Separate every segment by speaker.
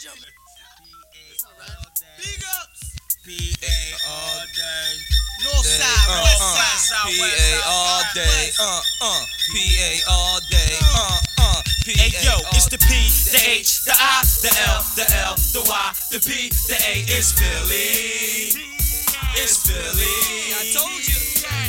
Speaker 1: jumping.
Speaker 2: Big ups.
Speaker 1: PA all day.
Speaker 2: North
Speaker 1: Day,
Speaker 2: side,
Speaker 3: Uh-huh.
Speaker 1: uh,
Speaker 2: west
Speaker 1: uh,
Speaker 2: side, south, west
Speaker 1: PA
Speaker 2: side,
Speaker 1: all
Speaker 2: south,
Speaker 1: day.
Speaker 2: west.
Speaker 1: Uh, uh. PA all day. Uh, uh. PA
Speaker 3: Hey yo,
Speaker 1: all
Speaker 3: it's the P, the
Speaker 1: day.
Speaker 3: H, the I, the L, the L, the Y, the P, the A. It's Philly. It's Philly.
Speaker 1: I told you.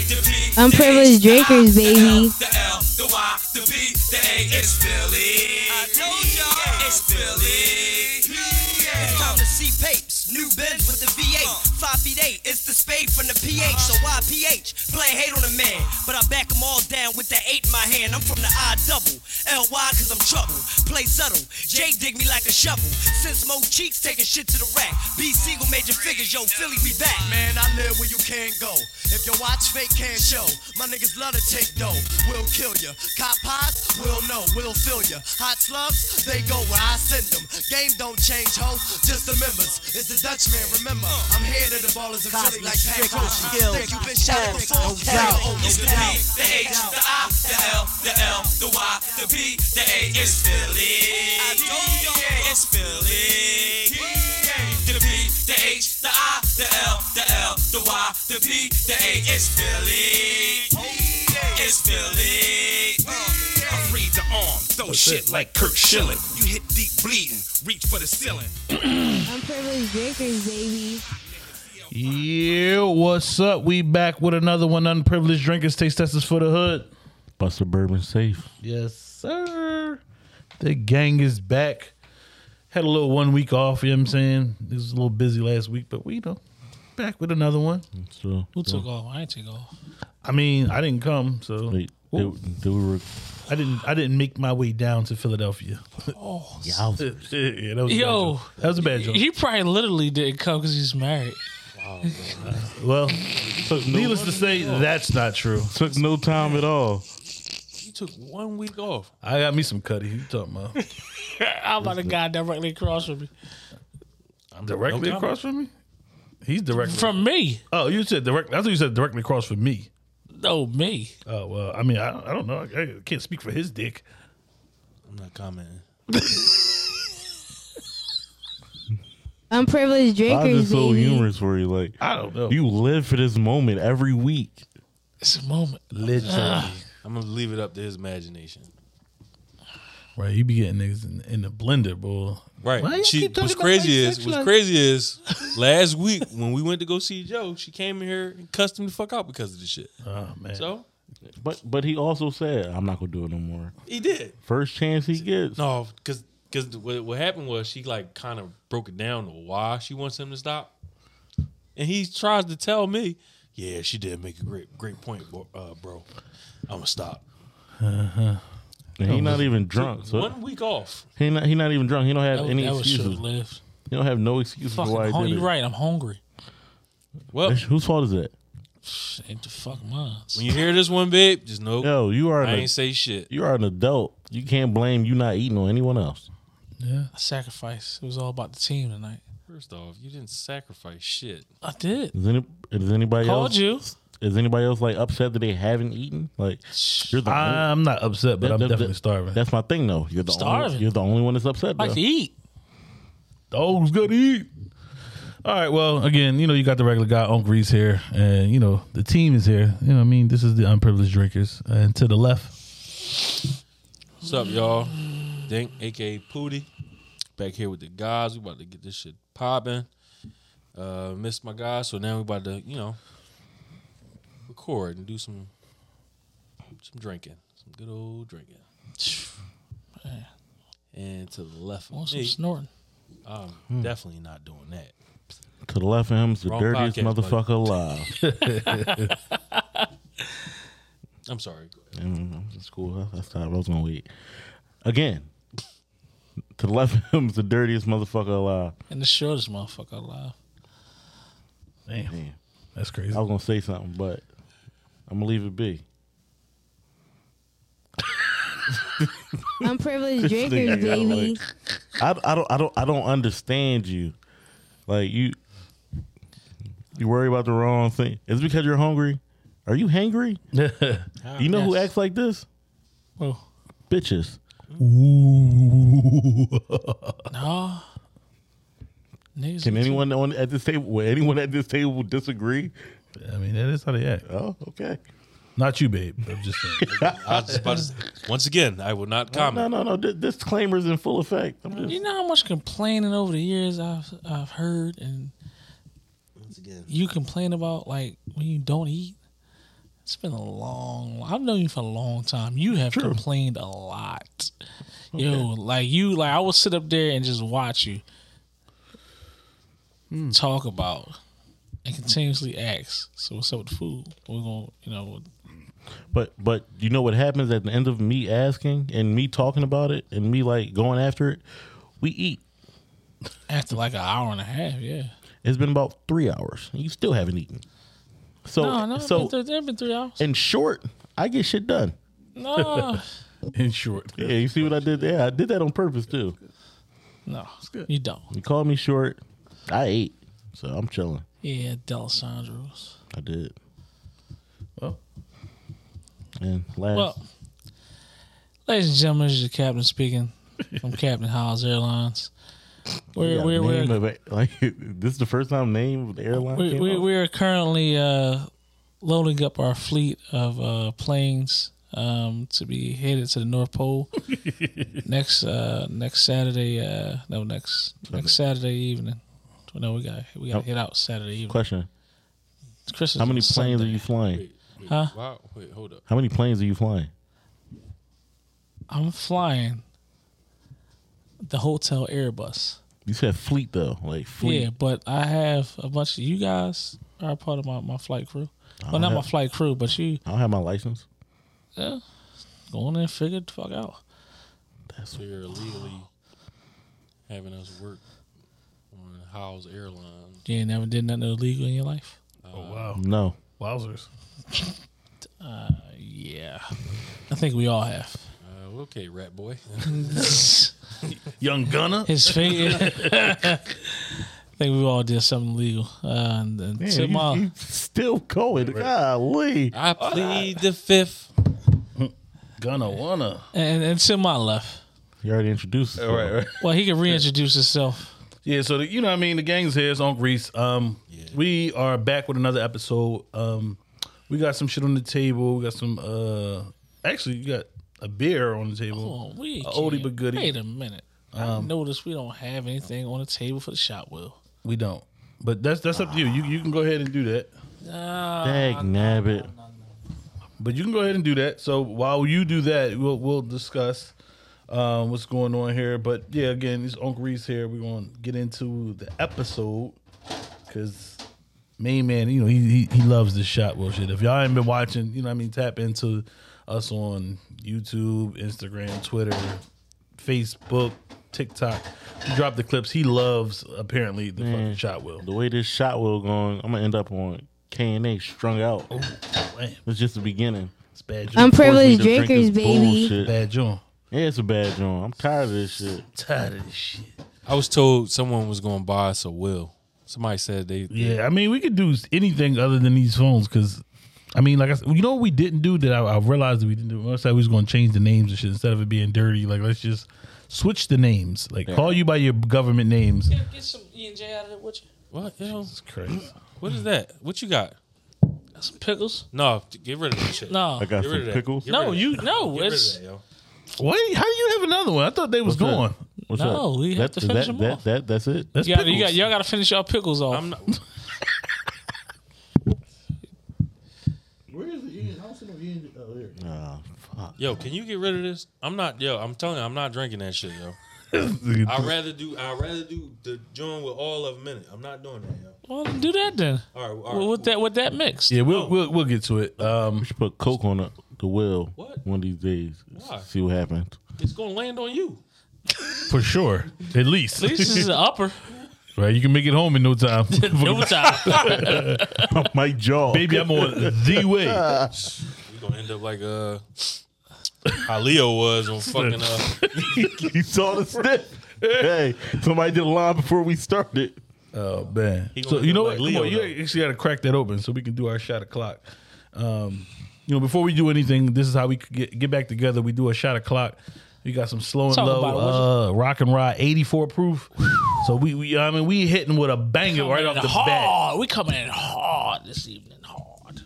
Speaker 3: The P, the
Speaker 4: Unprivileged
Speaker 3: H, the I,
Speaker 4: drinkers,
Speaker 3: the
Speaker 4: baby.
Speaker 3: L, The L, the Y, the P, the A. It's Philly.
Speaker 1: I told y'all.
Speaker 3: It's Philly.
Speaker 1: It's time to see papes. New Benz with the V8. Five feet eight. It's the spade from the PH. So why PH? Playing hate on the man. But I back them all down with the eight in my hand. I'm from the I double. LY cause I'm trouble. Play subtle. J dig me like a shovel. Since Mo Cheeks taking shit to the rack. B Siegel major figures. Yo, Philly, we back.
Speaker 5: Man, I live where you can't go. If your watch fake can't show, my niggas love to take dough. We'll kill ya. Cop pies, we'll know, we'll fill ya. Hot slugs, they go where I send them. Game don't change, ho, just the members. It's the Dutchman, remember. I'm here to the ballers of Philly like Pat Roach. Think you been shot before? Hell, oh,
Speaker 3: It's the P, the H, the I, the L, the L, the Y, the P, the A. It's Philly. I told y'all. It's Philly. The P, the H, the I, the L, the L, the Y, the P, the A. It's Philly. It's Philly.
Speaker 6: I'm free to arm, throw shit like Kirk Schilling. You hit deep bleeding, reach for the ceiling.
Speaker 4: Unprivileged drinkers, baby.
Speaker 7: Yeah, what's up? We back with another one. Unprivileged drinkers taste testers for the hood.
Speaker 8: Buster Bourbon safe.
Speaker 7: Yes, sir. The gang is back. Had a little one week off, you know what I'm saying? It was a little busy last week, but we you know back with another one.
Speaker 8: So
Speaker 9: Who took off? I ain't take off.
Speaker 7: I mean, I didn't come, so
Speaker 8: wait, they,
Speaker 7: Ooh,
Speaker 8: they were
Speaker 7: I didn't I didn't make my way down to Philadelphia.
Speaker 8: Oh, yeah,
Speaker 7: yeah, that was a bad
Speaker 9: Yo.
Speaker 7: joke. That was a bad joke.
Speaker 9: He probably literally didn't come because he's married.
Speaker 7: well,
Speaker 8: took no,
Speaker 7: needless to say, that's not true.
Speaker 8: took no time at all.
Speaker 9: He took one week off.
Speaker 7: I got me some Cuddy. You talking about
Speaker 9: I'm about to guy directly across from me.
Speaker 7: directly
Speaker 9: comment.
Speaker 7: across from me? He's directly
Speaker 9: From me.
Speaker 7: Oh, you said direct. I thought you said directly across from me.
Speaker 9: No, me.
Speaker 7: Oh well, I mean, I, I don't know. I, I can't speak for his dick.
Speaker 3: I'm not commenting.
Speaker 4: Unprivileged
Speaker 8: I
Speaker 4: drinkers,
Speaker 8: just so
Speaker 4: baby.
Speaker 8: humorous for you. Like
Speaker 7: I don't know.
Speaker 8: you live for this moment every week.
Speaker 9: It's a moment.
Speaker 7: literally,
Speaker 3: I'm gonna leave it up to his imagination.
Speaker 7: right? You be getting niggas in, in the blender, boy.
Speaker 3: Right.
Speaker 7: Why y'all
Speaker 3: She,
Speaker 7: keep talking
Speaker 3: what's
Speaker 7: about
Speaker 3: crazy
Speaker 7: my
Speaker 3: is
Speaker 7: sex
Speaker 3: what's
Speaker 7: life?
Speaker 3: crazy is last week when we went to go see Joe, she came in here and cussed him the fuck out because of this shit.
Speaker 7: Oh man.
Speaker 3: So
Speaker 8: But but he also said, "I'm not gonna do it no more."
Speaker 3: he did.
Speaker 8: First chance he gets,
Speaker 3: No, because because what, what happened was she like kind of broke it down to why she wants him to stop, and he tries to tell me, yeah, she did make a great great point, bro. Uh, bro. I'm gonna stop.
Speaker 8: and he not even
Speaker 3: Oh,
Speaker 8: drunk. So
Speaker 3: One week off.
Speaker 8: he not he not even drunk. He don't have
Speaker 9: That,
Speaker 8: any
Speaker 9: that was should
Speaker 8: excuses.
Speaker 9: have lived.
Speaker 8: He don't have no excuses for
Speaker 9: Fucking
Speaker 8: why
Speaker 9: hung-
Speaker 8: he did
Speaker 9: you
Speaker 8: it.
Speaker 9: right. I'm hungry.
Speaker 3: Well,
Speaker 8: That's- Whose fault is that?
Speaker 9: Ain't the fuck mine.
Speaker 3: when you hear this one, babe, just know
Speaker 8: Yo, you are
Speaker 3: I
Speaker 8: an,
Speaker 3: ain't say shit.
Speaker 8: you are an adult. You can't blame you not eating on anyone else.
Speaker 9: I sacrificed. It was all about the team tonight.
Speaker 3: First off, you didn't sacrifice shit.
Speaker 9: I did.
Speaker 8: Is any is anybody
Speaker 9: Called
Speaker 8: else
Speaker 9: you.
Speaker 8: is anybody else like upset that they haven't eaten? Like you're the only-
Speaker 7: I'm not upset, Uh, but
Speaker 8: that-
Speaker 7: I'm
Speaker 8: that-
Speaker 7: definitely
Speaker 8: that-
Speaker 7: starving.
Speaker 8: That's my thing though. You're the
Speaker 9: Starving.
Speaker 8: only you're the only one that's upset.
Speaker 9: I like
Speaker 8: though.
Speaker 9: to eat.
Speaker 7: Dog's good to eat. All right. Well, again, you know, you got the regular guy, Uncle Reese here, and you know, the team is here. You know, what I mean, this is the unprivileged drinkers, and to the left,
Speaker 3: What's up, y'all? Dink, aka Pooty, back here with the guys. We about to get this shit popping. Uh, missed my guys, so now we about to, you know, record and do some some drinking, some good old drinking. And to the left
Speaker 9: Want
Speaker 3: of
Speaker 9: some
Speaker 3: me,
Speaker 9: snorting?
Speaker 3: I'm definitely not doing that.
Speaker 8: To the left of him is the
Speaker 3: Wrong
Speaker 8: dirtiest
Speaker 3: podcast,
Speaker 8: motherfucker alive.
Speaker 3: I'm sorry. Go ahead.
Speaker 8: Mm, That's cool. That's how I was gonna wait. Again. To the left of him is the dirtiest motherfucker alive.
Speaker 9: And the shortest motherfucker alive.
Speaker 7: damn, that's crazy.
Speaker 8: I was gonna say something, but I'm gonna leave it be.
Speaker 4: Unprivileged
Speaker 8: This nigga
Speaker 4: drinkers,
Speaker 8: got like-
Speaker 4: baby.
Speaker 8: I, I don't I don't I don't understand you. Like you you worry about the wrong thing. Is it because you're hungry? Are you hangry? you know who
Speaker 9: Yes.
Speaker 8: acts like this?
Speaker 9: Well,
Speaker 8: Bitches.
Speaker 9: no. Niggas get
Speaker 8: Can
Speaker 9: you-
Speaker 8: anyone on at this table? Will anyone at this table disagree?
Speaker 7: I mean, that is how they act.
Speaker 8: Oh, okay.
Speaker 7: Not you, babe. I'm just saying.
Speaker 3: I was just about to- once again, I will not
Speaker 8: No,
Speaker 3: comment.
Speaker 8: no, no. This disclaimer's in full effect. I'm just,
Speaker 9: You know how much complaining over the years I've I've heard, and you complain about like when you don't eat. It's been a long. I've known you for a long time. You have complained a lot. Yo, like you, like I will sit up there and just watch you
Speaker 8: Hmm.
Speaker 9: talk about and continuously ask. So what's up with the food? We're gonna, you know,
Speaker 8: but but you know what happens at the end of me asking and me talking about it and me like going after it? We eat.
Speaker 9: after like an hour and a half. Yeah.
Speaker 8: It's been about three hours. and You still haven't eaten. So
Speaker 9: No, no, it's
Speaker 8: so
Speaker 9: been, three, it's been three hours.
Speaker 8: in short, I get shit done.
Speaker 9: No,
Speaker 7: In short,
Speaker 8: Yeah, you see what I did? Yeah, I did that on purpose too.
Speaker 9: no, you don't.
Speaker 8: You called me short. I ate, so I'm chilling.
Speaker 9: Yeah, Delisandro's.
Speaker 8: I did.
Speaker 7: Well.
Speaker 8: and last
Speaker 9: Well, ladies and gentlemen, this is the captain speaking from Captain Howes Airlines. We're
Speaker 8: Yeah,
Speaker 9: we're
Speaker 8: name
Speaker 9: we're,
Speaker 8: of it- like this is the first time name of the airline.
Speaker 9: we're,
Speaker 8: came
Speaker 9: we're,
Speaker 8: out?
Speaker 9: we're currently uh, loading up our fleet of uh, planes um, to be headed to the North Pole next uh, next Saturday. Uh, no, next next Saturday evening. No, we got we got to head out Saturday evening.
Speaker 8: Question:
Speaker 9: Christmas
Speaker 8: How many
Speaker 9: is
Speaker 8: planes are
Speaker 9: Sunday.
Speaker 8: you flying?
Speaker 9: Huh?
Speaker 3: Wow. Wait, hold up.
Speaker 8: How many planes are you flying?
Speaker 9: I'm flying the hotel Airbus.
Speaker 8: You said fleet though, like fleet.
Speaker 9: Yeah, but I have a bunch of you guys are a part of my, my flight crew. Well,
Speaker 8: don't
Speaker 9: not my
Speaker 8: have-
Speaker 9: flight crew, but you
Speaker 8: I don't have my license.
Speaker 9: yeah, go on there and figure the fuck out.
Speaker 3: So you're illegally having us work on How's Airlines.
Speaker 9: You ain't never did nothing illegal in your life.
Speaker 7: oh wow,
Speaker 8: No,
Speaker 7: wowzers.
Speaker 9: Yeah, I think we all have.
Speaker 3: Uh, okay, rat boy.
Speaker 9: His
Speaker 7: Young Gunna.
Speaker 9: face. I think we all did something illegal. Uh, and, and
Speaker 8: Man,
Speaker 9: to
Speaker 8: you-
Speaker 9: my
Speaker 8: you still going. Golly,
Speaker 3: I plead the fifth.
Speaker 7: Gunna wanna.
Speaker 9: and, and to my left.
Speaker 8: you already introduced. All right,
Speaker 9: Well, he can reintroduce himself.
Speaker 7: Yeah, so the, you know, what I mean, the gang's here. It's on Grease. Um, we are back with another episode. Um, we got some shit on the table. We got some. uh Actually, you got a beer on the table.
Speaker 9: Oh, we
Speaker 7: A oldie
Speaker 9: can't-
Speaker 7: but goodie.
Speaker 9: Wait a minute. I noticed we don't have anything on the table for the shot wheel.
Speaker 7: We don't, but that's that's up to you. You you can go ahead and do that.
Speaker 8: dag
Speaker 9: Uh,
Speaker 8: nabbit.
Speaker 7: But you can go ahead and do that. So while you do that, we'll we'll discuss um, what's going on here. But yeah, again, it's Uncle Reese here. We're gonna get into the episode because main man, you know, he he, he loves this shot well shit. If y'all ain't been watching, you know, what I mean, tap into us on YouTube, Instagram, Twitter, Facebook, TikTok. He dropped the clips. He loves apparently the fucking shot will.
Speaker 8: The way this shot will going, I'm gonna end up on K and A strung out.
Speaker 9: Oh,
Speaker 7: Man,
Speaker 8: It's just the beginning.
Speaker 7: it's bad joint.
Speaker 4: I'm
Speaker 8: Forced me
Speaker 4: privileged
Speaker 8: to drink
Speaker 4: drinkers,
Speaker 8: this
Speaker 4: baby.
Speaker 8: bullshit.
Speaker 7: bad joint.
Speaker 8: Yeah, it's a bad joint. I'm tired of this shit.
Speaker 7: Tired of this shit.
Speaker 3: I was told someone was going to buy us a will. Somebody said they.
Speaker 7: Yeah, I mean, we could do anything other than these phones because, I mean, like I said, you know what we didn't do that I, I realized that we didn't do. I said we was going to change the names and shit instead of it being dirty. Like let's just switch the names. Like call you by your government names.
Speaker 9: Get some E and J out of it, would you?
Speaker 3: What? You know,
Speaker 7: It's crazy.
Speaker 3: what is that? What you got?
Speaker 9: Some pickles?
Speaker 3: No, get rid of that shit.
Speaker 9: No.
Speaker 8: I got
Speaker 3: Get rid of
Speaker 8: some
Speaker 3: that.
Speaker 8: pickles.
Speaker 3: Get
Speaker 9: No,
Speaker 3: rid of that.
Speaker 9: you- no,
Speaker 3: Get rid of
Speaker 9: it's-
Speaker 3: that, yo.
Speaker 7: Why? How do you have another one? I thought they was
Speaker 8: What's
Speaker 7: going.
Speaker 8: up? What's
Speaker 9: No,
Speaker 8: up?
Speaker 9: we have to
Speaker 8: is
Speaker 9: finish
Speaker 8: that,
Speaker 9: them
Speaker 8: that,
Speaker 9: off.
Speaker 8: That, that's it.
Speaker 7: That's
Speaker 9: You got, you
Speaker 7: pickles.
Speaker 9: got, y'all got to finish y'all pickles off.
Speaker 3: I'm not.
Speaker 8: Where is the Ian? I don't see no Ian. Oh, there. Oh, fuck.
Speaker 3: Yo, can you get rid of this? I'm not. Yo, I'm telling you, I'm not drinking that shit, yo. I'd rather do. I'd rather do the joint with all of them in it. I'm not doing that, yo.
Speaker 9: well, do that then.
Speaker 3: All right. All right.
Speaker 9: Well, with that, with that mix.
Speaker 7: yeah, we'll, we'll we'll get to it. Um,
Speaker 8: We should put Coke on the, the wheel
Speaker 3: What?
Speaker 8: one of these days.
Speaker 3: Why?
Speaker 8: See what happens.
Speaker 3: It's gonna land on you.
Speaker 7: for sure, at least.
Speaker 9: At least this is the upper.
Speaker 7: right, you can make it home in no time.
Speaker 9: No time.
Speaker 8: My jaw.
Speaker 7: Baby, I'm on the way.
Speaker 3: You're gonna end up like uh, how Leo was on fucking uh.
Speaker 8: you saw the sniff. hey, somebody did a line before we started.
Speaker 7: Oh man!
Speaker 3: He
Speaker 7: So
Speaker 3: gonna
Speaker 7: you know
Speaker 3: look
Speaker 7: what?
Speaker 3: like
Speaker 7: Come
Speaker 3: Leo,
Speaker 7: on, you
Speaker 3: though.
Speaker 7: actually got to crack that open so we can do our shot o'clock. Um, you know, before we do anything, this is how we could get get back together. We do a shot o'clock. We got some slow and
Speaker 9: Talk
Speaker 7: low,
Speaker 9: about it, would
Speaker 7: uh, rock and ride, eighty four proof. so we, we, I mean, we hitting with a banger right off the
Speaker 9: hard.
Speaker 7: bat.
Speaker 9: We coming in hard this evening. Hard.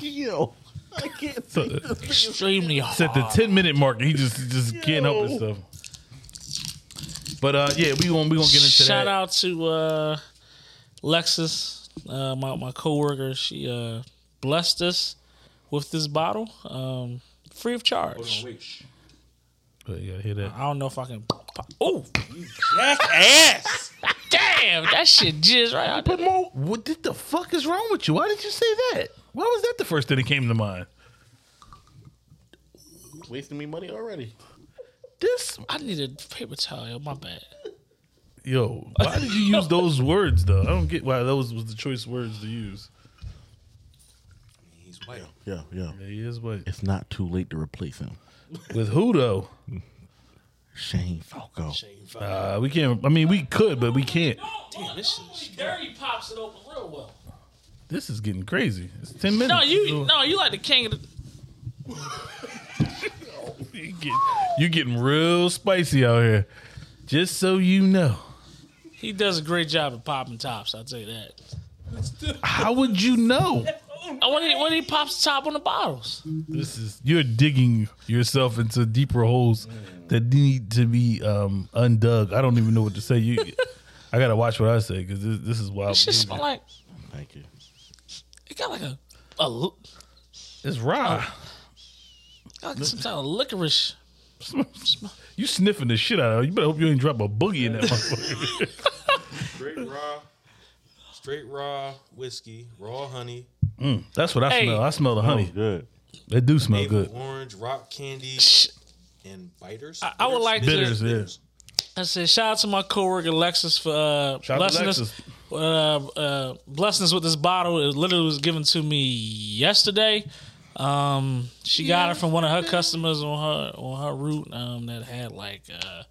Speaker 8: Yo, I can't
Speaker 7: So,
Speaker 9: Extremely hard.
Speaker 7: it's at the ten minute mark. He just he just can't help
Speaker 8: Yo.
Speaker 7: himself. But uh, yeah, we gonna we gonna get into
Speaker 9: Shout
Speaker 7: that.
Speaker 9: out to uh, Lexus, uh, my my coworker. She uh, blessed us with this bottle, um, free of charge.
Speaker 7: But you gotta hear that.
Speaker 9: I don't know if I can. Oh, ass! Damn, that shit jizz right out.
Speaker 7: But Mo, what did the fuck is wrong with you? Why did you say that? Why was that the first thing that came to mind?
Speaker 8: Wasting me money already.
Speaker 7: This
Speaker 9: I need a paper towel. yo, My bad.
Speaker 7: yo, why did you use those words though? I don't get why those was the choice words to use.
Speaker 3: He's white.
Speaker 8: Yeah, yeah.
Speaker 7: Yeah, he is white.
Speaker 8: It's not too late to replace him.
Speaker 7: With who though?
Speaker 8: Shane Falco.
Speaker 7: Uh, we can't. I mean, we could, but we can't.
Speaker 9: Damn, this is dirty. Pops it open real well.
Speaker 7: This is getting crazy. It's ten minutes.
Speaker 9: No, you no, you like the king of the.
Speaker 7: You get, you getting real spicy out here. Just so you know,
Speaker 9: He does a great job at popping tops. I'll tell you that.
Speaker 7: how would you know?
Speaker 9: And when he when he pops the top on the bottles,
Speaker 7: This is you're digging yourself into deeper holes that need to be um, undug. I don't even know what to say. You, I gotta watch what I say because this, this is wild.
Speaker 9: it just smell like
Speaker 8: Thank you.
Speaker 9: it got like a a li-
Speaker 7: It's raw.
Speaker 9: got like some type of licorice.
Speaker 7: You sniffing the shit out of it. You better hope you ain't drop a boogie in that motherfucker.
Speaker 3: Straight raw, straight raw whiskey, raw honey,
Speaker 7: That's what I
Speaker 9: Hey.
Speaker 7: smell. I smell the honey.
Speaker 8: Good.
Speaker 7: It do smell
Speaker 3: maple
Speaker 7: good.
Speaker 3: orange, rock candy,
Speaker 9: Shh.
Speaker 3: and biters.
Speaker 9: I- I would like to-
Speaker 7: Bitters, yeah.
Speaker 9: I said, shout out to my coworker Lexus for uh,
Speaker 7: Shout out to
Speaker 9: blessing us.
Speaker 7: Lexus.
Speaker 9: Uh, uh, blessing us with this bottle. It literally was given to me yesterday. Um, she got it from one of her customers on her on her route um, that had like uh,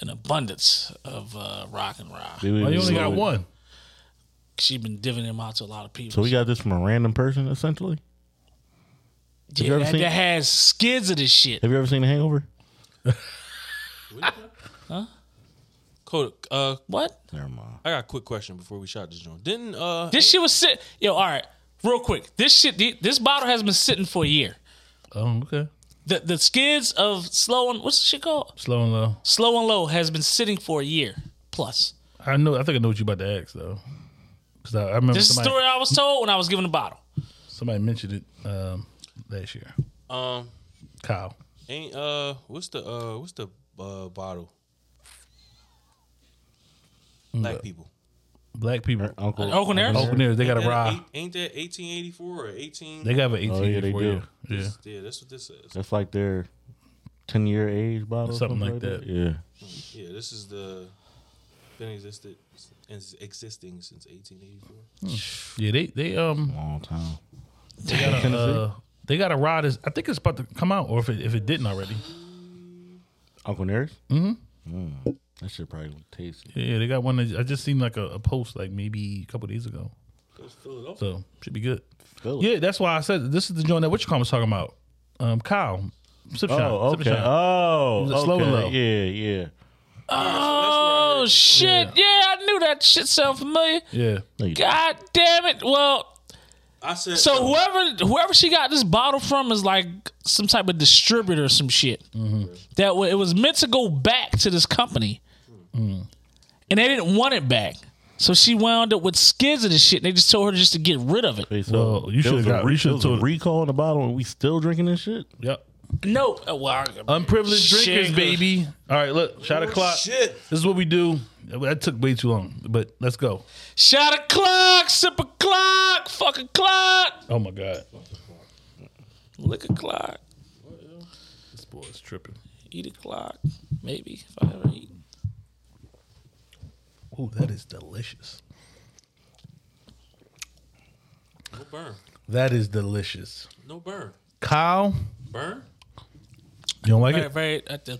Speaker 9: an abundance of uh, rock and rock.
Speaker 7: Why Oh, you only got one?
Speaker 9: She been divvying them out to a lot of people.
Speaker 8: So we got this from a random person, essentially.
Speaker 9: Yeah,
Speaker 8: you ever
Speaker 9: that,
Speaker 8: seen-
Speaker 9: that has skids of this shit.
Speaker 8: Have you ever seen The Hangover?
Speaker 3: Kodak, uh,
Speaker 9: What?
Speaker 8: Never mind.
Speaker 3: I got a quick question before we shot this joint. Didn't uh,
Speaker 9: This shit was sit. Yo, all right, real quick. This shit, the- this bottle has been sitting for a year.
Speaker 7: Oh, okay.
Speaker 9: The the skids of slow and what's the shit called?
Speaker 7: Slow and low.
Speaker 9: Slow and low has been sitting for a year plus.
Speaker 7: I know. I think I know what you about to ask though, because I, I remember
Speaker 9: This is the
Speaker 7: somebody,
Speaker 9: story I was told when I was given the bottle.
Speaker 7: somebody mentioned it um, last year.
Speaker 3: um,
Speaker 7: Kyle.
Speaker 3: ain't uh, what's the uh, what's the uh bottle?
Speaker 7: Mm.
Speaker 3: Black people.
Speaker 7: Black people.
Speaker 8: Uncle.
Speaker 9: Oakland Air?
Speaker 7: Open there. They got a
Speaker 3: Ain't that
Speaker 7: rye.
Speaker 3: eight- Ain't that 1884 or 18?
Speaker 7: They got an 18
Speaker 8: Oh, yeah, they
Speaker 7: for
Speaker 8: do.
Speaker 7: you. Yeah.
Speaker 3: yeah, that's what this is.
Speaker 8: That's like their ten year age bottle,
Speaker 7: Something like that.
Speaker 8: Yeah.
Speaker 3: Yeah, this is the been existed is existing since 1884.
Speaker 7: Yeah, they they um
Speaker 8: Long time.
Speaker 7: they got a, uh, they got a rod is I think it's about to come out or if it, if it didn't already.
Speaker 8: Uncle Nearest? Mm-hmm. That shit probably taste
Speaker 7: Yeah, yeah, they got one. That, I just seen like a, a post like maybe a couple days ago,
Speaker 3: Let's fill it up.
Speaker 7: so should be good.
Speaker 8: good.
Speaker 7: Yeah, that's why I said this is the joint that what you call was talking about. Um, Kyle, sip shot,
Speaker 8: Oh,
Speaker 7: sip
Speaker 8: okay.
Speaker 7: shot. It
Speaker 8: Oh,
Speaker 7: was a
Speaker 8: okay.
Speaker 7: slow and low.
Speaker 8: Yeah, yeah.
Speaker 9: Oh shit! Yeah. I knew that shit sound familiar.
Speaker 7: Yeah,
Speaker 8: No, you-
Speaker 9: God damn it! Well,
Speaker 3: I said
Speaker 9: so whoever whoever she got this bottle from is like some type of distributor or some shit. That wa- it was meant to go back to this company, and they didn't want it back. So she wound up with skids of this shit. And they just told her just to get rid of it.
Speaker 8: Hey, so
Speaker 7: Well, Uh, you
Speaker 8: there was
Speaker 7: should've
Speaker 8: a
Speaker 7: got-
Speaker 8: re-
Speaker 7: you should've
Speaker 8: there was a
Speaker 7: told-
Speaker 8: recall in the bottle, and we still drinking this shit.
Speaker 7: yep.
Speaker 9: No, uh, well, I-
Speaker 7: Unprivileged drinkers,
Speaker 9: Shit.
Speaker 7: baby. All right, look, shot o'clock.
Speaker 3: shit.
Speaker 7: This is what we do. That took way too long, but let's go.
Speaker 9: Shot a clock, sip a clock, fuck a clock,
Speaker 7: Oh my god,
Speaker 9: lick a clock,
Speaker 7: this boy is tripping.
Speaker 9: eat a clock, maybe if I ever eat.
Speaker 7: Oh, that is delicious.
Speaker 3: no burn,
Speaker 7: That is delicious.
Speaker 3: no burn,
Speaker 7: Kyle,
Speaker 3: burn.
Speaker 7: you don't like
Speaker 9: Very,
Speaker 7: it?
Speaker 9: very at the.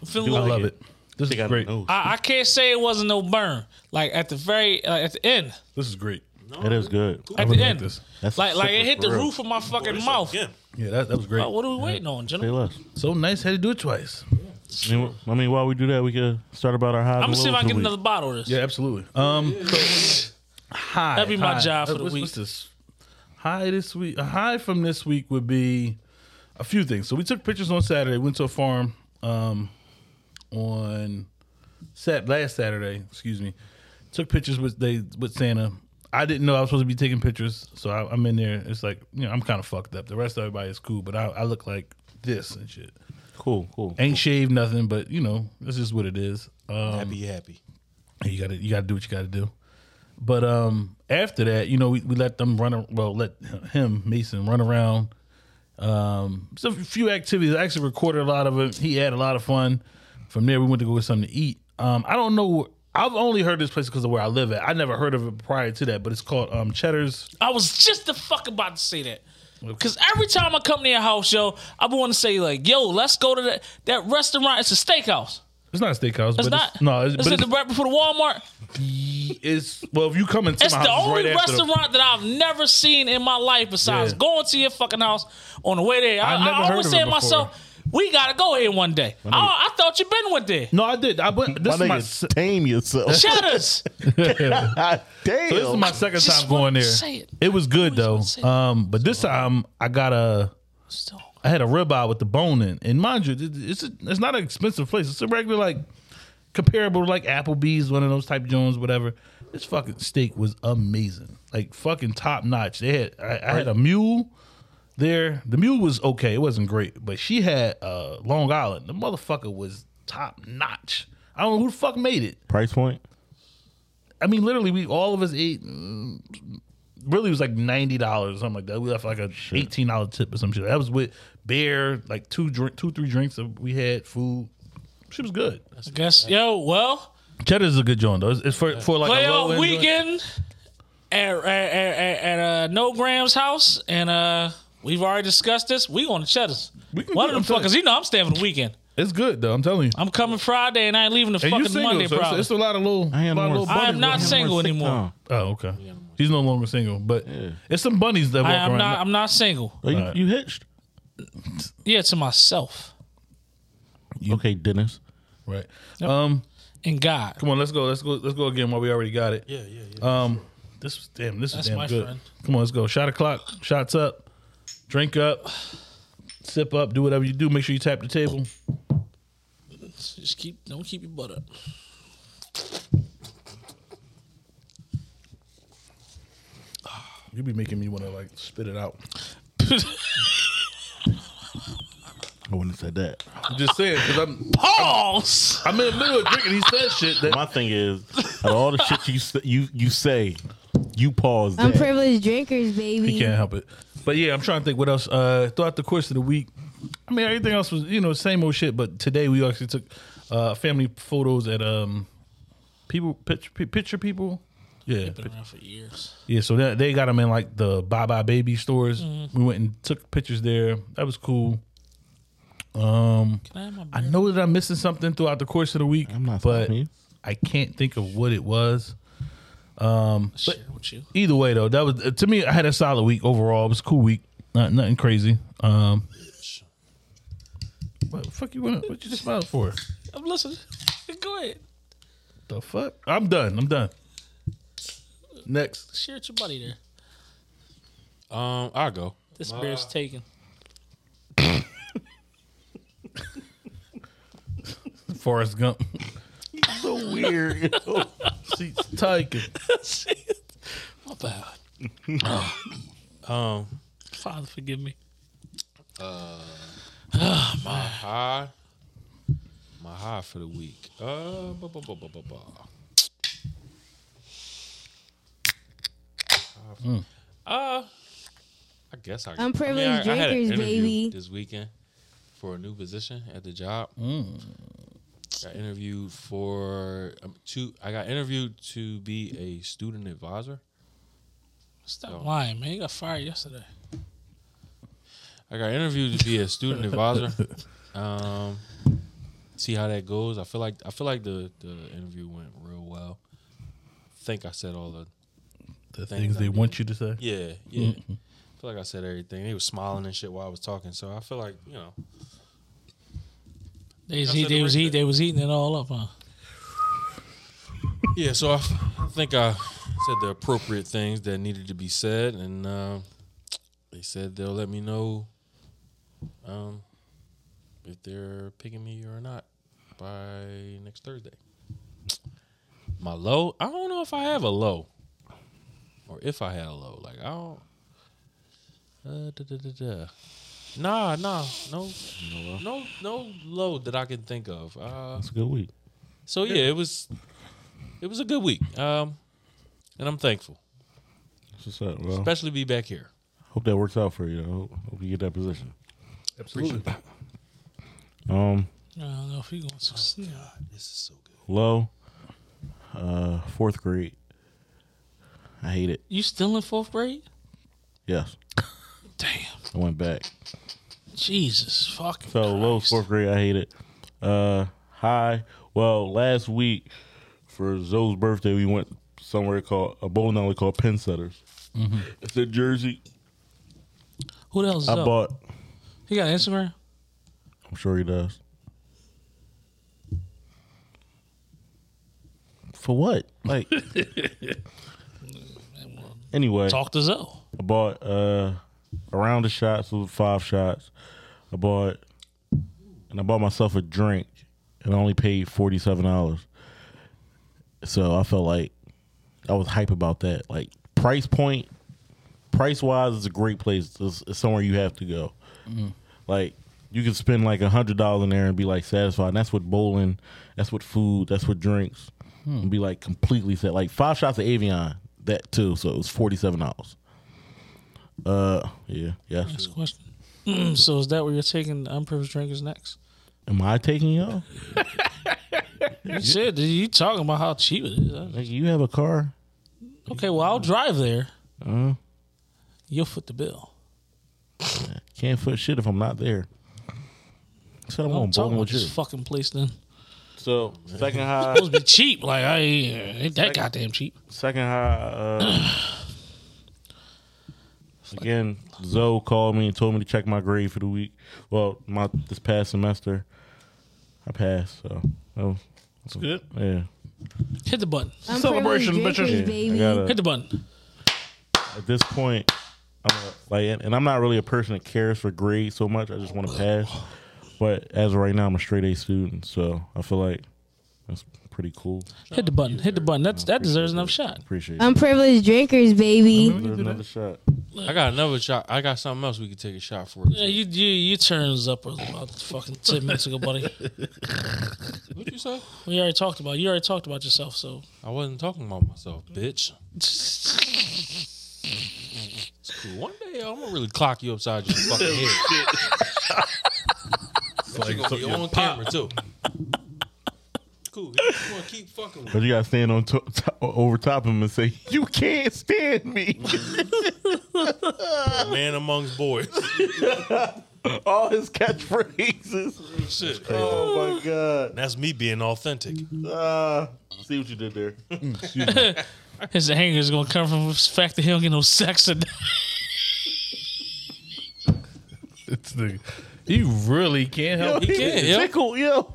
Speaker 9: I'm feeling a
Speaker 7: I
Speaker 9: little-
Speaker 7: love it. This is great.
Speaker 8: No.
Speaker 9: I, I can't say it wasn't no burn. Like at the very uh, at the end,
Speaker 7: This is great.
Speaker 8: it is good.
Speaker 9: At the end,
Speaker 8: That's
Speaker 9: like like
Speaker 8: super
Speaker 9: it hit
Speaker 8: for
Speaker 9: the
Speaker 8: real.
Speaker 9: roof of my fucking mouth.
Speaker 7: Yeah, that, that was
Speaker 3: Oh,
Speaker 7: great.
Speaker 9: Like, what are we waiting on,
Speaker 8: Say
Speaker 9: gentlemen?
Speaker 8: less.
Speaker 7: So nice had to do it twice.
Speaker 8: I mean, wh- I mean, while we do that, we could start about our highs.
Speaker 9: I'm
Speaker 8: and
Speaker 9: gonna see if
Speaker 8: lows
Speaker 9: I can
Speaker 8: for
Speaker 9: get
Speaker 8: the
Speaker 9: another
Speaker 8: week.
Speaker 9: bottle of this.
Speaker 7: Yeah, absolutely. Um, so- high.
Speaker 9: That'd be my
Speaker 7: high.
Speaker 9: job for the
Speaker 7: what's,
Speaker 9: week.
Speaker 7: What's this? High this week. A high from this week would be a few things. So we took pictures on Saturday. Went to a farm um, on Sat last Saturday. Excuse me. Took pictures with they with Santa. I didn't know I was supposed to be taking pictures, so I, I'm in there. It's like you know I'm kind of fucked up. The rest of everybody is cool, but I, I look like this and shit.
Speaker 8: Cool, cool.
Speaker 7: Ain't shaved nothing, but you know this is what it is. Um,
Speaker 3: Happy, you happy.
Speaker 7: you gotta you gotta do what you gotta do. But um after that, you know, we, we let them run a- well, let him, Mason, run around. Um so a few activities. I actually recorded a lot of it. He had a lot of fun. From there we went to go get something to eat. Um I don't know I've only heard this place because of where I live at. I never heard of it prior to that, but it's called um Cheddar's.
Speaker 9: I was just the fuck about to say that. Cause every time I come to your house, yo, I want to say like, yo, let's go to that that restaurant. It's a steakhouse.
Speaker 7: It's not a steakhouse,
Speaker 9: It's
Speaker 7: but
Speaker 9: not.
Speaker 7: it's, no, it's,
Speaker 9: it's
Speaker 7: but
Speaker 9: at the
Speaker 7: it's,
Speaker 9: right before the Walmart.
Speaker 7: it's- well if you come into
Speaker 9: It's
Speaker 7: my
Speaker 9: the
Speaker 7: house,
Speaker 9: only
Speaker 7: right after the-
Speaker 9: restaurant that I've never seen in my life besides
Speaker 7: Yeah.
Speaker 9: going to your fucking house on the way there. I,
Speaker 7: I
Speaker 9: I,
Speaker 7: never heard
Speaker 9: always
Speaker 7: of
Speaker 9: say
Speaker 7: it
Speaker 9: to myself, we gotta go here one day. Oh, I thought you been with there.
Speaker 7: no, I did. I went.
Speaker 8: My
Speaker 7: This is my,
Speaker 8: nigga,
Speaker 7: se-
Speaker 8: tame yourself.
Speaker 9: Cheddars.
Speaker 8: God damn.
Speaker 7: So this is my second
Speaker 9: just
Speaker 7: time going
Speaker 9: wanted to
Speaker 7: there.
Speaker 9: say it.
Speaker 7: it. was good
Speaker 9: I
Speaker 7: though.
Speaker 9: always wanted to say it.
Speaker 7: Um, but this time I got a
Speaker 9: Still.
Speaker 7: I had a ribeye with the bone in. And mind you, it- it's a, it's not an expensive place. It's a regular like comparable to like Applebee's, one of those type Jones, whatever. This fucking steak was amazing, like fucking top notch. They had I, I had a mule there. The mule was okay, it wasn't great, but she had uh, Long Island. The motherfucker was top notch. I don't know who the fuck made it.
Speaker 8: Price point.
Speaker 7: I mean, literally, we all of us ate. mm, Really, it was like ninety dollars or something like that. We left like a eighteen dollar tip or some shit. That was with beer, like two drink, two three drinks. That we had food. Shit was good.
Speaker 9: I guess yo, well,
Speaker 7: Cheddar's is a good joint though. It's, it's for for like a
Speaker 9: playoff
Speaker 7: low-end joint.
Speaker 9: weekend at at, at, at, at, uh, No Graham's house, and uh, we've already discussed this. We going to Cheddar's.
Speaker 7: We can
Speaker 9: One
Speaker 7: do
Speaker 9: of them
Speaker 7: it, I'm
Speaker 9: fuckers,
Speaker 7: telling
Speaker 9: you know, I'm staying for the weekend.
Speaker 7: It's good though. I'm telling you.
Speaker 9: I'm coming Friday, and I ain't leaving the
Speaker 7: And you
Speaker 9: fucking
Speaker 7: single,
Speaker 9: Monday.
Speaker 7: so it's,
Speaker 9: probably.
Speaker 7: it's a lot of little.
Speaker 8: I am
Speaker 7: lot of
Speaker 8: more-
Speaker 7: little
Speaker 8: I
Speaker 9: I
Speaker 7: bunnies
Speaker 9: am not
Speaker 7: around.
Speaker 9: single
Speaker 8: sick
Speaker 9: anymore.
Speaker 8: now.
Speaker 7: Oh, okay. He's no longer single, but it's some bunnies that walk
Speaker 9: I am
Speaker 7: around.
Speaker 9: not. I'm not single.
Speaker 8: Oh, you,
Speaker 7: Alright.
Speaker 8: you hitched?
Speaker 9: Yeah, to myself
Speaker 8: okay, Dennis.
Speaker 7: right. Um.
Speaker 9: and God.
Speaker 7: Come on, let's go. Let's go. Let's go again while we already got it.
Speaker 3: Yeah, yeah, yeah.
Speaker 7: Um, this was damn. This was
Speaker 9: That's
Speaker 7: damn
Speaker 9: my
Speaker 7: good.
Speaker 9: friend.
Speaker 7: Come on, let's go. Shot o'clock. Shots up. Drink up. Sip up. Do whatever you do. Make sure you tap the table.
Speaker 9: Just keep. Don't keep your butt up.
Speaker 7: You be making me want to like spit it out.
Speaker 8: I wouldn't have said that.
Speaker 7: I'm just saying because I'm
Speaker 9: Pause.
Speaker 7: I'm in the middle of drinking. He says shit that
Speaker 8: My thing is, out of all the shit you s- you you say, you pause.
Speaker 4: I'm
Speaker 8: that.
Speaker 4: privileged drinkers, baby.
Speaker 7: he can't help it. But yeah, I'm trying to think what else. Uh, throughout the course of the week, I mean everything else was you know same old shit. But today we actually took uh family photos at um people picture picture people. Yeah,
Speaker 9: Been around for years.
Speaker 7: Yeah, so that, they got them in like the Bye Bye Baby stores. We went and took pictures there. That was cool.
Speaker 9: Can I have my
Speaker 7: I
Speaker 9: beer?
Speaker 7: know that I'm missing something throughout the course of the week,
Speaker 8: I'm not
Speaker 7: but
Speaker 8: stopping you.
Speaker 7: I can't think of what it was.
Speaker 9: Share with you.
Speaker 7: Either way, though, that was uh, to me. I had a solid week overall. It was a cool week. Not nothing crazy. Um, what the fuck you want? What you just smile for?
Speaker 9: I'm listening. Go ahead.
Speaker 7: The fuck? I'm done. I'm done. Next,
Speaker 9: Share with your buddy there.
Speaker 3: Um, I'll go.
Speaker 9: This beer's taken.
Speaker 7: Forrest Gump.
Speaker 8: so weird.
Speaker 7: Seats taken.
Speaker 9: My bad.
Speaker 3: Um,
Speaker 9: Father, forgive me.
Speaker 3: high. My high for the week. Uh, ba, ba, ba, ba, ba, ba. High for- Uh, I guess I.
Speaker 4: I'm
Speaker 3: I mean,
Speaker 4: privileged
Speaker 3: I, I had an
Speaker 4: drinkers,
Speaker 3: interview
Speaker 4: baby.
Speaker 3: This weekend for a new position at the job. Got interviewed for um, two. I got interviewed to be a student advisor.
Speaker 9: Stop lying, man. You got fired yesterday.
Speaker 3: I got interviewed to be a student advisor. Um, see how that goes. I feel like I feel like the the interview went real well. think I said all the
Speaker 7: The things they
Speaker 3: I
Speaker 7: want
Speaker 3: did.
Speaker 7: you to say?
Speaker 3: Yeah, yeah.
Speaker 7: Mhm.
Speaker 3: I feel like I said everything. They was smiling and shit while I was talking, so I feel like you know.
Speaker 9: They was,
Speaker 3: I
Speaker 9: eat,
Speaker 3: said
Speaker 9: they
Speaker 3: the
Speaker 9: was
Speaker 3: right
Speaker 9: eat, they was eating it all up, huh?
Speaker 3: Yeah, so I, I think I said the appropriate things that needed to be said, and uh, they said they'll let me know um, if they're picking me or not by next Thursday. My low, I don't know if I have a low, or if I had a low. Like I don't. Uh, da, da, da, da. Nah, nah, no,
Speaker 8: No low.
Speaker 3: no, no low that I can think of. Uh,
Speaker 8: That's a good week.
Speaker 3: so yeah, it was it was a good week. Um and I'm thankful.
Speaker 8: That's what's up, bro.
Speaker 3: Especially to be back here.
Speaker 8: Hope that works out for you. I hope, hope you get that position.
Speaker 7: Absolutely.
Speaker 8: Um,
Speaker 9: I don't know if he gonna succeed.
Speaker 3: This is so good.
Speaker 8: low, uh, fourth grade. I hate it.
Speaker 9: You still in fourth grade?
Speaker 8: Yes,
Speaker 9: Damn.
Speaker 8: I went back.
Speaker 9: Jesus fucking
Speaker 8: So low
Speaker 9: Christ.
Speaker 8: fourth grade, I hate it. Uh, high. Well, last week for Zoe's birthday, we went somewhere called a bowling alley called Penn Setters.
Speaker 9: Mm-hmm.
Speaker 8: It's in Jersey.
Speaker 9: Who else is
Speaker 8: I
Speaker 9: up?
Speaker 8: bought.
Speaker 9: He got Instagram?
Speaker 8: I'm sure he does. For what? Like. anyway,
Speaker 9: Talk to Zoe.
Speaker 8: I bought uh, a round of shots with five shots. I bought and I bought myself a drink and I only paid forty seven dollars. So I felt like I was hype about that. Like price point, price wise, is a great place. It's, it's somewhere you have to go. Like you can spend like a hundred dollars in there and be like satisfied. And that's with bowling, that's with food, that's with drinks, and be like completely set. Like five shots of Avion, that too. So it was forty seven dollars. Uh, yeah, yeah.
Speaker 9: Next question. Mm, so is that where you're taking the unprivileged drinkers next?
Speaker 8: Am I taking y'all?
Speaker 9: You said that you talking about how cheap it is.
Speaker 8: Like, you have a car?
Speaker 9: Okay, well I'll drive there.
Speaker 8: Uh,
Speaker 9: You'll foot the bill.
Speaker 8: can't foot shit if I'm not there. So I'm
Speaker 9: I'm
Speaker 8: going
Speaker 9: talking
Speaker 8: bowling
Speaker 9: about
Speaker 8: with you.
Speaker 9: this fucking place then.
Speaker 8: So second high,
Speaker 9: Supposed to be cheap. Like I ain't that goddamn cheap.
Speaker 8: second high. Uh, again, Zoe called me and told me to check my grade for the week. Well, my this past semester, I passed. So oh,
Speaker 7: It's good.
Speaker 8: yeah,
Speaker 9: Hit the button.
Speaker 7: Celebrations,
Speaker 4: Celebrations,
Speaker 7: bitches. Yeah, I
Speaker 4: baby.
Speaker 8: I gotta.
Speaker 9: Hit the button.
Speaker 8: at this point, I'm a, like, and, and I'm not really a person that cares for grades so much. I just want to pass. But as of right now, I'm a straight A student, so I feel like that's pretty cool.
Speaker 9: Hit the button. Hit the button. That's that deserves another shot.
Speaker 8: Appreciate
Speaker 4: Um,
Speaker 8: it.
Speaker 4: Unprivileged drinkers, baby.
Speaker 8: There's another shot.
Speaker 3: I got another shot. I got something else we could take a shot for.
Speaker 9: Yeah, you you you turned us up about fucking ten minutes ago, buddy.
Speaker 3: What you say?
Speaker 9: We already talked about you already talked about yourself, so
Speaker 3: I wasn't talking about myself, bitch. It's cool. One day I'm gonna really clock you upside your fucking head. But you gonna be on camera too. Cool. You gonna keep fucking with me.
Speaker 8: But you gotta stand on to- to- over top of him and say, "You can't stand me."
Speaker 3: A man amongst boys.
Speaker 8: All his catchphrases.
Speaker 3: Shit.
Speaker 8: Oh my god.
Speaker 3: That's me being authentic.
Speaker 8: Uh, see what you did there.
Speaker 3: Mm,
Speaker 9: his anger is gonna come from the fact that he don't get no sex today.
Speaker 7: It's the, you really can't help.
Speaker 3: He can, yeah.
Speaker 8: Tickle, yo.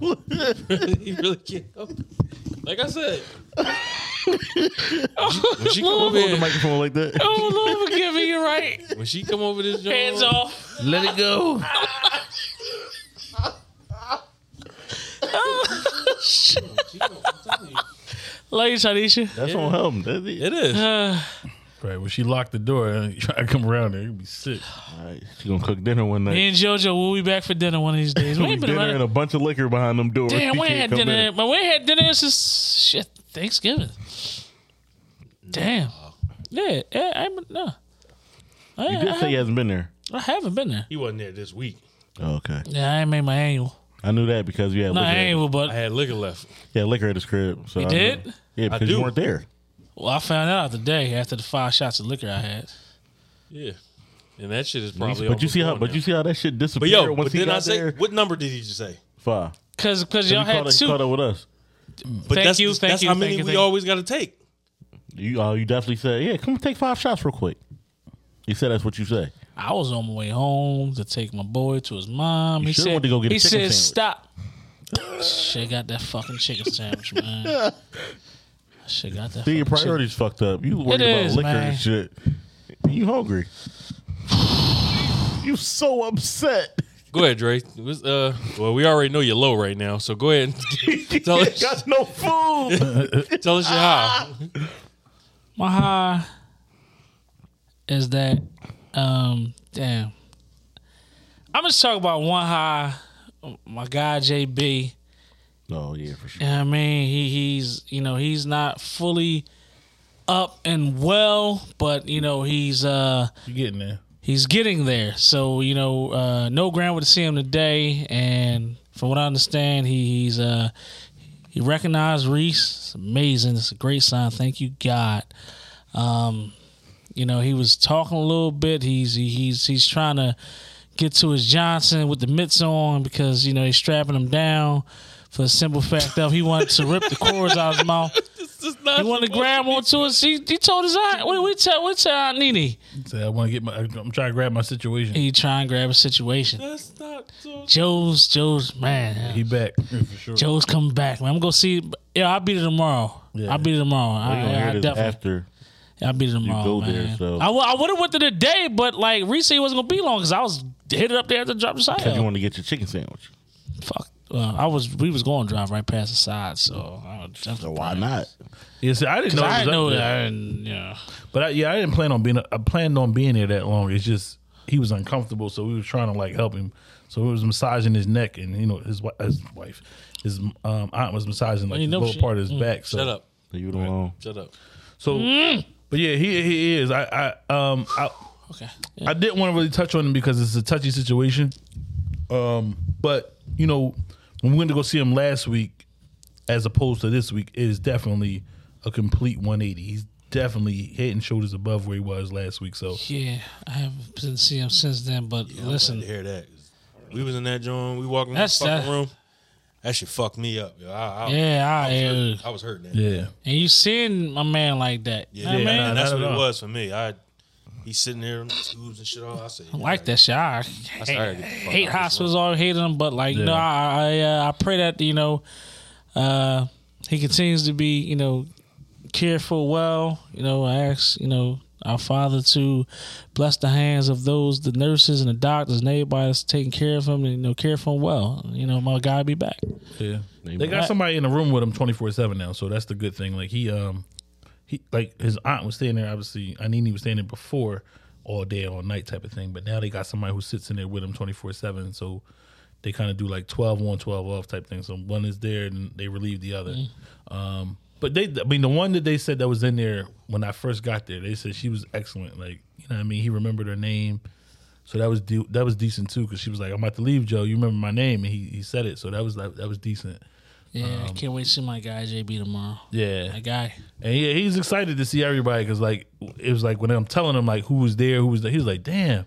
Speaker 3: he really can't help it. Like I said, when she come over
Speaker 8: the
Speaker 3: here,
Speaker 8: microphone like that.
Speaker 9: Oh Lord, forgive me. You're right.
Speaker 3: when she come over this joint,
Speaker 9: Hands off.
Speaker 7: Let it go.
Speaker 9: Ladies, Tanisha.
Speaker 8: That's on him. That's
Speaker 3: It is.
Speaker 9: Uh,
Speaker 7: Right when she locked the door and you try to come around there, you'd be sick.
Speaker 8: All right, she gonna cook dinner one night.
Speaker 9: me and JoJo will be back for dinner one of these days. We
Speaker 8: We
Speaker 9: ain't been
Speaker 8: dinner
Speaker 9: around-
Speaker 8: and a bunch of liquor behind them doors.
Speaker 9: Damn,
Speaker 8: You
Speaker 9: we ain't
Speaker 8: can't
Speaker 9: had
Speaker 8: come
Speaker 9: dinner.
Speaker 8: in.
Speaker 9: But we ain't had dinner since shit Thanksgiving. Damn. Yeah, yeah, I haven't. No, I,
Speaker 8: You did
Speaker 9: I,
Speaker 8: say he hasn't been there.
Speaker 9: I haven't been there.
Speaker 3: He wasn't there this week.
Speaker 8: Oh, okay,
Speaker 9: Yeah, I ain't made my annual.
Speaker 8: I knew that because you had
Speaker 9: Not
Speaker 8: liquor. At,
Speaker 9: annual,
Speaker 3: I
Speaker 9: but
Speaker 3: had liquor left.
Speaker 8: yeah, liquor at his crib. So
Speaker 9: you
Speaker 8: I knew-
Speaker 9: did.
Speaker 8: Yeah, because you
Speaker 3: do.
Speaker 8: weren't there.
Speaker 9: Well, I found out today after the five shots of liquor I had.
Speaker 3: Yeah, and that shit is probably.
Speaker 8: but you see how,
Speaker 3: almost
Speaker 8: but you
Speaker 3: gone
Speaker 8: see how that shit
Speaker 3: now.
Speaker 8: disappeared
Speaker 3: But yo,
Speaker 8: once
Speaker 3: but
Speaker 8: he
Speaker 3: did
Speaker 8: got
Speaker 3: I say
Speaker 8: there.
Speaker 3: what number did he just say?
Speaker 8: Five.
Speaker 9: Cause, cause
Speaker 8: He
Speaker 9: y'all had
Speaker 8: caught, up,
Speaker 9: two.
Speaker 8: caught up with us.
Speaker 3: But
Speaker 9: Thank
Speaker 3: that's
Speaker 9: you,
Speaker 3: that's
Speaker 9: thank you,
Speaker 3: how
Speaker 9: thank
Speaker 3: many
Speaker 9: you,
Speaker 3: we
Speaker 9: thank you.
Speaker 3: always got to take.
Speaker 8: You uh, you definitely said, yeah, come take five shots real quick. You said that's what you say.
Speaker 9: I was on my way home to take my boy to his mom.
Speaker 8: You
Speaker 9: he
Speaker 8: should've
Speaker 9: said,
Speaker 8: went to go get a
Speaker 9: he
Speaker 8: chicken
Speaker 9: said,
Speaker 8: sandwich.
Speaker 9: "Stop." Should got that fucking chicken sandwich, man. Should got that.
Speaker 8: See, your
Speaker 9: fucking
Speaker 8: priorities fucked up. You worried
Speaker 9: It
Speaker 8: about
Speaker 9: is,
Speaker 8: liquor
Speaker 9: man.
Speaker 8: and shit. You hungry? you so upset.
Speaker 3: Go ahead, Dre. It was, uh, well, we already know you're low right now, so go ahead and tell us,
Speaker 8: Got no food.
Speaker 3: tell us your high.
Speaker 9: chicken. My high is that. Um, damn. I'm just talking about one high. My guy JB.
Speaker 8: oh yeah, for sure.
Speaker 9: You know what I mean, he he's you know he's not fully up and well, but you know he's uh
Speaker 7: You getting there?
Speaker 9: he's getting there. So you know, uh, no ground would see him today, and from what I understand, he, he's uh, he recognized Reese. It's amazing. It's a great sign. Thank you, God. Um, you know, he was talking a little bit. He's he, he's he's trying to get to his Johnson with the mitts on because you know he's strapping him down. For the simple fact of he wanted to rip the cords out of his mouth. He wanted to grab onto us. He, he told his aunt, we, we tell we tell Aunt Nene.
Speaker 7: Say, I want to get my. I'm trying to grab my situation.
Speaker 9: He try and grab a situation.
Speaker 3: That's not so.
Speaker 9: Joe's Joe's man.
Speaker 7: He back yeah, for sure.
Speaker 9: Joe's coming back. Man, I'm gonna see. Yeah, I'll be there tomorrow.
Speaker 7: Yeah.
Speaker 9: I'll be there tomorrow.
Speaker 8: We're gonna
Speaker 9: I, I
Speaker 8: hear this
Speaker 9: definitely.
Speaker 8: after.
Speaker 9: I'll be there tomorrow,
Speaker 8: go
Speaker 9: man.
Speaker 8: there, so-
Speaker 9: I, would have went there today, but like recently it wasn't gonna be long because I was headed up there at the drop the side.
Speaker 8: Cause you want to get your chicken sandwich.
Speaker 9: Fuck. Well, I was we was going to drive right past the side, so I would
Speaker 8: So
Speaker 9: definitely.
Speaker 8: why not?
Speaker 7: Yeah, see, I didn't
Speaker 9: 'Cause
Speaker 7: know.
Speaker 9: I
Speaker 7: it was up
Speaker 9: didn't know
Speaker 7: there.
Speaker 9: that. I didn't, yeah.
Speaker 7: But I, yeah, I didn't plan on being. I planned on being there that long. It's just he was uncomfortable, so we were trying to like help him. So we was massaging his neck, and you know his wi- his wife, his um, aunt was massaging like
Speaker 9: you
Speaker 7: the
Speaker 9: know
Speaker 7: lower
Speaker 9: she- Mm,
Speaker 7: part of his back. So,
Speaker 3: Shut up.
Speaker 8: You the wrong.
Speaker 3: Shut up.
Speaker 7: So,
Speaker 9: Mm.
Speaker 7: but yeah, he he is. I I um I
Speaker 9: Okay.
Speaker 7: I didn't want to really touch on him because it's a touchy situation. Um, but you know, when we went to go see him last week, as opposed to this week, it is definitely a complete 180. He's definitely head and shoulders above where he was last week. So
Speaker 9: Yeah, I haven't been seeing him since then, but listen,
Speaker 3: hear that. We was in that joint. We walking in the
Speaker 9: That's
Speaker 3: fucking
Speaker 9: that-
Speaker 3: room. That shit fucked me up. Yo. I, I,
Speaker 9: yeah, I,
Speaker 3: I was,
Speaker 9: uh,
Speaker 3: hurt. I was hurting. That.
Speaker 7: yeah,
Speaker 9: and you seeing my man like that, yeah,
Speaker 7: Yeah,
Speaker 9: man.
Speaker 7: nah,
Speaker 3: And that's
Speaker 7: not
Speaker 3: what
Speaker 7: at
Speaker 3: it
Speaker 7: all.
Speaker 3: was for me. I he's sitting there on the tubes and shit. All I said,
Speaker 9: I like that shit. I
Speaker 3: I said, I gotta get the fuck
Speaker 9: hate
Speaker 3: out of this
Speaker 9: hospitals. All hate them, but like
Speaker 7: Yeah.
Speaker 9: no, I I, uh, I pray that you know, uh, he continues to be you know cared for well. You know, I ask you know our Father to bless the hands of those the nurses and the doctors and everybody that's taking care of him and you know care for him well. You know, my guy be back.
Speaker 7: yeah. They got somebody in the room with him 24 seven now, so that's the good thing. Like he um he like his aunt was staying there. Obviously, Anini was staying there before all day, all night type of thing. But now they got somebody who sits in there with him 24 seven. So they kind of do like 12 on, 12 off type thing. So one is there and they relieve the other. Um, but they, I mean, the one that they said that was in there when I first got there, they said she was excellent. Like you know, what I mean, he remembered her name. So that was de- that was decent too, because she was like, "I'm about to leave, Joe. You remember my name?" And he, he said it, so that was like, that was decent.
Speaker 9: Yeah, I
Speaker 7: Um,
Speaker 9: can't wait to see my guy JB tomorrow.
Speaker 7: Yeah,
Speaker 9: My guy.
Speaker 7: and yeah, he's excited to see everybody because like it was like when I'm telling him like who was there, who was there, he was like, damn.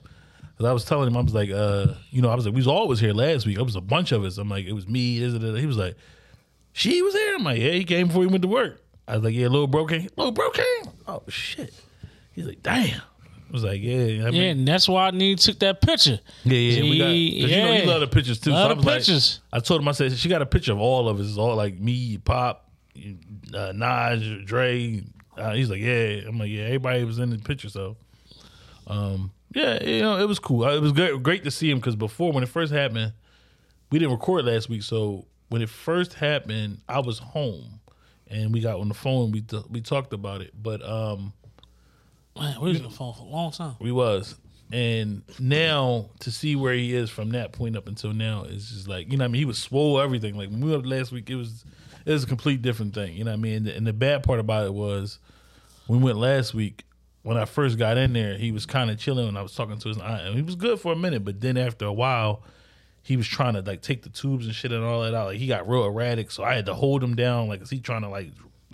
Speaker 7: Cause I was telling him, I was like, uh, you know, I was like, we was all was here last week. It was a bunch of us. I'm like, it was me. Is it? He was like, she was there. I'm like, yeah, he came before he went to work. I was like, yeah, little bro came. Little bro came. Oh shit. He's like, damn. I was like, yeah, I mean,
Speaker 9: Yeah, and that's why I need took that picture.
Speaker 7: yeah, yeah. We got, 'cause you know,
Speaker 9: yeah.
Speaker 7: he love the pictures too. so
Speaker 9: Love
Speaker 7: I
Speaker 9: the
Speaker 7: was like-
Speaker 9: pictures.
Speaker 7: I told him, I said, she got a picture of all of us. It's all like me, Pop, uh, Naj, Dre. Uh, he's like, yeah. I'm like, yeah. Everybody was in the picture, so. Um, yeah, you know, it was cool. Uh, It was great, great to see him because before, when it first happened, we didn't record last week. So when it first happened, I was home, and we got on the phone. We t- we talked about it, but um,
Speaker 9: Man, we was on the phone for a long time.
Speaker 7: we was. And now to see where he is from that point up until now is just like you know what I mean he was swole everything like when we were up last week it was it was a complete different thing you know what I mean and the, and the bad part about it was we went last week when I first got in there he was kind of chilling when I was talking to his aunt and he was good for a minute but then after a while he was trying to like take the tubes and shit and all that out like he got real erratic so I had to hold him down like is he trying to like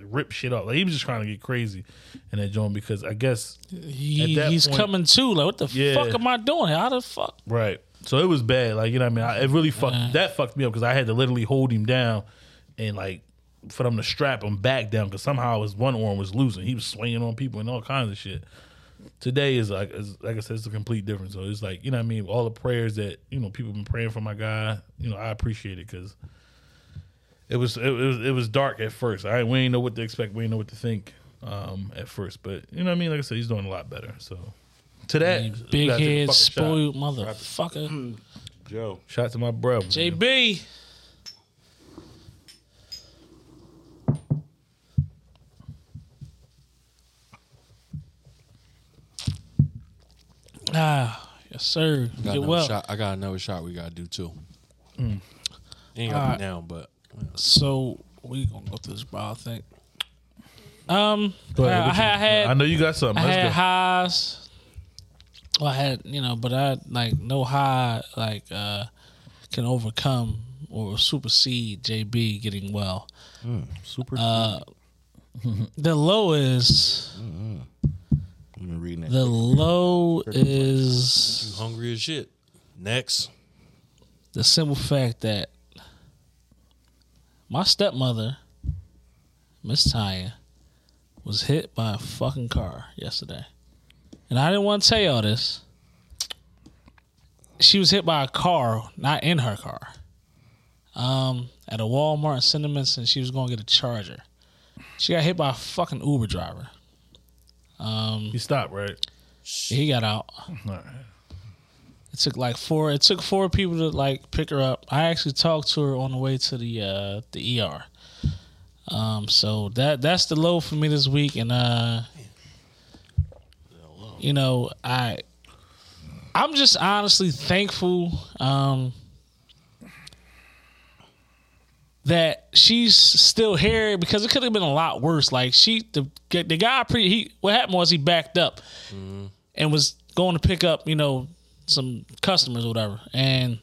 Speaker 7: rip shit up like he was just trying to get crazy in that joint because I guess
Speaker 9: He,
Speaker 7: At that
Speaker 9: he's
Speaker 7: point-
Speaker 9: coming too. Like, what the
Speaker 7: Yeah.
Speaker 9: fuck am I doing? How the fuck?
Speaker 7: Right. So it was bad. Like you know, what I mean, I, it really fucked that fucked me up because I had to literally hold him down and like for them to strap him back down because somehow his one arm was loose and he was swinging on people and all kinds of shit. Today is like is, like I said, it's a complete difference. So it's like you know what I mean. All the prayers that you know people been praying for my guy, you know I appreciate it because it was it, was it was dark at first. I we ain't know what to expect. We ain't know what to think um, at first. But you know what I mean. Like I said, he's doing a lot better. So to that,
Speaker 9: You
Speaker 7: we
Speaker 9: big
Speaker 7: gotta take a
Speaker 9: head,
Speaker 7: fucking Shot.
Speaker 9: spoiled
Speaker 7: Mm,
Speaker 9: motherfucker.
Speaker 8: Joe.
Speaker 7: Shout out to my brother.
Speaker 9: JB. Ah, yes, sir.
Speaker 3: I got,
Speaker 9: Get
Speaker 3: another
Speaker 9: well.
Speaker 3: shot. I got another shot we gotta do too.
Speaker 9: Mm.
Speaker 3: Ain't gotta
Speaker 9: Alright.
Speaker 3: be now, but
Speaker 9: So we gonna go through this ball thing. Um,
Speaker 7: Go ahead,
Speaker 9: I, I
Speaker 7: what you-
Speaker 9: had, I had-
Speaker 7: I know you got something.
Speaker 9: I
Speaker 7: Let's
Speaker 9: had
Speaker 7: go.
Speaker 9: highs. Well, I had you know, but I like no high like uh can overcome or supersede JB getting well.
Speaker 7: Mm,
Speaker 8: super.
Speaker 9: Uh, the low is
Speaker 8: I've been reading that.
Speaker 9: the low is
Speaker 3: you hungry as shit. Next.
Speaker 9: the simple fact that my stepmother, Miss Tanya, was hit by a fucking car yesterday. And I didn't want to tell y'all this. She was hit by a car, not in her car. Um, at a Walmart in Cinnamons, and she was gonna get a charger. She got hit by a fucking Uber driver. Um,
Speaker 7: You stopped, right?
Speaker 9: he got out. It took like four. It took four people to like pick her up. I actually talked to her on the way to the uh, the ER. Um, so that that's the low for me this week, and uh, you know, I I'm just honestly thankful um, that she's still here because it could have been a lot worse. Like she, the the guy, pretty he. What happened was he backed up and was going to pick up, you know, some customers or whatever. And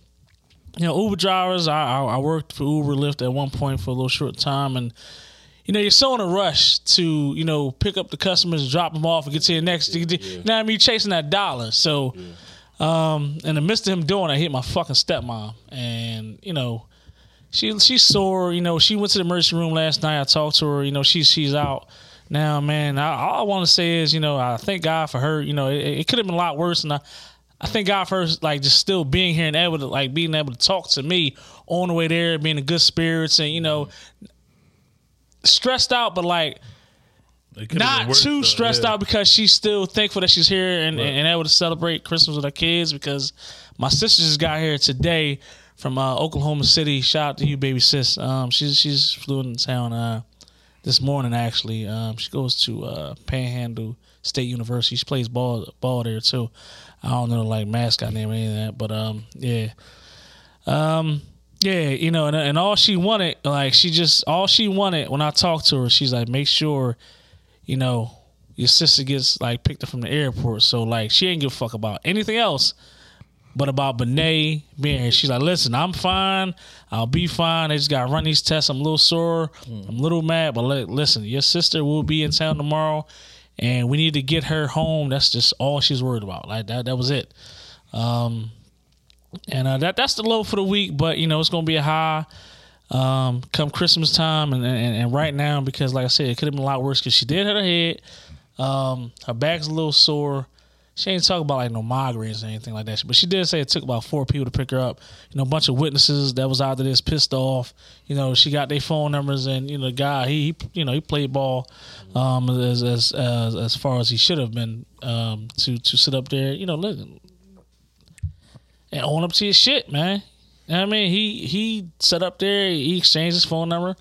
Speaker 9: you know, Uber drivers, I I, I worked for Uber Lyft at one point for a little short time, and you know, you're so in a rush to you know pick up the customers, drop them off, and get to your next. you know what I mean? You're chasing that dollar, so. Um, in the midst of him doing, it, I hit my fucking stepmom, and you know, she she's sore. You know, she went to the emergency room last night. I talked to her. You know, she's she's out now, man. I, all I want to say is, you know, I thank God for her. You know, it, it could have been a lot worse, and I I thank God for her, like just still being here and able to like being able to talk to me on the way there, being in good spirits, and you know, stressed out, but like
Speaker 7: It could've been
Speaker 9: not
Speaker 7: worse,
Speaker 9: too
Speaker 7: though,
Speaker 9: stressed
Speaker 7: yeah.
Speaker 9: out because she's still thankful that she's here and,
Speaker 7: Right.
Speaker 9: and able to celebrate Christmas with her kids because my sister just got here today from uh, Oklahoma City. Shout out to you, baby sis. Um, she's she's flew in town uh, this morning actually. Um, she goes to uh, Panhandle State University. She plays ball ball there too. I don't know like mascot name or any of that, but um, yeah. Um, yeah, you know, and, and all she wanted, like she just all she wanted when I talked to her, she's like, make sure, you know, your sister gets like picked up from the airport. So like she ain't give a fuck about anything else but about Benet being here. She's like, listen, I'm fine. I'll be fine. They just got to run these tests. I'm a little sore. I'm a little mad, but li- listen, your sister will be in town tomorrow, and we need to get her home. That's just all she's worried about. Like that. That was it. Um, and uh, that that's the low for the week. But you know, it's gonna be a high um, come Christmas time, and, and and right now because, like I said, it could have been a lot worse because she did hit her head. Um, her back's a little sore. She ain't talking about like no migraines or anything like that. But she did say it took about four people to pick her up. You know, a bunch of witnesses that was out there that's pissed off. You know, she got their phone numbers and you know, the guy he, he you know he played ball um, as as as, as far as he should have been um, to to sit up there. You know, look, and own up to his shit, man. You know what I mean, he he set up there, he exchanged his phone number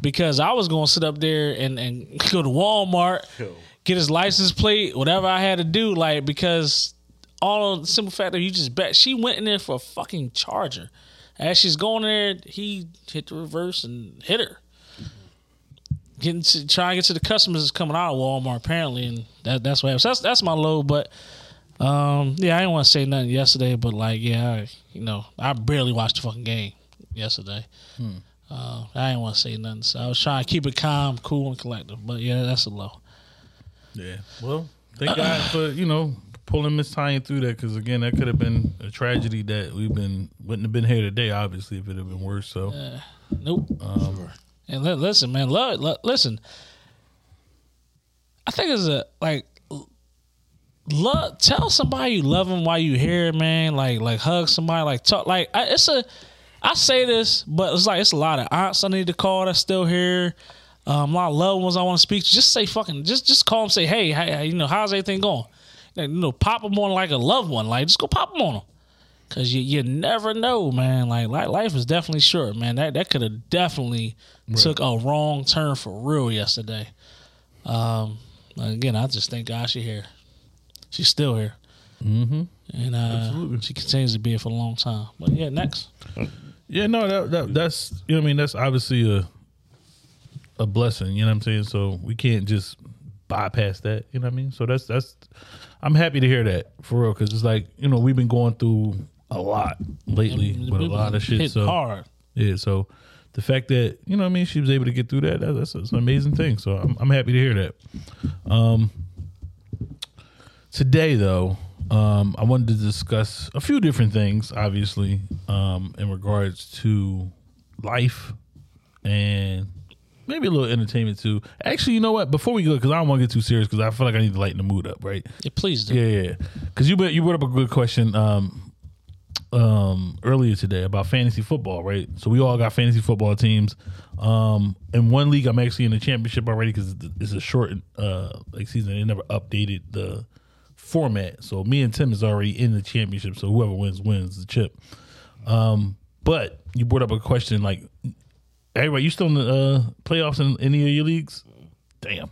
Speaker 9: because I was going to sit up there and and go to Walmart, get his license plate, whatever I had to do, like because all of the simple fact that you just bet she went in there for a fucking charger. As she's going there, he hit the reverse and hit her. Getting to trying to get to the customers is coming out of Walmart apparently, and that that's what happens. That's that's my low, but um, yeah, I didn't want to say nothing yesterday, but like, yeah, I, you know, I barely watched the fucking game yesterday.
Speaker 7: Hmm.
Speaker 9: Uh, I didn't want to say nothing, so I was trying to keep it calm, cool, and collective. But yeah, that's a low.
Speaker 7: Yeah. Well, thank God for you know pulling Miss Tanya through that because again that could have been a tragedy that we've been wouldn't have been here today obviously if it had been worse. So
Speaker 9: Nope.
Speaker 7: um,
Speaker 9: And li- listen, man, love, lo- listen. I think it's a like l- love. Tell somebody you love them while you here, man. Like like hug somebody. Like talk. Like I, it's a. I say this, but it's like it's a lot of aunts I need to call that's still here. Um, a lot of loved ones I want to speak. to. Just say fucking. Just just call them. Say hey, hey, you know how's everything going? Like, you know, pop them on like a loved one. Like just go pop them on them. Cause you you never know, man. Like li- life is definitely short, man. That that could have definitely took a wrong turn for real yesterday. Um, again, I just thank God she here. She's still here, mm-hmm. and uh, she continues to be here for a long time. But yeah, next.
Speaker 7: Yeah, no, that, that that's you know what I mean that's obviously a a blessing, you know what I'm saying? So we can't just bypass that, you know what I mean? So that's that's I'm happy to hear that for real cuz it's like, you know, we've been going through a lot lately with a lot of shit
Speaker 9: Hit
Speaker 7: so
Speaker 9: hard.
Speaker 7: yeah, so the fact that, you know what I mean, she was able to get through that, that that's, that's an amazing thing. So I'm I'm happy to hear that. Um today though um, i wanted to discuss a few different things obviously um, in regards to life and maybe a little entertainment too actually you know what before we go because i don't want to get too serious because i feel like i need to lighten the mood up right
Speaker 9: Yeah, please do.
Speaker 7: yeah yeah because you, brought- you brought up a good question um, um, earlier today about fantasy football right so we all got fantasy football teams um, in one league i'm actually in the championship already because it's a short uh, like season they never updated the format. So me and Tim is already in the championship. So whoever wins wins the chip. Um, but you brought up a question like, everybody, you still in the uh, playoffs in any of your leagues? Damn.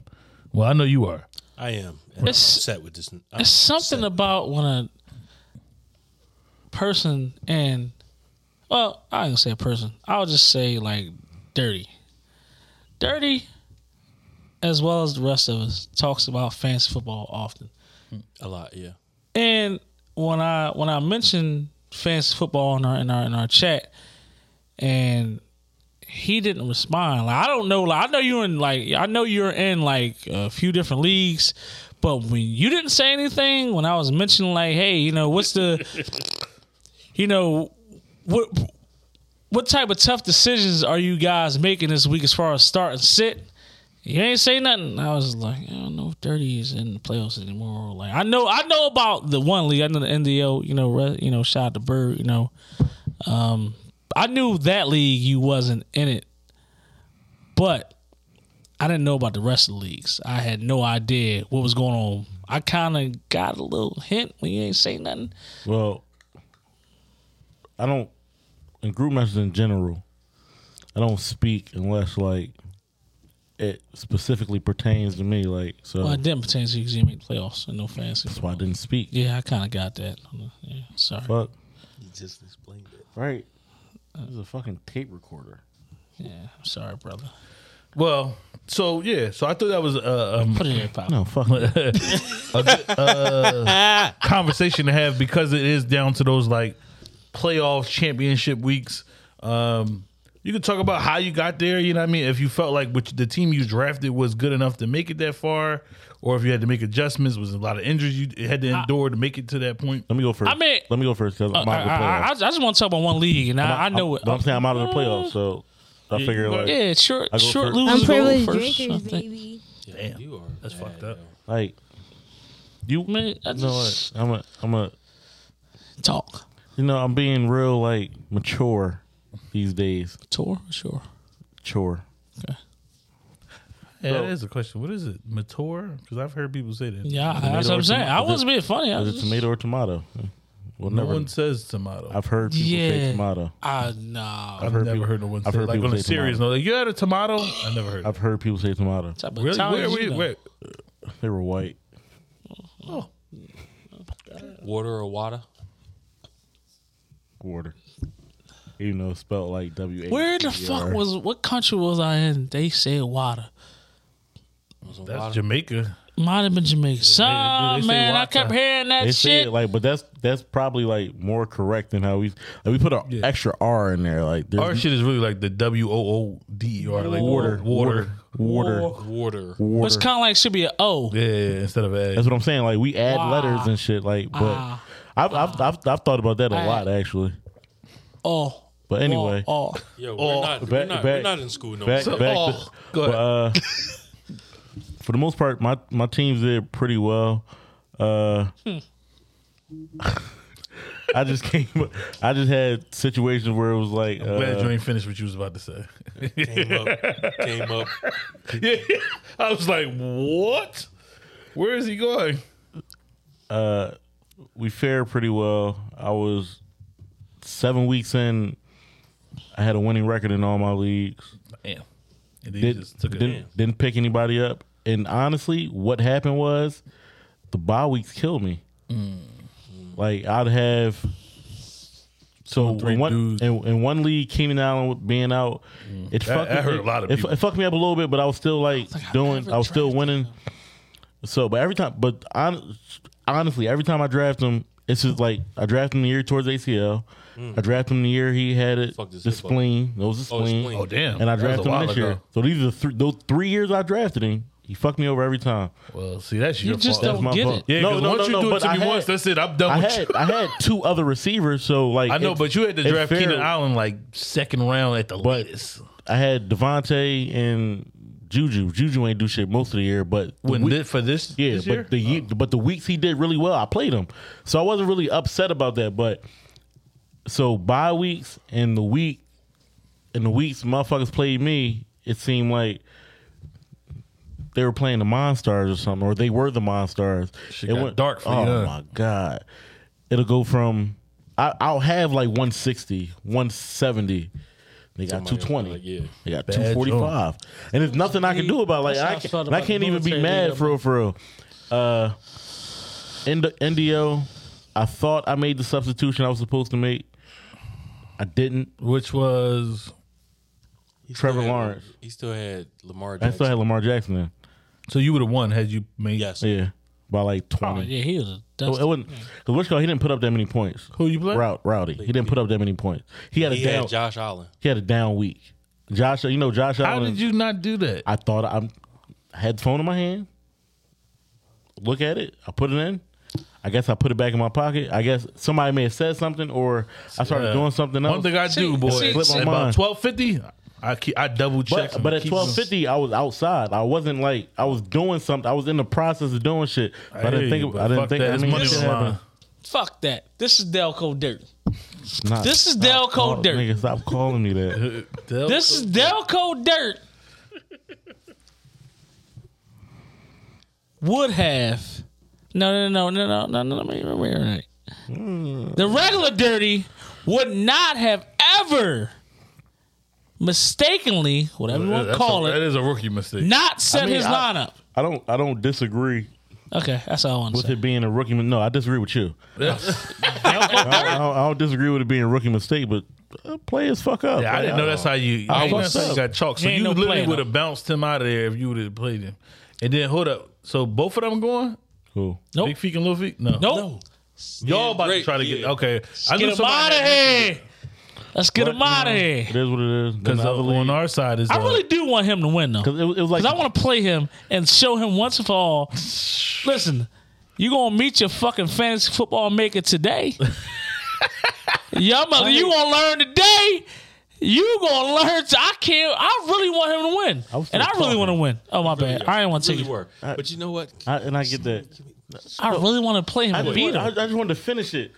Speaker 7: Well, I know you are.
Speaker 3: I am. And I'm
Speaker 9: It's-
Speaker 3: upset with this. uh, I'm
Speaker 9: It's something about when a person and well, I ain't gonna say a person. I'll just say like dirty, dirty, as well as the rest of us talks about fantasy football often.
Speaker 3: a lot. Yeah.
Speaker 9: And when I when I mentioned fantasy football in our in our in our chat, and he didn't respond. Like I don't know. Like I know you're in like I know you're in like a few different leagues, but when you didn't say anything when I was mentioning like, hey, you know, what's the, you know, what what type of tough decisions are you guys making this week as far as start and sit? You ain't say nothing. I was like, I don't know if Dirty is in the playoffs anymore. Like, I know, I know about the one league. I know the NDO. You know, re, you know, shout out to Bird. You know, um, I knew that league you wasn't in it, but I didn't know about the rest of the leagues. I had no idea what was going on. I kind of got a little hint when you ain't say nothing.
Speaker 8: Well, I don't in group messages in general. I don't speak unless like it specifically pertains to me. Like so,
Speaker 9: Well, it didn't pertain to you 'cause you didn't make the playoffs and no fancy.
Speaker 8: that's why I didn't speak.
Speaker 9: Yeah, I kind of got that. Yeah, sorry.
Speaker 8: Fuck.
Speaker 3: You just explained it.
Speaker 8: Right. This is a fucking tape recorder.
Speaker 9: Yeah, I'm sorry, brother.
Speaker 7: Well, so yeah, so I thought that was a, um,
Speaker 9: Put it in your pocket.
Speaker 8: No, fuck. it.
Speaker 7: conversation to have because it is down to those like playoff championship weeks. Um, you can talk about how you got there. You know what I mean? If you felt like which the team you drafted was good enough to make it that far, or if you had to make adjustments, was a lot of injuries you had to endure to make it to that point.
Speaker 8: Let me go first.
Speaker 9: I mean-
Speaker 8: let me go first because I'm
Speaker 9: I,
Speaker 8: out of the
Speaker 9: I, I, I
Speaker 8: playoffs.
Speaker 9: just want to talk about one league, and I, I know it.
Speaker 8: But I'm saying I'm out of the playoffs, so I figure like
Speaker 9: yeah, short,
Speaker 8: I go
Speaker 9: short
Speaker 8: first.
Speaker 9: losers
Speaker 4: I'm
Speaker 9: go
Speaker 4: privileged
Speaker 9: first. I
Speaker 4: drinkers,
Speaker 9: think.
Speaker 4: baby.
Speaker 3: Damn. You are. That's fucked up.
Speaker 8: like you.
Speaker 9: I mean, I
Speaker 8: You know
Speaker 9: just
Speaker 8: what? I'm a. I'm a.
Speaker 9: talk
Speaker 8: You know I'm being real like mature these days.
Speaker 9: tour, sure.
Speaker 8: Chore.
Speaker 7: Yeah, that is a question. What is it? Mature? Because I've heard people say that.
Speaker 9: Yeah, that's what I'm saying. I wasn't being funny. I
Speaker 8: Is
Speaker 9: was
Speaker 8: it
Speaker 9: just,
Speaker 8: tomato or tomato? We'll
Speaker 7: No
Speaker 8: never.
Speaker 7: one says tomato. I've,
Speaker 8: I've heard people say
Speaker 9: Yeah.
Speaker 8: tomato.
Speaker 9: I nah.
Speaker 8: heard
Speaker 7: never
Speaker 8: people-
Speaker 7: heard no one.
Speaker 8: I've
Speaker 7: say,
Speaker 8: heard
Speaker 7: like
Speaker 8: people
Speaker 7: on a
Speaker 8: say
Speaker 7: serious
Speaker 8: tomato.
Speaker 7: note. Like, you had a tomato? I never heard.
Speaker 8: I've heard people say tomato.
Speaker 9: Type of
Speaker 7: really?
Speaker 9: talent
Speaker 7: Where,
Speaker 9: you
Speaker 7: where,
Speaker 9: know.
Speaker 7: where?
Speaker 8: They were white.
Speaker 3: Water or water?
Speaker 8: Water. Even though it's spelled like W E A.
Speaker 9: Where the fuck was? What country was I in? They said water.
Speaker 3: Was it
Speaker 7: That's
Speaker 3: water?
Speaker 7: Jamaica.
Speaker 9: Might have been Jamaica.
Speaker 7: they
Speaker 9: Some
Speaker 7: say
Speaker 9: man, I
Speaker 7: water.
Speaker 9: kept hearing that
Speaker 8: They say
Speaker 9: shit.
Speaker 8: it like, but that's that's probably like more correct than how we like we put an
Speaker 7: Yeah.
Speaker 8: extra R in there. Like there's
Speaker 7: Our shit is really like the W O O D E R, like
Speaker 8: water,
Speaker 7: water,
Speaker 8: water, water.
Speaker 3: water.
Speaker 9: But it's kind of like should be an O.
Speaker 7: Yeah, instead of A.
Speaker 8: That's what I'm saying. Like we add
Speaker 9: Wah.
Speaker 8: letters and shit. Like, but
Speaker 9: Ah.
Speaker 8: I've, I've, I've I've thought about that a
Speaker 9: I-
Speaker 8: lot actually.
Speaker 9: Oh,
Speaker 8: But anyway,
Speaker 9: Oh,
Speaker 3: Yo, we're not- we're not- we're not in school no
Speaker 8: back,
Speaker 3: more.
Speaker 8: back
Speaker 3: Oh,
Speaker 8: to-
Speaker 3: go
Speaker 8: but, uh, for the most part, my my teams did pretty well. Uh, I just came. I just had situations where it was like,
Speaker 7: I'm glad
Speaker 8: uh,
Speaker 7: you ain't finished what you was about to say.
Speaker 3: Came up. Came up.
Speaker 7: yeah, I was like, what? Where is he going?
Speaker 8: uh, we fared pretty well. I was seven weeks in. I had a winning record in all my leagues.
Speaker 7: Damn. And then you
Speaker 8: Did,
Speaker 7: just took it.
Speaker 8: didn't, didn't pick anybody up. And honestly, what happened was the bye weeks killed me. Like I'd have so
Speaker 7: three
Speaker 8: in one
Speaker 7: dudes.
Speaker 8: in, in one league, Keenan Allen with being out,
Speaker 7: That-
Speaker 8: it fucked
Speaker 7: that
Speaker 8: me,
Speaker 7: hurt a lot of
Speaker 8: it,
Speaker 7: people.
Speaker 8: It fucked me up a little bit, but I was still like
Speaker 9: like, I
Speaker 8: doing.
Speaker 9: never
Speaker 8: I was still
Speaker 9: drafted
Speaker 8: winning. So, but every time, but hon- honestly, every time I draft him, it's just like I draft him the year towards ACL. I draft him the year he had it,
Speaker 3: Fucked his
Speaker 8: the
Speaker 3: hip up.
Speaker 8: spleen. It was the
Speaker 3: Oh,
Speaker 8: spleen.
Speaker 3: spleen.
Speaker 7: Oh, damn.
Speaker 8: And I
Speaker 7: That was a
Speaker 8: drafted him
Speaker 7: while
Speaker 8: this
Speaker 7: ago.
Speaker 8: year. So these are the three, those three years I drafted him. He fucked me over every time.
Speaker 7: Well, see, that's
Speaker 9: You
Speaker 7: your
Speaker 9: just
Speaker 7: fault.
Speaker 9: don't
Speaker 8: my
Speaker 9: get
Speaker 8: fault.
Speaker 9: it.
Speaker 7: Yeah,
Speaker 8: No,
Speaker 7: 'cause
Speaker 8: no,
Speaker 7: once
Speaker 8: no,
Speaker 7: you
Speaker 8: no,
Speaker 7: do it
Speaker 8: but
Speaker 7: to
Speaker 8: I
Speaker 7: me
Speaker 8: had-
Speaker 7: once, that's it. I'm done
Speaker 8: I
Speaker 7: with
Speaker 8: had
Speaker 7: you.
Speaker 8: I had two other receivers, so like
Speaker 7: I know,
Speaker 8: it's-
Speaker 7: but you had to
Speaker 8: it's
Speaker 7: draft
Speaker 8: fair.
Speaker 7: Keenan Allen like second round at the latest.
Speaker 8: I had Devontae and Juju. Juju ain't do shit most of the year, but the
Speaker 7: When
Speaker 8: week-
Speaker 7: thi- for this,
Speaker 8: yeah,
Speaker 7: this
Speaker 8: but
Speaker 7: year? Oh.
Speaker 8: the ye- but the weeks he did really well, I played him, so I wasn't really upset about that. But so bye weeks and the week and the weeks motherfuckers played me, it seemed like. They were playing the Monstars or something, or they were the Monstars.
Speaker 7: Shit got dark for you,
Speaker 8: oh
Speaker 7: huh?
Speaker 8: my god! It'll go from I, I'll have like 160, 170. They got
Speaker 3: Somebody
Speaker 8: two twenty.
Speaker 3: like, yeah.
Speaker 8: They got
Speaker 7: Bad
Speaker 8: two forty five, and there's nothing I can do about. it. Like
Speaker 9: That's how
Speaker 8: I
Speaker 9: I
Speaker 8: can't,
Speaker 9: felt
Speaker 8: and I
Speaker 9: about
Speaker 8: can't
Speaker 9: the
Speaker 8: even be
Speaker 9: military
Speaker 8: mad
Speaker 9: league,
Speaker 8: for real, for real. Uh, Ind- Indio, I thought I made the substitution I was supposed to make. I didn't.
Speaker 7: Which was
Speaker 3: He still
Speaker 8: Trevor
Speaker 3: had-
Speaker 8: Lawrence.
Speaker 3: He still had Lamar
Speaker 8: I
Speaker 3: Jackson.
Speaker 8: still had Lamar Jackson. Then.
Speaker 7: so you would have won had you made.
Speaker 3: yes.
Speaker 8: Yeah, by like
Speaker 9: Oh,
Speaker 8: twenty.
Speaker 9: yeah, he was a
Speaker 8: It,
Speaker 9: dust.
Speaker 8: it wasn't because which call he didn't put up that many points.
Speaker 7: Who you play?
Speaker 8: Route Rowdy. He didn't put up that many points. He had a
Speaker 3: He
Speaker 8: down.
Speaker 3: had Josh Allen.
Speaker 8: he had a down week. Josh, you know Josh
Speaker 7: How
Speaker 8: Allen.
Speaker 7: did you not do that?
Speaker 8: I thought I'm I had the phone in my hand. Look at it. I put it in. I guess I put it back in my pocket. I guess somebody may have said something, or I started
Speaker 7: Yeah.
Speaker 8: doing something else.
Speaker 7: One thing I do,
Speaker 9: See,
Speaker 7: boy,
Speaker 9: see,
Speaker 7: at
Speaker 8: see.
Speaker 7: about twelve fifty, I keep, I double check.
Speaker 8: but, but at twelve fifty, I was outside. I wasn't like I was doing something. I was in the process of doing shit. But I, didn't think. I didn't think. I mean,
Speaker 7: money
Speaker 8: shit
Speaker 7: on mine.
Speaker 8: happened.
Speaker 9: Fuck that. This is Delco Dirt.
Speaker 8: Nah,
Speaker 9: This is Delco
Speaker 8: stop calling-
Speaker 9: dirt.
Speaker 8: Nigga, stop calling me that.
Speaker 9: This is Delco Dirt. Would have. No, no, no, no, no, no, no, no. Wait, wait, wait, wait. The regular dirty would not have ever mistakenly, whatever you want to
Speaker 7: That's
Speaker 9: call
Speaker 7: a,
Speaker 9: it,
Speaker 7: That is a rookie mistake.
Speaker 9: not set
Speaker 8: I mean,
Speaker 9: his
Speaker 8: I-
Speaker 9: lineup.
Speaker 8: I don't. I don't disagree
Speaker 9: Okay, that's all I want to
Speaker 8: with
Speaker 9: say.
Speaker 8: it being a rookie. mi- No, I disagree with you.
Speaker 7: Yes.
Speaker 8: I, I don't, I don't disagree with it being a rookie mistake, but uh, players fuck up.
Speaker 7: Yeah, I
Speaker 8: Like,
Speaker 7: didn't know that's how you. I didn't know
Speaker 8: fucked
Speaker 7: that's how you
Speaker 8: up.
Speaker 7: got chalked. So
Speaker 9: He ain't
Speaker 7: you
Speaker 9: no
Speaker 7: literally
Speaker 9: player,
Speaker 7: would have
Speaker 9: though.
Speaker 7: bounced him out of there if you would have played him. And then hold up. So both of them going?
Speaker 8: Cool.
Speaker 9: Nope.
Speaker 7: Big feet and little feet? No.
Speaker 9: Nope.
Speaker 7: Y'all about to
Speaker 3: Great,
Speaker 7: try to get
Speaker 3: yeah.
Speaker 7: okay.
Speaker 9: Get him out of here. Let's get him out of here.
Speaker 8: It is what it is.
Speaker 7: Because
Speaker 8: Then the other league-
Speaker 7: on our side is
Speaker 9: I
Speaker 7: uh,
Speaker 9: really do want him to win, though.
Speaker 8: 'Cause it, was- it was like
Speaker 9: Because I want to play him and show him once and for all. Listen, you going to meet your fucking fantasy football maker today. Your mother, you going to learn today. You going to learn. To, I can't. I really want him to win.
Speaker 8: was
Speaker 9: and I
Speaker 8: still
Speaker 9: really want to
Speaker 8: talking.
Speaker 9: win. Oh, my bad. I didn't want to
Speaker 3: Really
Speaker 9: take it.
Speaker 3: were. But you know what?
Speaker 8: I, and I get that.
Speaker 9: I really want to play him
Speaker 8: I
Speaker 9: and
Speaker 8: just,
Speaker 9: beat
Speaker 8: wanted, I,
Speaker 9: him.
Speaker 8: I just wanted to finish it.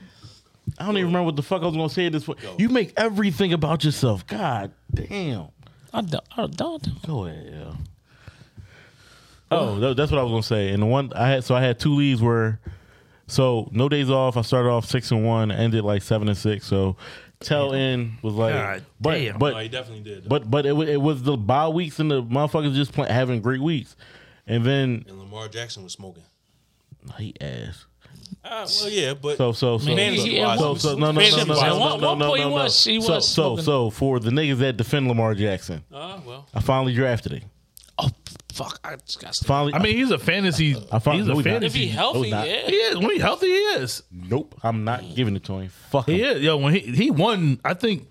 Speaker 8: I don't even remember what the fuck I was gonna say at this point. You make everything about yourself. God damn.
Speaker 9: I don't. I don't.
Speaker 8: Go ahead. Yeah. Oh, tha- that's what I was gonna say. And the one I had, so I had two leagues where, so no days off. I started off six and one, ended like seven and six. So, tell in was like,
Speaker 7: God
Speaker 8: but
Speaker 7: damn.
Speaker 8: but
Speaker 3: No, he definitely did.
Speaker 8: But but it, wa- it was the bye weeks and the motherfuckers just play, having great weeks, and then
Speaker 3: and Lamar Jackson was smoking.
Speaker 8: he ass.
Speaker 3: Ah, well, yeah, but
Speaker 8: So so so
Speaker 3: Man,
Speaker 8: so,
Speaker 3: he-
Speaker 8: so,
Speaker 3: at
Speaker 8: so,
Speaker 3: one-
Speaker 8: no no no
Speaker 9: Man,
Speaker 8: no no
Speaker 9: at
Speaker 8: no,
Speaker 9: one-
Speaker 8: no,
Speaker 9: one
Speaker 8: no,
Speaker 9: point
Speaker 8: no,
Speaker 9: he
Speaker 8: no.
Speaker 9: was- he
Speaker 8: so
Speaker 9: was
Speaker 8: so
Speaker 9: smoking.
Speaker 8: so for the niggas that defend Lamar Jackson,
Speaker 3: ah, well,
Speaker 8: I finally drafted him.
Speaker 9: Oh, fuck. I just got to.
Speaker 8: Finally,
Speaker 7: I mean he's a fantasy
Speaker 8: I found-
Speaker 7: he's
Speaker 8: no,
Speaker 7: a
Speaker 8: he's not.
Speaker 9: If he
Speaker 7: fantasy.
Speaker 9: healthy,
Speaker 8: No, not.
Speaker 9: yeah.
Speaker 7: He is. When he healthy he is.
Speaker 8: nope, I'm not giving it to him. Fuck him.
Speaker 7: He is. Yo, when he he won, I think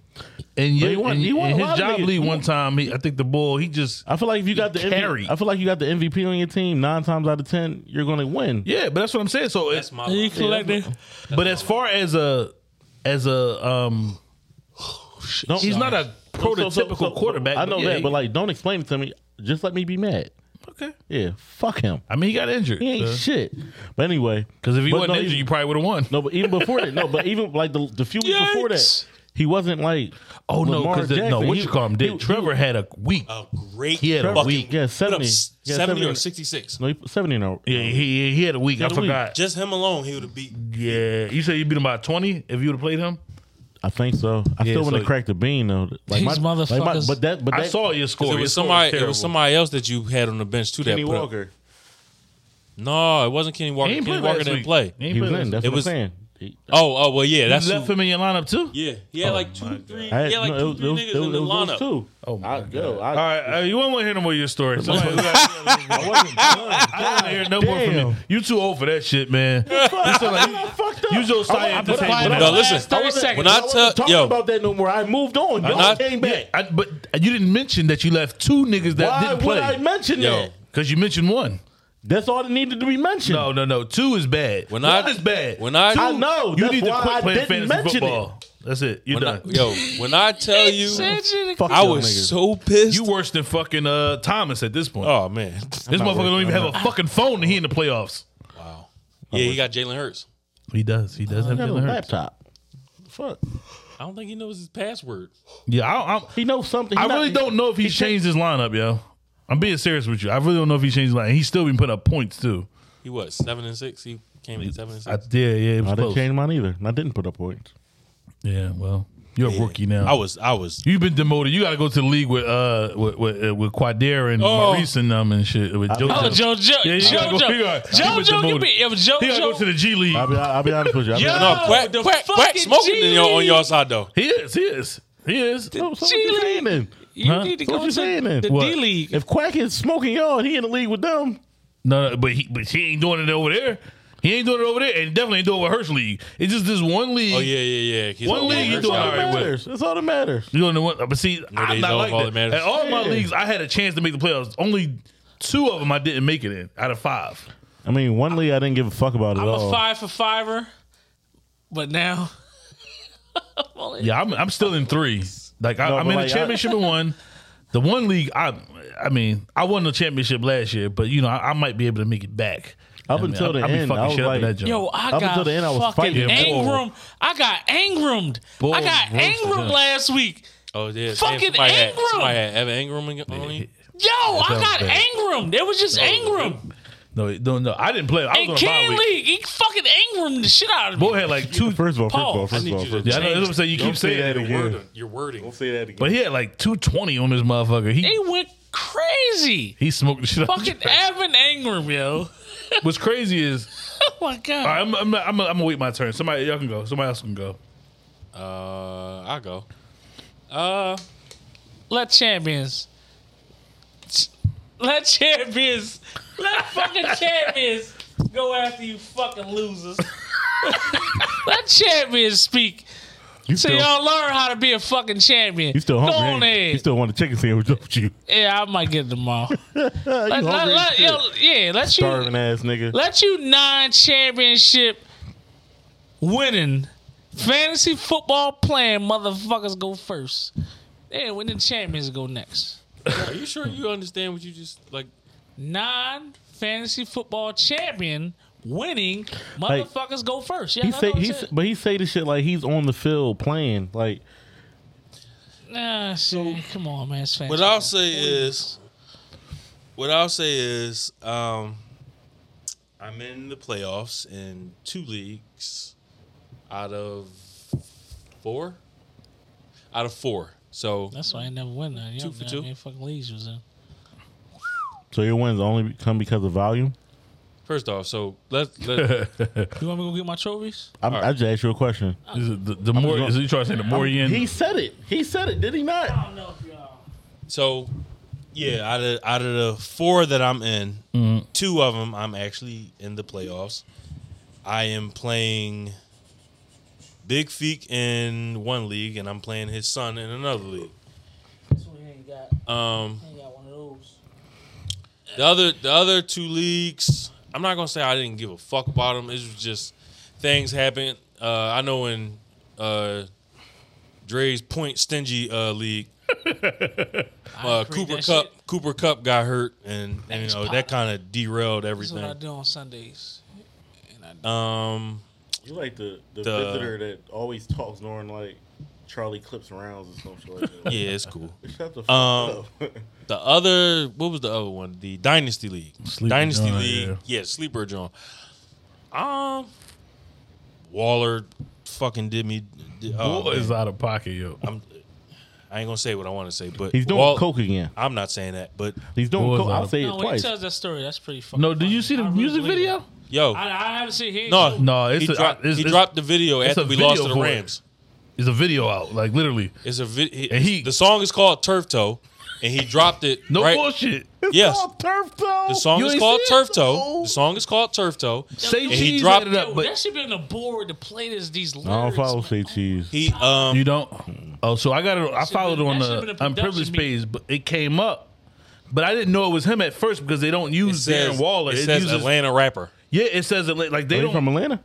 Speaker 7: and yeah,
Speaker 8: he won- he won a
Speaker 7: his
Speaker 8: lot of
Speaker 7: job
Speaker 8: niggas.
Speaker 7: league one time, he, I think the bull he just
Speaker 8: I feel like if you got the
Speaker 7: Carry.
Speaker 8: MV, I feel like you got the MVP on your team nine times out of ten, you're gonna win.
Speaker 7: Yeah, but that's what I'm saying. So it's
Speaker 3: that's my
Speaker 9: He
Speaker 3: line.
Speaker 9: collected.
Speaker 7: but as far as a as a um
Speaker 9: shit.
Speaker 8: Don't-
Speaker 7: He's not a prototypical
Speaker 8: So- so- so-
Speaker 7: quarterback.
Speaker 8: I know
Speaker 7: yeah,
Speaker 8: that,
Speaker 7: he-
Speaker 8: but like, don't explain it to me. Just let me be mad.
Speaker 7: okay.
Speaker 8: Yeah, fuck him.
Speaker 7: I mean, he got injured.
Speaker 8: He ain't shit. But anyway,
Speaker 7: Because if he
Speaker 8: but
Speaker 7: wasn't
Speaker 8: no,
Speaker 7: injured,
Speaker 8: even-
Speaker 7: you probably would have won.
Speaker 8: no, but even before that, no, but even like the, the few weeks before that,
Speaker 9: Yikes.
Speaker 8: he wasn't like.
Speaker 7: Oh no,
Speaker 8: Lamar
Speaker 7: because no,
Speaker 8: Jackson.
Speaker 7: what
Speaker 8: He-
Speaker 7: you call him?
Speaker 8: he-
Speaker 7: Did Trevor had a week?
Speaker 3: A great
Speaker 7: He had a
Speaker 3: fucking-
Speaker 8: week. Yeah,
Speaker 3: put up
Speaker 8: 70.
Speaker 3: s-
Speaker 8: Yeah,
Speaker 3: 70
Speaker 8: 70.
Speaker 3: or 66.
Speaker 8: No, he put seventy in a
Speaker 7: yeah, he he had a week. I
Speaker 8: had a week.
Speaker 7: forgot.
Speaker 3: Just him alone, he would have beat.
Speaker 7: Yeah, you said you beat him by twenty if you would have played him.
Speaker 8: I think so. I
Speaker 7: Yeah,
Speaker 8: still want to
Speaker 7: so-
Speaker 8: crack the bean though.
Speaker 9: These motherfuckers-
Speaker 8: but that, but that,
Speaker 7: I saw your score.
Speaker 3: It
Speaker 7: Your
Speaker 3: was
Speaker 7: score
Speaker 3: somebody. It
Speaker 7: terrible.
Speaker 3: was somebody else that you had on the bench too.
Speaker 8: Kenny
Speaker 3: that put up-
Speaker 8: Walker.
Speaker 3: No, it wasn't Kenny Walker.
Speaker 7: He ain't
Speaker 3: Kenny
Speaker 7: played
Speaker 3: Walker
Speaker 7: last
Speaker 3: didn't
Speaker 7: week.
Speaker 3: play.
Speaker 7: He, ain't
Speaker 8: He was
Speaker 7: played last
Speaker 8: in. That's
Speaker 3: It
Speaker 8: what
Speaker 3: was-
Speaker 8: I'm saying. He-
Speaker 3: Oh, oh, well, yeah, that's
Speaker 7: He left
Speaker 3: who,
Speaker 7: him in your lineup too.
Speaker 3: yeah, he had like two, three, he
Speaker 8: I-
Speaker 3: had like
Speaker 8: no,
Speaker 3: two, three
Speaker 8: it was-
Speaker 3: niggas
Speaker 8: it was-
Speaker 3: in the
Speaker 8: it was those
Speaker 3: lineup.
Speaker 8: two.
Speaker 7: Oh my
Speaker 8: I go.
Speaker 7: All
Speaker 8: I,
Speaker 7: right, uh, you won't want to hear no more of your story. Somebody-
Speaker 8: I wasn't done.
Speaker 7: I don't hear no more from you.
Speaker 8: Damn.
Speaker 7: You too old for that shit, man. You sound like- Use your side at the
Speaker 8: But I-
Speaker 7: table.
Speaker 8: but I-
Speaker 3: No, listen.
Speaker 8: I wasn't-
Speaker 3: When I
Speaker 8: wasn't
Speaker 3: tell-
Speaker 8: talking
Speaker 3: yo.
Speaker 8: about that no more. I moved on. Y'all
Speaker 3: not-
Speaker 8: came back.
Speaker 7: I- but you didn't mention that you left two niggas that
Speaker 8: Why
Speaker 7: didn't
Speaker 8: would I
Speaker 7: play
Speaker 8: mention
Speaker 3: Yo.
Speaker 8: that?
Speaker 7: because you mentioned one.
Speaker 8: That's all that needed to be mentioned.
Speaker 7: No, no, no. Two is bad.
Speaker 3: When
Speaker 7: one
Speaker 3: I-
Speaker 7: is bad.
Speaker 3: when I-
Speaker 7: two,
Speaker 3: I
Speaker 8: know.
Speaker 7: you
Speaker 8: That's
Speaker 7: need to
Speaker 8: why
Speaker 7: quit
Speaker 8: I
Speaker 7: playing
Speaker 8: didn't
Speaker 7: fantasy
Speaker 8: mention
Speaker 7: football. That's it. You're
Speaker 3: When I-
Speaker 7: done.
Speaker 3: yo, when I tell you,
Speaker 9: Said you to-
Speaker 8: Fuck
Speaker 3: I
Speaker 8: y'all
Speaker 3: was
Speaker 8: niggas.
Speaker 3: so pissed.
Speaker 7: you worse than fucking uh, Thomas at this point.
Speaker 3: oh man,
Speaker 7: this motherfucker
Speaker 8: not
Speaker 7: don't
Speaker 8: working.
Speaker 7: even
Speaker 8: I'm
Speaker 7: have a fucking phone. And he in the playoffs.
Speaker 3: yeah, he got Jalen Hurts.
Speaker 7: He does. He does
Speaker 8: I
Speaker 7: have
Speaker 8: got a
Speaker 7: Jalen Hurts.
Speaker 8: laptop. Fuck.
Speaker 3: I don't think he knows his password.
Speaker 7: Yeah, I, I,
Speaker 8: He knows something. He
Speaker 7: I
Speaker 8: not-
Speaker 7: really don't know if he changed his lineup, yo. I'm being serious with you. I really don't know if he changed his line. He's still been putting up points too.
Speaker 3: He was seven and six. He came in seven and
Speaker 7: I,
Speaker 3: six.
Speaker 7: yeah, yeah, it was
Speaker 8: I didn't
Speaker 7: close.
Speaker 8: change mine either. And I didn't put up points.
Speaker 7: Yeah, well, you're a rookie now.
Speaker 3: I was, I was.
Speaker 7: You've been demoted. You got to go to the league with uh with with, uh, with Quadera and
Speaker 3: Oh.
Speaker 7: Maurice and them and shit with JoJo.
Speaker 9: Oh, JoJo.
Speaker 7: Yeah, you gotta
Speaker 9: JoJo.
Speaker 7: go- you gotta- you been
Speaker 9: JoJo can
Speaker 7: demoted.
Speaker 9: be. If
Speaker 7: He got
Speaker 9: JoJo.
Speaker 7: to go to the G League.
Speaker 8: I'll be, I'll be honest with you. I'll be
Speaker 9: Yo.
Speaker 8: honest.
Speaker 3: No, Quack,
Speaker 9: the
Speaker 3: Quack, Quack
Speaker 9: fucking
Speaker 3: smoking in your, on
Speaker 9: G.
Speaker 3: your side though.
Speaker 7: He is. He is. He is.
Speaker 8: So, so what you
Speaker 9: G
Speaker 8: saying
Speaker 9: League.
Speaker 8: then?
Speaker 9: You
Speaker 7: Huh?
Speaker 9: need to
Speaker 8: So what
Speaker 9: go
Speaker 8: you
Speaker 9: to
Speaker 8: saying
Speaker 9: the
Speaker 8: then?
Speaker 7: What?
Speaker 9: D League.
Speaker 8: If Quack is smoking y'all and he in the league with them,
Speaker 7: No, no, but he but he ain't doing it over there. He ain't doing it over there, and definitely ain't doing it with Hurst League. It's just this one league.
Speaker 3: Oh yeah, yeah, yeah. He's
Speaker 7: One
Speaker 3: on
Speaker 7: league, he
Speaker 3: Hurts
Speaker 7: doing
Speaker 3: side.
Speaker 8: all
Speaker 7: all
Speaker 8: that
Speaker 7: right with it.
Speaker 8: matters. That's all that matters.
Speaker 7: You know the one, but see, I'm
Speaker 3: days
Speaker 7: not
Speaker 3: off,
Speaker 7: like
Speaker 3: all
Speaker 7: that.
Speaker 3: that matters.
Speaker 7: At all my
Speaker 8: Yeah.
Speaker 7: leagues, I had a chance to make the playoffs. Only two of them I didn't make it in out of five.
Speaker 8: I mean, one league I didn't give a fuck about at
Speaker 9: I'm
Speaker 8: all.
Speaker 9: a five for fiver, but now. I'm only-
Speaker 7: Yeah, I'm, I'm still in three. Like I,
Speaker 8: No,
Speaker 7: I'm
Speaker 8: but
Speaker 7: in
Speaker 8: like,
Speaker 7: the
Speaker 8: I-
Speaker 7: championship in one. The one league, I, I mean, I won the championship last year, but you know, I, I might be able to make it back.
Speaker 8: Up
Speaker 7: I mean,
Speaker 8: until
Speaker 7: I-
Speaker 8: the
Speaker 7: I be
Speaker 8: end,
Speaker 7: fucking
Speaker 8: I was
Speaker 7: shit up in
Speaker 8: like-
Speaker 7: that joint.
Speaker 9: Yo, I
Speaker 8: Up
Speaker 9: got
Speaker 8: until the end, I
Speaker 9: fucking
Speaker 8: was fighting.
Speaker 9: Angrum. I got Angrumed.
Speaker 7: Bull
Speaker 9: I got
Speaker 7: roasted
Speaker 9: Angrum
Speaker 7: him.
Speaker 9: last week.
Speaker 3: Oh yeah,
Speaker 9: Fucking
Speaker 3: somebody Had,
Speaker 9: Ingram.
Speaker 3: somebody had Evan Ingram in- on him.
Speaker 9: Yo, I
Speaker 7: was
Speaker 9: got
Speaker 7: bad.
Speaker 9: Angrum. It was just Angrum.
Speaker 7: no, no, no, I didn't play. I was
Speaker 9: And
Speaker 7: on a bye
Speaker 9: Ken
Speaker 7: week.
Speaker 9: League, he fucking Angrum the shit out of me.
Speaker 7: Boy had like two.
Speaker 8: First of all, first of
Speaker 9: Paul,
Speaker 8: all,
Speaker 9: I
Speaker 8: first
Speaker 3: need
Speaker 8: of all,
Speaker 3: you to
Speaker 8: first of
Speaker 7: Yeah, I know, that's what I'm saying. You
Speaker 8: Don't
Speaker 7: keep
Speaker 8: say
Speaker 7: saying
Speaker 8: that
Speaker 7: that.
Speaker 8: again.
Speaker 3: Wording, your wording.
Speaker 8: all. Say that again.
Speaker 7: But he had like 220 on this motherfucker. He
Speaker 9: They went crazy.
Speaker 7: he smoked the shit. out of
Speaker 9: Fucking
Speaker 7: Jack.
Speaker 9: Evan Ingram, yo.
Speaker 7: What's crazy is
Speaker 9: Oh my god.
Speaker 7: all right, I'm I'm I'm, I'm gonna wait my turn. Somebody y'all can go. Somebody else can go.
Speaker 3: Uh, I go. Uh,
Speaker 9: Let champions. Ch- Let champions. Let fucking champions go after you fucking losers. Let champions speak.
Speaker 8: You
Speaker 9: So
Speaker 8: still,
Speaker 9: y'all learn how to be a fucking champion.
Speaker 8: you still
Speaker 9: Go
Speaker 8: hungry?
Speaker 9: on
Speaker 8: ain't you?
Speaker 9: ahead.
Speaker 8: You still want a chicken sandwich? Don't you?
Speaker 9: yeah, I might get it tomorrow.
Speaker 8: Uh,
Speaker 9: Let-
Speaker 8: you
Speaker 9: let-
Speaker 8: hungry
Speaker 9: let-
Speaker 8: as shit.
Speaker 9: yo, yeah, let you
Speaker 8: Starving ass nigga.
Speaker 9: let you non-championship winning fantasy football playing motherfuckers go first. Yeah, when the champions go next.
Speaker 3: are you sure you understand what you just like?
Speaker 9: non fantasy football champion winning
Speaker 8: Like,
Speaker 9: motherfuckers go first. Yeah,
Speaker 8: He
Speaker 9: I
Speaker 8: say
Speaker 9: know
Speaker 8: he,
Speaker 9: it's
Speaker 8: say-
Speaker 9: it.
Speaker 8: but he say this shit like he's on the field playing. Like
Speaker 9: Nah, shit. come on, man. It's
Speaker 3: What
Speaker 9: fantasy.
Speaker 3: I'll say is, what I'll say is, um, I'm in the playoffs in two leagues out of four. Out of four, so
Speaker 9: That's why I never win none.
Speaker 3: Two
Speaker 9: Two
Speaker 3: for
Speaker 9: for
Speaker 3: two.
Speaker 9: fucking leagues you was in.
Speaker 8: so your wins only come because of volume.
Speaker 3: first off, so let's let,
Speaker 9: You want me to go get my trophies?
Speaker 8: I'm, I just asked you a question.
Speaker 7: Is it the, the more
Speaker 8: gonna-
Speaker 7: is he trying to say the more you in?
Speaker 8: He said it. He said it. Did he not?
Speaker 9: don't know if y'all.
Speaker 3: so yeah, out of out of the four that I'm in, two of them I'm actually in the playoffs. I am playing Big Feek in one league, and I'm playing his son in another league.
Speaker 9: This one ain't got.
Speaker 3: Um,
Speaker 9: Ain't got one of those.
Speaker 3: The other the other two leagues, I'm not gonna say I didn't give a fuck about them. It was just things happened. Uh, I know when uh, Dre's point stingy uh, league. uh,
Speaker 9: agree,
Speaker 3: Cooper
Speaker 9: that
Speaker 3: Cup Cooper Cup got hurt, and, and, you know that kind of derailed
Speaker 9: That's what I
Speaker 3: everything.
Speaker 9: do on Sundays.
Speaker 3: Um,
Speaker 8: You like the, the,
Speaker 3: The-
Speaker 8: visitor that always talks during like Charlie clips rounds or something like that.
Speaker 3: yeah, it's cool.
Speaker 8: Shut the fuck
Speaker 3: Um,
Speaker 8: up.
Speaker 3: the other, what was the other one? The Dynasty League.
Speaker 7: Sleeper
Speaker 3: Dynasty
Speaker 7: John,
Speaker 3: League. Yeah. Sleeper John. Um, Waller fucking did me. did- oh,
Speaker 7: Boy,
Speaker 3: man.
Speaker 7: is out of pocket, yo.
Speaker 3: I'm, I ain't gonna say what I want to say, but
Speaker 8: He's doing
Speaker 3: Wal-
Speaker 8: coke again.
Speaker 3: I'm not saying that, but
Speaker 8: He's doing
Speaker 7: Boys
Speaker 8: coke.
Speaker 7: out
Speaker 8: I'll
Speaker 7: of-
Speaker 8: say
Speaker 9: No,
Speaker 8: it
Speaker 9: when he
Speaker 8: twice.
Speaker 9: tells that story, that's pretty funny.
Speaker 7: No, did you see the music video?
Speaker 3: yo,
Speaker 9: I, I haven't seen his.
Speaker 3: no,
Speaker 7: No, it's
Speaker 3: he,
Speaker 7: a-
Speaker 3: dropped,
Speaker 7: it's-
Speaker 3: he
Speaker 7: it's-
Speaker 3: dropped the video
Speaker 7: it's
Speaker 3: after
Speaker 7: a
Speaker 3: we lost to
Speaker 7: video
Speaker 3: the
Speaker 7: for it.
Speaker 3: Rams.
Speaker 7: There's a video out, like literally.
Speaker 3: It's a video.
Speaker 7: And he-
Speaker 3: the song is called Turf Toe, and he dropped it.
Speaker 7: No
Speaker 3: right,
Speaker 7: bullshit.
Speaker 3: Yes,
Speaker 8: turf though.
Speaker 3: the song
Speaker 7: You
Speaker 3: is
Speaker 7: ain't
Speaker 3: called
Speaker 7: seen it?
Speaker 3: Turf Toe.
Speaker 7: No.
Speaker 3: The song is called Turf Toe.
Speaker 7: Say
Speaker 3: And
Speaker 7: cheese
Speaker 3: he dropped-
Speaker 7: added up,
Speaker 9: Yo, that
Speaker 7: but
Speaker 9: should be on the board to play this these lyrics.
Speaker 8: I don't follow
Speaker 9: man.
Speaker 8: say cheese.
Speaker 3: He um
Speaker 7: you don't. Oh, so I got it. I followed
Speaker 9: been-
Speaker 7: on
Speaker 9: that should've
Speaker 7: the
Speaker 9: been a
Speaker 7: unprivileged
Speaker 9: production
Speaker 7: page, but it came up. But I didn't know it was him at first because they don't
Speaker 3: it
Speaker 7: use
Speaker 3: says
Speaker 7: Darren Waller.
Speaker 3: It, says
Speaker 7: uses-
Speaker 3: Atlanta rapper.
Speaker 7: Yeah, it says it like they
Speaker 8: Are you
Speaker 7: don't.
Speaker 8: Oh, from Atlanta?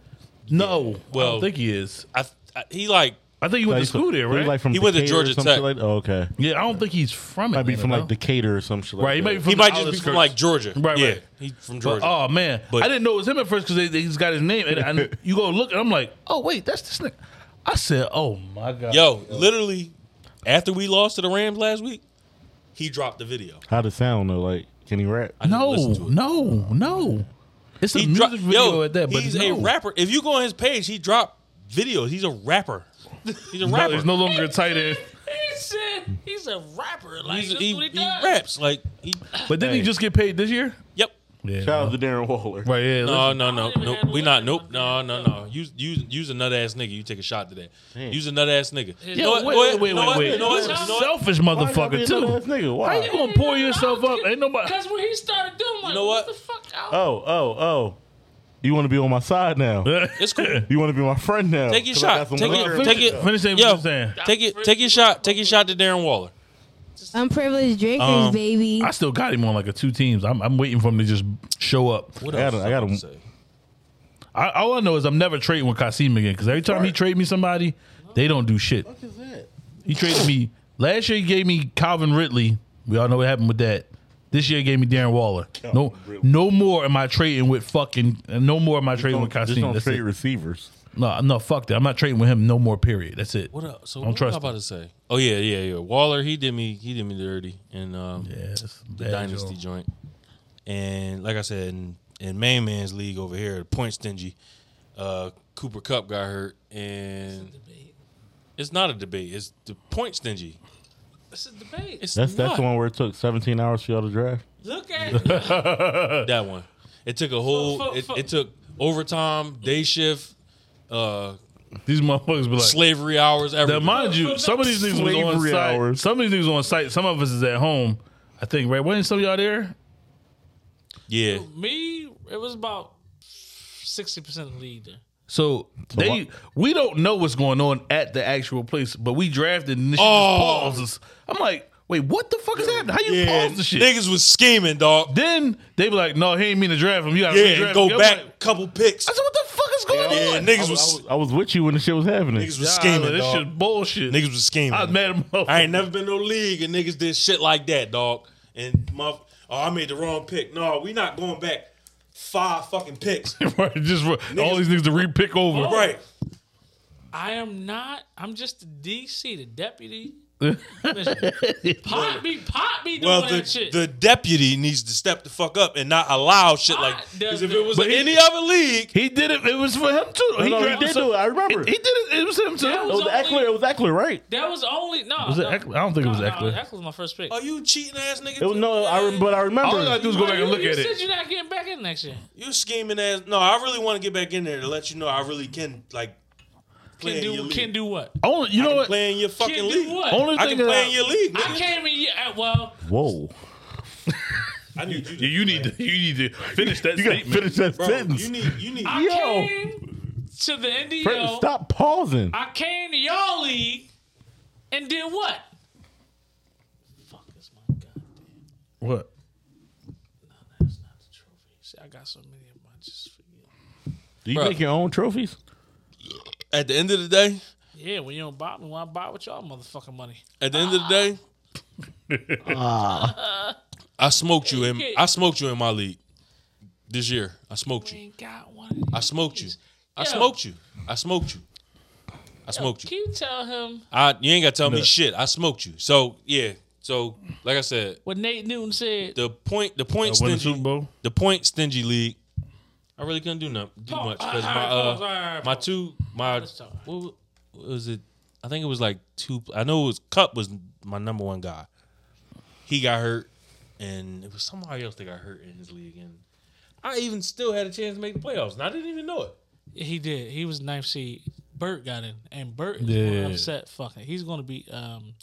Speaker 7: no, I
Speaker 3: Well-
Speaker 7: don't think he is.
Speaker 3: I, I he like
Speaker 7: I think he went
Speaker 8: Like,
Speaker 7: to school there,
Speaker 8: like,
Speaker 7: right?
Speaker 8: Like from
Speaker 3: He went to
Speaker 8: Decatur or
Speaker 3: Georgia
Speaker 8: some
Speaker 3: Tech.
Speaker 8: shit Like, oh, okay.
Speaker 7: yeah, I don't think he's from.
Speaker 8: Might be
Speaker 7: Atlanta,
Speaker 8: from
Speaker 7: though.
Speaker 8: like Decatur or some shit.
Speaker 7: Right, he might be
Speaker 8: Like that.
Speaker 7: from
Speaker 3: he
Speaker 7: the
Speaker 3: might just be from
Speaker 7: outskirts.
Speaker 3: like Georgia.
Speaker 7: Right,
Speaker 3: yeah,
Speaker 7: right.
Speaker 3: He from
Speaker 7: But,
Speaker 3: Georgia.
Speaker 7: oh man,
Speaker 3: But-
Speaker 7: I didn't know it was him at first because they, they just got his name, and I, you go look, and I'm like, oh wait, that's this nigga. I said, oh my god,
Speaker 3: Yo, literally, after we lost to the Rams last week, he dropped the video.
Speaker 8: How the sound though? Like, can he rap?
Speaker 3: I didn't
Speaker 7: no,
Speaker 3: listen to it.
Speaker 7: no, no. It's a
Speaker 3: He
Speaker 7: music
Speaker 3: dropped
Speaker 7: video
Speaker 3: yo,
Speaker 7: at that, but
Speaker 3: he's
Speaker 7: no.
Speaker 3: a rapper. If you go on his page, he dropped videos. He's a rapper. He's a
Speaker 7: No,
Speaker 3: rapper.
Speaker 7: it's no longer a tight end.
Speaker 9: He said he's a rapper. Like
Speaker 3: He's-
Speaker 9: that's
Speaker 3: he,
Speaker 9: what he
Speaker 3: he
Speaker 9: does.
Speaker 3: raps like he,
Speaker 7: But didn't he
Speaker 8: Hey.
Speaker 7: just get paid this year?
Speaker 3: yep.
Speaker 7: Yeah,
Speaker 8: Shout out to Darren Waller.
Speaker 7: right. Yeah,
Speaker 3: No,
Speaker 7: listen.
Speaker 3: no, no,
Speaker 9: even
Speaker 3: nope.
Speaker 9: have
Speaker 3: We
Speaker 9: a
Speaker 3: not.
Speaker 9: weapon.
Speaker 3: Nope. No, no, no. Use use use a nut ass nigga. You take a shot to that.
Speaker 8: Damn.
Speaker 3: Use a nut ass nigga. You
Speaker 9: Yo,
Speaker 3: know what?
Speaker 7: wait,
Speaker 3: Go
Speaker 7: wait,
Speaker 3: ahead.
Speaker 7: wait,
Speaker 3: You know
Speaker 7: wait,
Speaker 3: what?
Speaker 7: wait.
Speaker 3: You know what? You know what?
Speaker 7: Selfish
Speaker 8: Why gotta be
Speaker 7: motherfucker
Speaker 8: another ass
Speaker 7: too.
Speaker 8: Nigga, why?
Speaker 7: How you gonna pull yourself up? Ain't nobody.
Speaker 9: Because when he started doing, like,
Speaker 3: know
Speaker 9: what?
Speaker 3: what?
Speaker 9: the fuck? Out.
Speaker 8: Oh, oh, oh. You want to be on my side now?
Speaker 3: It's cool.
Speaker 8: You want to be my friend now?
Speaker 3: Take your
Speaker 8: 'Cause I
Speaker 3: shot.
Speaker 8: got some
Speaker 3: Take it-
Speaker 8: liquor.
Speaker 3: take it-
Speaker 7: Finish saying what
Speaker 3: Yo,
Speaker 7: you're saying.
Speaker 3: Take it. Take your shot. Take your shot to Darren Waller.
Speaker 4: Unprivileged drinkers,
Speaker 3: Um,
Speaker 4: baby.
Speaker 7: I still got him on like a two teams. I'm, I'm waiting for him to just show up.
Speaker 3: What
Speaker 8: I got him- I got him.
Speaker 3: Say?
Speaker 7: I, all I know is I'm never trading with Kasim again because every time he trade me somebody, they don't do shit. He traded me last year. He gave me Calvin Ridley. We all know what happened with that. This year he gave me Darren Waller. no,
Speaker 8: Ridley.
Speaker 7: no more am I trading with fucking. No more am I trading
Speaker 8: Don't-
Speaker 7: with
Speaker 8: Just
Speaker 7: Kasim.
Speaker 8: don't
Speaker 7: That's
Speaker 8: trade
Speaker 7: it.
Speaker 8: receivers.
Speaker 7: No, no, fuck that. I'm not trading with him no more. Period. That's it.
Speaker 3: What else? So
Speaker 7: Don't
Speaker 3: what was
Speaker 7: trust
Speaker 3: I about to say? Oh yeah, yeah, yeah. Waller, he did me, he did me dirty in um,
Speaker 7: Yeah, that's
Speaker 3: the
Speaker 7: bad,
Speaker 3: dynasty
Speaker 7: Joe.
Speaker 3: joint. And like I said, in, in main man's league over here, the point stingy. Uh, Cooper Cup got hurt, and it's not a debate. It's the point stingy.
Speaker 9: It's a debate.
Speaker 3: It's
Speaker 8: That's
Speaker 3: not
Speaker 8: that's the one where it took 17 hours for y'all to draft.
Speaker 9: Look at it.
Speaker 3: that one. It took a whole.
Speaker 9: Fuck, fuck,
Speaker 3: it,
Speaker 9: fuck.
Speaker 3: it took overtime, day shift, uh,
Speaker 7: These motherfuckers be like.
Speaker 3: slavery hours.
Speaker 7: Now,
Speaker 3: Everything.
Speaker 7: mind you, some of these niggas was on
Speaker 8: Slavery
Speaker 7: site.
Speaker 8: hours.
Speaker 7: Some of these niggas on site. Some of us is at home. I think. Right? Wasn't some of y'all there?
Speaker 3: yeah,
Speaker 9: Me, it was about sixty percent of the league there.
Speaker 7: So they we don't know what's going on at the actual place, but we drafted and this
Speaker 3: Oh.
Speaker 7: shit just pauses. I'm like, wait, what the fuck is happening? How you
Speaker 3: yeah.
Speaker 7: pause the shit?
Speaker 3: Niggas was scheming, dog.
Speaker 7: Then they be like, no, he ain't mean to draft him. You gotta
Speaker 3: Yeah,
Speaker 7: redraft
Speaker 3: go
Speaker 7: him. I'm
Speaker 3: back
Speaker 7: like,
Speaker 3: couple picks.
Speaker 7: I said, what the fuck is going
Speaker 3: Yeah,
Speaker 7: on?
Speaker 3: niggas
Speaker 8: I
Speaker 3: was
Speaker 8: was, I was with you when the shit was happening.
Speaker 3: niggas was
Speaker 7: Nah,
Speaker 3: scheming.
Speaker 7: this
Speaker 3: dog.
Speaker 7: shit bullshit.
Speaker 3: Niggas was scheming.
Speaker 7: I was mad at him.
Speaker 3: I ain't never been no league and niggas did shit like that, dog. And my, oh, I made the wrong pick. No, we not going back five fucking picks.
Speaker 7: right, just for all these niggas to repick over.
Speaker 3: right.
Speaker 9: I am not. I'm just the DC, the deputy. Listen, pot me, pot me doing
Speaker 3: Well,
Speaker 9: that
Speaker 3: the,
Speaker 9: shit.
Speaker 3: the deputy needs to step the fuck up and not allow shit
Speaker 9: Ah,
Speaker 3: like because if it was
Speaker 7: But he-
Speaker 3: any other league,
Speaker 7: He did it. It was for him too.
Speaker 8: no, he
Speaker 7: drafted
Speaker 8: did
Speaker 7: some-
Speaker 8: do it. I remember.
Speaker 7: He, he did it. It was him too.
Speaker 9: Yeah, it
Speaker 8: it was
Speaker 9: was
Speaker 8: Eckler.
Speaker 9: only-
Speaker 8: It was Eckler, right?
Speaker 9: that was only no.
Speaker 7: Was it
Speaker 9: no,
Speaker 7: Eckler? I don't think it was
Speaker 9: no,
Speaker 7: Eckler.
Speaker 9: No, Eckler was my first pick.
Speaker 3: are you cheating ass nigga?
Speaker 8: It was, no, I rem- but I remember.
Speaker 7: all I gotta do is go back and look
Speaker 9: you,
Speaker 7: at
Speaker 9: you
Speaker 7: it.
Speaker 9: said you're not getting back in next year.
Speaker 3: you scheming ass. No, I really want to get back in there to let you know I really can like play
Speaker 9: Can
Speaker 3: in your
Speaker 9: do,
Speaker 3: league.
Speaker 9: can do what?
Speaker 7: Only, you know what?
Speaker 3: play in your fucking
Speaker 9: Can
Speaker 3: league.
Speaker 9: do what?
Speaker 7: Only
Speaker 3: I
Speaker 7: thing
Speaker 3: can play
Speaker 7: that-
Speaker 3: in your league.
Speaker 9: I
Speaker 3: Nigga.
Speaker 9: came in. Yeah, well,
Speaker 8: uh, Whoa.
Speaker 3: I need you. To,
Speaker 7: Yeah, you need to you need to finish that
Speaker 8: You got to
Speaker 7: statement.
Speaker 8: finish that
Speaker 3: bro,
Speaker 8: sentence.
Speaker 3: you need. You need.
Speaker 9: I
Speaker 8: Yo.
Speaker 9: came to the NDO.
Speaker 8: Brent, stop pausing.
Speaker 9: I came to y'all league and did what? Fuck is my goddamn.
Speaker 7: What?
Speaker 9: That's not the trophy. See, I got so many of mine. Just forget.
Speaker 8: do you
Speaker 3: Bruh.
Speaker 8: make your own trophies?
Speaker 3: At the end of the day,
Speaker 9: Yeah, when you don't buy me, why buy with y'all motherfucking money?
Speaker 3: At the end of the day, I smoked you in I smoked you in my league this year. I smoked you.
Speaker 9: Got one.
Speaker 3: I smoked you. I
Speaker 9: Yo.
Speaker 3: smoked you. I smoked you. I smoked you.
Speaker 9: Can you tell him
Speaker 3: I you ain't gotta tell me
Speaker 7: Look.
Speaker 3: shit. I smoked you. So yeah. So like I said,
Speaker 9: what Nate Newton said?
Speaker 3: the point the point
Speaker 7: win the
Speaker 3: stingy
Speaker 7: Super Bowl.
Speaker 3: the point stingy league. I really couldn't do nothing do
Speaker 9: Pause.
Speaker 3: much because
Speaker 9: All
Speaker 3: my
Speaker 9: right, pause. All
Speaker 3: uh
Speaker 9: right,
Speaker 3: my
Speaker 9: pause.
Speaker 3: two my
Speaker 9: Let's talk.
Speaker 3: what, wa- what was it? I think it was like two. I know it was Cup was my number one guy. He got hurt, and it was somebody else that got hurt in his league. And I even still had a chance to make the playoffs, and I didn't even know it.
Speaker 9: He did. He was ninth seed. Bert got in, and Bert is
Speaker 7: Yeah.
Speaker 9: gonna upset. Fucking, he's gonna beat um,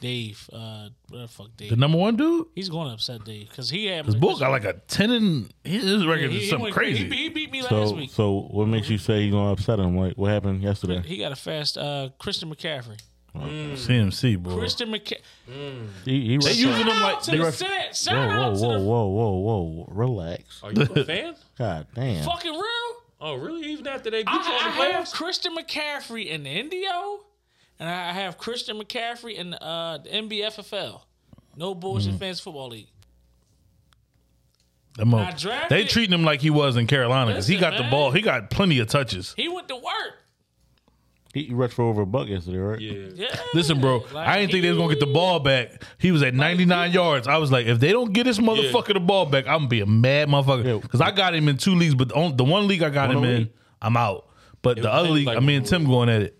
Speaker 9: Dave. Uh, what the fuck, Dave?
Speaker 7: The number one dude.
Speaker 9: he's gonna upset Dave because he had
Speaker 7: His boy got like a ten and his record is something
Speaker 9: went-
Speaker 7: crazy.
Speaker 9: He, beat- he beat me last
Speaker 8: So,
Speaker 9: week.
Speaker 8: so what makes you say he's gonna upset him? Like what happened yesterday?
Speaker 9: He got a fast uh, Christian McCaffrey.
Speaker 7: CMC boy.
Speaker 9: Christian McCaffrey.
Speaker 8: He, he
Speaker 7: using him like-
Speaker 9: to
Speaker 7: they
Speaker 9: the
Speaker 7: ref-
Speaker 9: Senate.
Speaker 8: whoa,
Speaker 9: Shout
Speaker 8: whoa,
Speaker 9: out to
Speaker 8: whoa,
Speaker 9: the
Speaker 8: whoa, whoa, whoa, relax.
Speaker 3: Are you a fan?
Speaker 8: God damn.
Speaker 9: fucking real.
Speaker 3: Oh, really? Even after they beat
Speaker 9: I,
Speaker 3: you in the
Speaker 9: I have
Speaker 3: playoffs?
Speaker 9: Christian McCaffrey in the Indio, and I have Christian McCaffrey in uh, the NBFFL. No
Speaker 7: Mm-hmm.
Speaker 9: bullshit fans football league.
Speaker 7: That mo-
Speaker 9: I drafted-
Speaker 7: they treating him like he was in Carolina because he
Speaker 9: Listen,
Speaker 7: got the
Speaker 9: man.
Speaker 7: ball. He got plenty of touches.
Speaker 9: He went to work.
Speaker 8: He rushed for over a buck yesterday, right?
Speaker 3: Yeah.
Speaker 9: Yeah.
Speaker 7: Listen, bro, I didn't think they was gonna get the ball back. He was at 99 yards. I was like, if they don't get this motherfucker the ball back, I'm gonna be a mad motherfucker.
Speaker 8: Yeah.
Speaker 7: Because I got him in two leagues, but the, on, the one league I got him
Speaker 8: One
Speaker 7: in,
Speaker 8: league.
Speaker 7: I'm out. But the
Speaker 3: was
Speaker 7: other
Speaker 3: things
Speaker 7: league,
Speaker 3: like
Speaker 7: I me and
Speaker 3: one
Speaker 7: Tim going at it.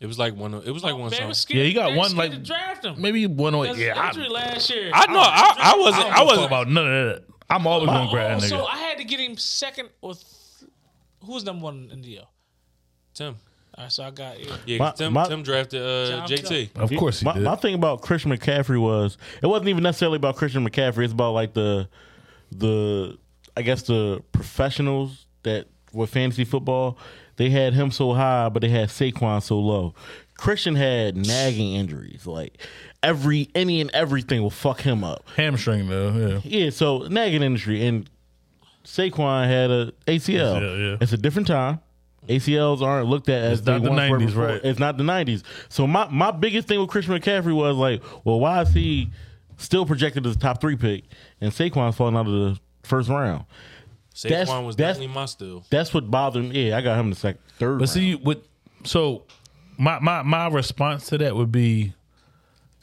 Speaker 3: It was like one. It was like one.
Speaker 9: They were
Speaker 3: something.
Speaker 9: scared.
Speaker 7: Yeah, he got
Speaker 9: they were
Speaker 7: one,
Speaker 9: scared
Speaker 7: like,
Speaker 9: to draft him.
Speaker 7: Maybe one or
Speaker 9: Because
Speaker 7: yeah. I,
Speaker 9: injury last year. Oh,
Speaker 3: I know. I, I wasn't. I,
Speaker 7: I
Speaker 3: wasn't.
Speaker 7: wasn't about none of that. I'm always gonna grab that
Speaker 9: so
Speaker 7: nigga.
Speaker 9: I had to get him second or th- who was number one in the All
Speaker 3: Tim.
Speaker 9: right, so I got yeah.
Speaker 3: Yeah,
Speaker 8: My-
Speaker 3: Tim.
Speaker 8: my-
Speaker 3: Tim drafted uh,
Speaker 9: John
Speaker 3: JT.
Speaker 7: Of course he
Speaker 8: my,
Speaker 7: did.
Speaker 8: my thing about Christian McCaffrey was it wasn't even necessarily about Christian McCaffrey. It's about like the the I guess the professionals that were fantasy football. They had him so high, but they had Saquon so low. Christian had nagging injuries, like every any and everything will fuck him up.
Speaker 7: Hamstring though. Yeah.
Speaker 8: Yeah, so nagging industry and Saquon had a ACL.
Speaker 7: ACL, yeah.
Speaker 8: It's a different time. ACLs aren't looked at as
Speaker 7: It's not
Speaker 8: they
Speaker 7: the
Speaker 8: once were
Speaker 7: 90s,
Speaker 8: before.
Speaker 7: right.
Speaker 8: It's not the nineties. So my my biggest thing with Christian McCaffrey was like, well, why is he still projected as a top three pick and Saquon's falling out of the first round?
Speaker 3: Saquon
Speaker 8: That's-
Speaker 3: was
Speaker 8: that's-
Speaker 3: definitely my steal.
Speaker 8: That's what bothered me. Yeah, I got him in the second third.
Speaker 7: But
Speaker 8: round.
Speaker 7: see, what so my my my response to that would be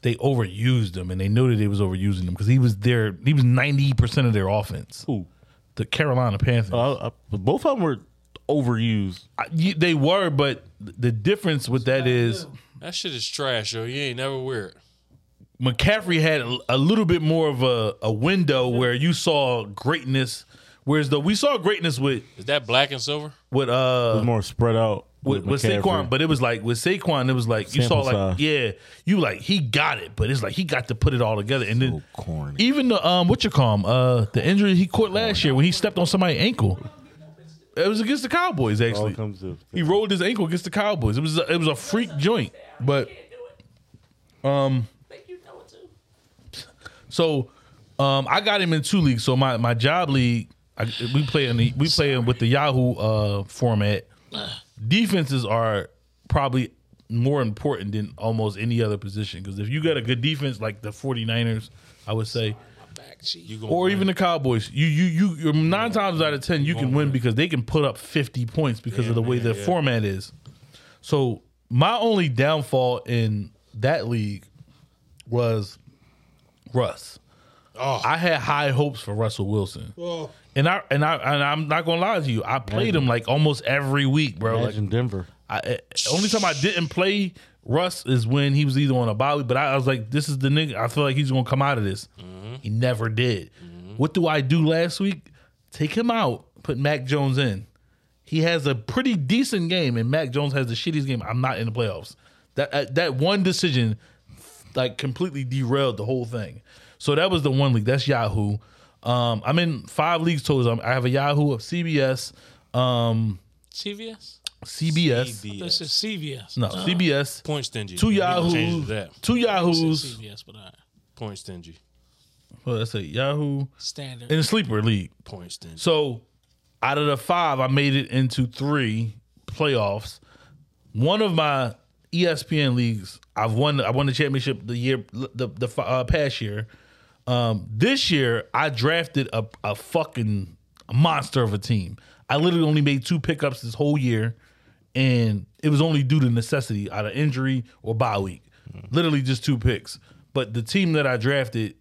Speaker 7: they overused him and they knew that they was overusing him because he was their he was ninety percent of their offense.
Speaker 8: Who?
Speaker 7: The Carolina Panthers.
Speaker 8: Uh, uh, both of them were overused.
Speaker 7: I- y- they were, but the difference with that is
Speaker 3: That shit is trash, yo. You ain't never wear it.
Speaker 7: McCaffrey had a, a little bit more of a, a window where you saw greatness, whereas though we saw greatness with
Speaker 3: Is that black and silver?
Speaker 7: with uh
Speaker 8: More spread out
Speaker 7: with, with
Speaker 8: McCaffrey.
Speaker 7: Saquon, but it was like with Saquon, it was like you saw
Speaker 8: Sample
Speaker 7: like
Speaker 8: size.
Speaker 7: yeah, you like he got it, but it's like he got to put it all together. And then
Speaker 8: corny.
Speaker 7: even the um what you call him uh the injury he caught last year when he stepped on somebody's ankle, it was against the Cowboys
Speaker 8: All
Speaker 7: actually.
Speaker 8: comes to-
Speaker 7: He rolled his ankle against the Cowboys. It was a, it was a freak joint, but um so um I got him in two leagues. So my my job league, I, we play in the, we play in with the Yahoo uh format defenses are probably more important than almost any other position because if you got a good defense like the 49ers i would say
Speaker 3: You gonna
Speaker 7: or
Speaker 3: win.
Speaker 7: even the cowboys you you you you're nine times out of ten you can win because they can put up 50 points because of the way the format is so my only downfall in that league was russ i had high hopes for russell wilson and I and I and I'm not gonna lie to you. I played him like almost every week, bro. Like
Speaker 8: Imagine Denver.
Speaker 7: I, I- only time I didn't play Russ is when he was either on a bye, but I, I was like, this is the nigga. I feel like he's gonna come out of this. He never did. What do I do last week? Take him out, put Mac Jones in. He has a pretty decent game, and Mac Jones has the shittiest game. I'm not in the playoffs. That uh, that one decision, like completely derailed the whole thing. So that was the one league. That's Yahoo. Um, I'm in five leagues total. I'm- I have a Yahoo, a CBS, um,
Speaker 9: CVS.
Speaker 7: CBS.
Speaker 3: CBS.
Speaker 9: This is CVS.
Speaker 7: No, CBS.
Speaker 3: point stingy.
Speaker 7: Two
Speaker 3: You gonna change
Speaker 7: Yahoos.
Speaker 3: to that
Speaker 7: Two Yahoos.
Speaker 9: CVS, but all right.
Speaker 3: point stingy.
Speaker 7: Well, Oh, that's a Yahoo
Speaker 9: standard.
Speaker 7: in the sleeper league.
Speaker 3: Point stingy.
Speaker 7: So out of the five, I made it into three playoffs. One of my E ESPN leagues. I've won. I won the championship the year the the uh, past year. Um, this year, I drafted a a fucking monster of a team. I literally only made two pickups this whole year, and it was only due to necessity, out of injury or bye week. Literally just two picks. But the team that I drafted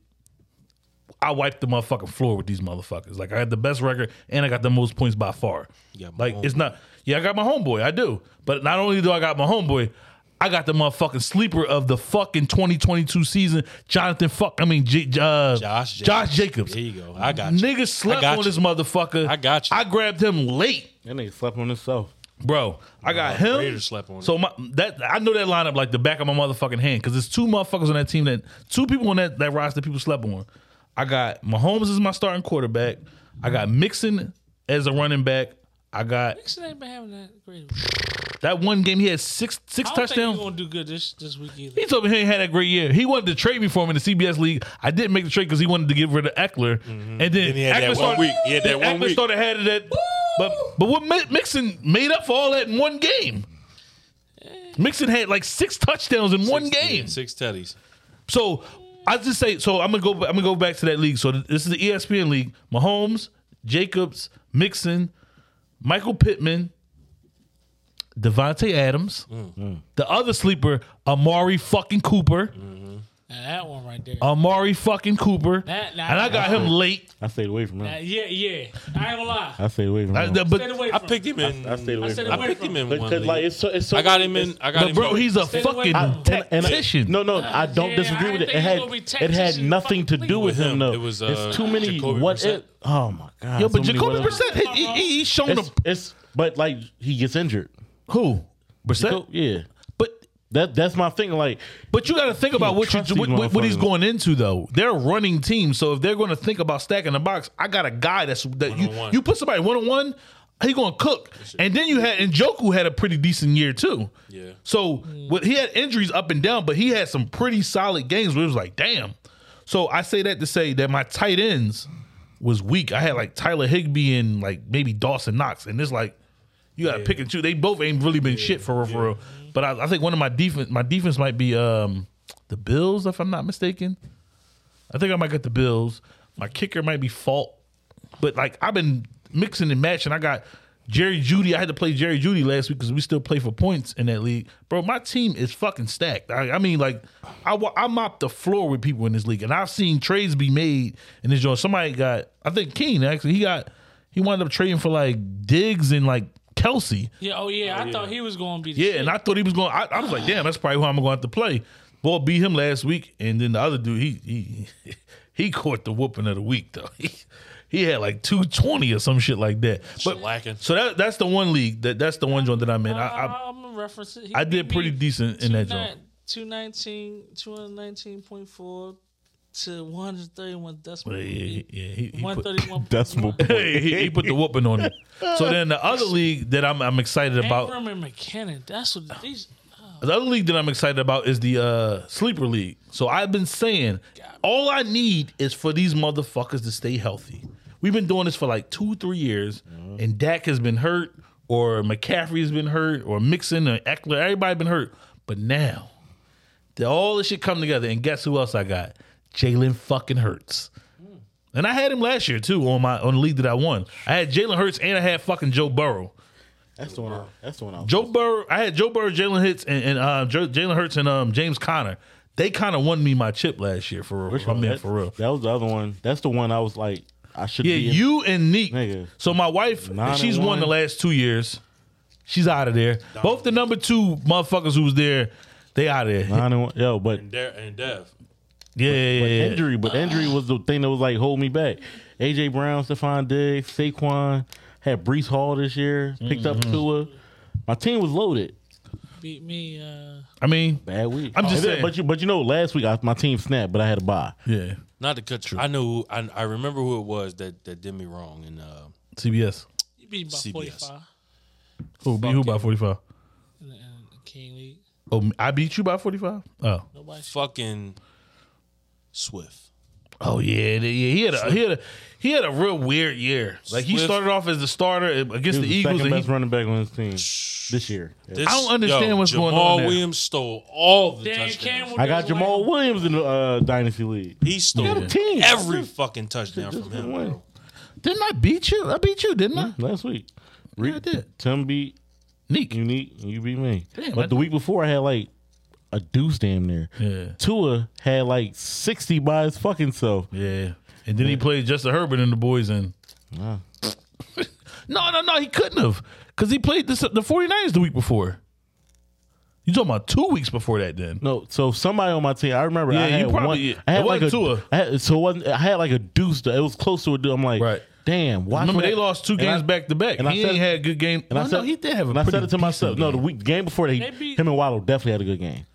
Speaker 7: I wiped the motherfucking floor with these motherfuckers. Like I had the best record and I got the most points by far.
Speaker 3: Yeah, my
Speaker 7: like it's
Speaker 3: homeboy.
Speaker 7: not. Yeah, I got my homeboy. I do. But not only do I got my homeboy, I got the motherfucking sleeper of the fucking 2022 season, Jonathan. Fuck, I mean J, uh,
Speaker 3: Josh
Speaker 7: Josh Jacobs.
Speaker 3: There you go. I got you.
Speaker 7: Niggas
Speaker 3: I
Speaker 7: slept
Speaker 3: got
Speaker 7: on
Speaker 3: you.
Speaker 7: this motherfucker.
Speaker 3: I got you.
Speaker 7: I grabbed him late,
Speaker 8: That nigga slept on himself.
Speaker 7: bro. I got him.
Speaker 3: Raiders slept on
Speaker 7: so my, that I know that lineup like the back of my motherfucking hand because there's two motherfuckers on that team that two people on that that roster people slept on. I got Mahomes as my starting quarterback. I got Mixon as a running back. I got
Speaker 9: Nixon ain't been having that great.
Speaker 7: that one game he had six six
Speaker 9: I don't think
Speaker 7: touchdowns.
Speaker 9: he's gonna do good this this week either.
Speaker 7: He told me he ain't had that great year. He wanted to trade me for him in the CBS league. I didn't make the trade because he wanted to get rid of Eckler, and then,
Speaker 3: Mm-hmm. Then he had that
Speaker 7: Eckler
Speaker 3: one
Speaker 7: started,
Speaker 3: week. He had that
Speaker 7: then
Speaker 3: one
Speaker 7: Eckler
Speaker 3: week.
Speaker 7: started ahead of that. But but what Mi- Mixon made up for all that in one game. Mixon had like six touchdowns in one
Speaker 3: Six-
Speaker 7: game.
Speaker 3: Six teddies.
Speaker 7: So I just say so. I'm gonna go. I'm gonna go back to that league. So th- this is the E ESPN league. Mahomes, Jacobs, Mixon, Michael Pittman, Devontae Adams.
Speaker 3: Mm.
Speaker 7: The other sleeper, Amari fucking Cooper.
Speaker 9: Now, that one right there.
Speaker 7: Amari fucking Cooper.
Speaker 9: That- that-
Speaker 7: Oh. and I got him late.
Speaker 8: I stayed away from
Speaker 9: Uh,
Speaker 8: him.
Speaker 9: yeah, yeah. I ain't gonna lie.
Speaker 8: I stayed away from
Speaker 7: I-
Speaker 8: him.
Speaker 7: th-
Speaker 9: Stay
Speaker 7: but
Speaker 9: away
Speaker 3: I
Speaker 9: from
Speaker 3: picked him in.
Speaker 8: I stayed away
Speaker 9: I stayed away
Speaker 8: from him.
Speaker 3: I picked him in
Speaker 8: But
Speaker 3: one.
Speaker 8: 'cause, like,
Speaker 3: league.
Speaker 8: it's so, it's so,
Speaker 3: I got him
Speaker 8: it's-
Speaker 3: in. I got
Speaker 7: but
Speaker 3: him.
Speaker 7: bro,
Speaker 3: in-
Speaker 7: he's a
Speaker 9: Stay away
Speaker 7: fucking
Speaker 9: from-
Speaker 8: I- and- and I-
Speaker 7: tactician.
Speaker 8: no, no, I don't
Speaker 9: Yeah,
Speaker 8: disagree
Speaker 9: I
Speaker 8: with it. It
Speaker 9: think
Speaker 8: had
Speaker 9: he's gonna be
Speaker 8: it had
Speaker 9: tactician.
Speaker 8: nothing to do with
Speaker 3: With
Speaker 8: him
Speaker 3: him.
Speaker 8: though.
Speaker 3: It was, uh,
Speaker 8: it's too many
Speaker 3: Jacoby
Speaker 8: what
Speaker 3: Brissett.
Speaker 8: if. Oh my god!
Speaker 7: Yo, but
Speaker 8: so many
Speaker 7: Jacoby
Speaker 8: what if.
Speaker 7: Brissett, he, he, he's shown
Speaker 8: It's,
Speaker 7: him
Speaker 8: it's but like he gets injured.
Speaker 7: who Brissett.
Speaker 8: So, yeah,
Speaker 7: but
Speaker 8: that that's my thing. Like
Speaker 7: But you got to think about what, you,
Speaker 8: trust these
Speaker 7: what, what, what he's
Speaker 8: motherfuckers.
Speaker 7: going into though. They're a running team, so if they're going to think about stacking the box, I got a guy that's that you
Speaker 3: One-on-one.
Speaker 7: you put somebody one on one, he going to cook. And then you had and Joku had a pretty decent year too.
Speaker 3: Yeah.
Speaker 7: So what he had injuries up and down, but he had some pretty solid games where it was like, damn. So I say that to say that my tight ends was weak. I had like Tyler Higbee and like maybe Dawson Knox, and it's like you gotta pick and choose. They both ain't really been shit for real, for real. But I, I think one of my defense, my defense might be um, the Bills, if I'm not mistaken. I think I might get the Bills. My kicker might be fault, but like I've been mixing and matching. I got Jerry Judy. I had to play Jerry Judy last week because we still play for points in that league, bro. My team is fucking stacked. I, I mean, like I wa- I mop the floor with people in this league, and I've seen trades be made in this joint. Somebody got, I think Keen actually. He got he wound up trading for like Diggs and like Kelsey.
Speaker 9: Yeah, oh yeah, I thought he was gonna be. The
Speaker 7: Yeah,
Speaker 9: shit.
Speaker 7: and I thought he was going. I, I was like, damn, that's probably who I'm going to have to play. Boy beat him last week, and then the other dude, he he he caught the whooping of the week though. He, he had like two twenty or some shit like that. But
Speaker 3: Shellacking.
Speaker 7: so that that's the one league that that's the one joint that I'm in. I, I
Speaker 9: I, am gonna reference it. He
Speaker 7: I did
Speaker 9: beat
Speaker 7: pretty
Speaker 9: me
Speaker 7: decent in that
Speaker 9: two
Speaker 7: joint.
Speaker 9: nine- 219, 219.4 to 131 decimal.
Speaker 7: Yeah, yeah, yeah, he, he put,
Speaker 9: 131
Speaker 8: decimal point.
Speaker 7: he, he put the whooping on it. So then the other league that I'm I'm excited about
Speaker 9: Abram and McKinnon. That's what these.
Speaker 7: The other league that I'm excited about is the uh, sleeper league. So I've been saying all I need is for these motherfuckers to stay healthy. We've been doing this for like two, three years, and Dak has been hurt, or McCaffrey has been hurt, or Mixon or Eckler, everybody been hurt. But now, the, all this shit come together, and guess who else I got? Jalen fucking Hurts. And I had him last year too on my on the league that I won. I had Jalen Hurts and I had fucking Joe Burrow.
Speaker 8: That's the one. I, that's the one. I
Speaker 7: Joe Burrow. I had Joe Burrow, Jalen Hurts, and, and uh, Jo- Jalen Hurts and um, James Conner. They kind of won me my chip last year for real. I mean,
Speaker 8: that,
Speaker 7: for real.
Speaker 8: That was the other one. That's the one I was like, I should.
Speaker 7: Yeah,
Speaker 8: be in-
Speaker 7: you and Neek.
Speaker 8: Nigga.
Speaker 7: So my wife,
Speaker 8: Nine and
Speaker 7: she's won
Speaker 8: one.
Speaker 7: the last two years. She's out of there. Both the number two motherfuckers who was there, they out of there.
Speaker 8: I don't want- yo, but
Speaker 3: and there and Dev.
Speaker 7: yeah, yeah, yeah.
Speaker 8: injury, but injury was the thing that was like holding me back. AJ Brown, Stephon Diggs, Saquon had Brees Hall this year. Picked
Speaker 7: Mm-hmm.
Speaker 8: up Tua. My team was loaded.
Speaker 9: Beat me. Uh,
Speaker 7: I mean,
Speaker 8: Bad week.
Speaker 7: I'm just
Speaker 8: And then-
Speaker 7: saying.
Speaker 8: but you, but you know, last week I, my team snapped, but I had to buy.
Speaker 7: yeah.
Speaker 3: Not to cut you. I know. who- I, I remember who it was that that did me wrong. And uh,
Speaker 7: CBS.
Speaker 9: you beat me by
Speaker 3: CBS.
Speaker 9: 45
Speaker 7: Who beat who by 45?
Speaker 9: in the, in the King League.
Speaker 7: Oh, I beat you by 45? Oh.
Speaker 9: Nobody.
Speaker 3: fucking Swift.
Speaker 7: Oh yeah, the- yeah. He had a he had a he had a real weird year. Like he
Speaker 8: Swift.
Speaker 7: started off as the starter against the,
Speaker 8: He was
Speaker 7: Eagles.
Speaker 8: second
Speaker 7: and he-
Speaker 8: best running back on his team this year.
Speaker 3: This-
Speaker 7: I don't understand
Speaker 3: yo,
Speaker 7: what's
Speaker 3: Jamal
Speaker 7: going on there.
Speaker 3: Williams stole all the touchdowns.
Speaker 8: I got Jamal Williams in the uh, dynasty league.
Speaker 3: He stole
Speaker 8: got a team.
Speaker 3: every fucking touchdown from him.
Speaker 8: Win.
Speaker 3: bro.
Speaker 7: didn't I beat you? I beat you, didn't I?
Speaker 8: last week.
Speaker 7: Yeah, I did.
Speaker 8: Tim beat
Speaker 7: Neek.
Speaker 8: Unique, and you beat me.
Speaker 7: Damn, I-
Speaker 8: but the week before, I had like a deuce damn near.
Speaker 7: Yeah.
Speaker 8: Tua had like sixty by his fucking self.
Speaker 7: Yeah. And then he played Justin Herbert and the boys in.
Speaker 8: Nah.
Speaker 7: no, no, no. He couldn't have. Because he played this, the 49ers the week before. You talking about two weeks before that then?
Speaker 8: No, so somebody on my team, I remember.
Speaker 7: Yeah,
Speaker 8: I
Speaker 7: you
Speaker 8: had
Speaker 7: probably-
Speaker 8: one. I had
Speaker 7: it
Speaker 8: like
Speaker 7: wasn't
Speaker 8: a
Speaker 7: Tua.
Speaker 8: I had, so it wasn't, I had like a deuce. though. It was close to a deuce. I'm like,
Speaker 7: Right.
Speaker 8: Damn. Why
Speaker 7: Remember, they lost two
Speaker 8: and
Speaker 7: games
Speaker 8: I-
Speaker 7: back to back.
Speaker 8: and I
Speaker 7: He
Speaker 8: said-
Speaker 7: ain't had a good game. Oh,
Speaker 8: And
Speaker 7: no,
Speaker 8: I said
Speaker 7: no, he did have a
Speaker 8: And I said
Speaker 7: pretty
Speaker 8: it to myself.
Speaker 7: decent
Speaker 8: No, the
Speaker 7: game.
Speaker 8: week game before they,
Speaker 9: They beat-
Speaker 8: him and Waddle definitely had a good game.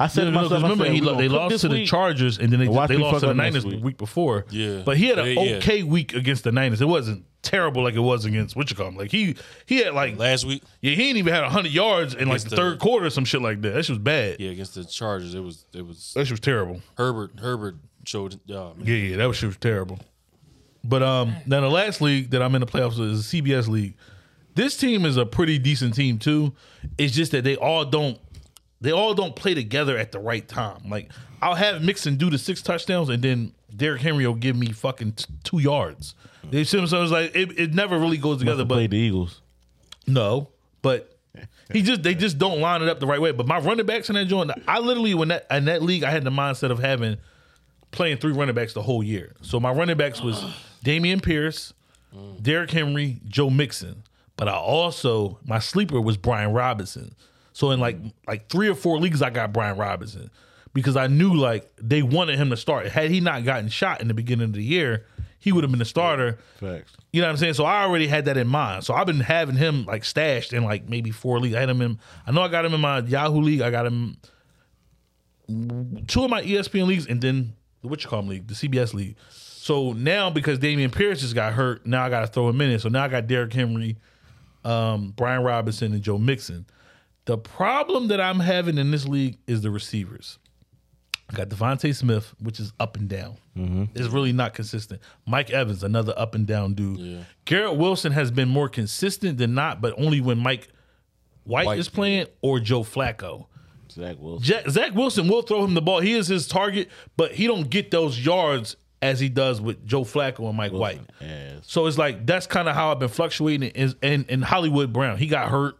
Speaker 8: I
Speaker 7: No,
Speaker 8: said to
Speaker 7: no, no,
Speaker 8: myself,
Speaker 7: 'cause
Speaker 8: I
Speaker 7: remember
Speaker 8: said,
Speaker 7: he
Speaker 8: we
Speaker 7: lo-
Speaker 8: gonna
Speaker 7: they
Speaker 8: cook
Speaker 7: lost
Speaker 8: this
Speaker 7: to the
Speaker 8: week.
Speaker 7: Chargers and then they,
Speaker 8: And watch
Speaker 7: they
Speaker 8: me
Speaker 7: lost
Speaker 8: fuck
Speaker 7: to the
Speaker 8: up next
Speaker 7: Niners the
Speaker 8: week.
Speaker 7: week before.
Speaker 3: Yeah.
Speaker 7: but he had an
Speaker 3: Yeah, yeah.
Speaker 7: okay week against the Niners. It wasn't terrible like it was against what you call him. Like he he had like
Speaker 3: Last week,
Speaker 7: yeah he ain't even had hundred yards in like
Speaker 3: Against
Speaker 7: the,
Speaker 3: the-
Speaker 7: third quarter or some shit like that. That shit was bad.
Speaker 3: yeah, against the Chargers, it was it was
Speaker 7: That shit was terrible.
Speaker 3: Herbert Herbert showed. Oh, man.
Speaker 7: Yeah, yeah, that was, shit was terrible. But um, now the last league that I'm in the playoffs with is the CBS league. This team is a pretty decent team too. It's just that they all don't they all don't play together at the right time. Like I'll have Mixon do the six touchdowns, and then Derrick Henry will give me fucking t- two yards. They so it's like it, it never really goes together.
Speaker 8: They played
Speaker 7: But
Speaker 8: the Eagles.
Speaker 7: no, but he just they just don't line it up the right way. But my running backs in that joint, I literally when that in that league, I had the mindset of having playing three running backs the whole year. So my running backs was Damian Pierce, Derrick Henry, Joe Mixon. But I also my sleeper was Brian Robinson. So in like like three or four leagues, I got Brian Robinson because I knew like they wanted him to start. Had he not gotten shot in the beginning of the year, he would have been the starter.
Speaker 8: Facts.
Speaker 7: You know what I'm saying? So I already had that in mind. So I've been having him like stashed in like maybe four leagues. I had him in. I know I got him in my Yahoo league. I got him two of my E ESPN leagues, and then the what you call 'em league, the CBS league. So now because Damian Pierce just got hurt, now I got to throw him in. it. So now I got Derrick Henry, um, Brian Robinson, and Joe Mixon. The problem that I'm having in this league is the receivers. I got Devontae Smith, which is up and down. It's really not consistent. Mike Evans, another up and down dude. Garrett Wilson has been more consistent than not, but only when Mike White,
Speaker 3: White.
Speaker 7: is playing or Joe Flacco.
Speaker 8: Zach Wilson.
Speaker 7: Ja- Zach Wilson will throw him the ball. He is his target, but he don't get those yards as he does with Joe Flacco and Mike White.
Speaker 8: Ass.
Speaker 7: So it's like that's kind of how I've been fluctuating. Is and, and Hollywood Brown, he got hurt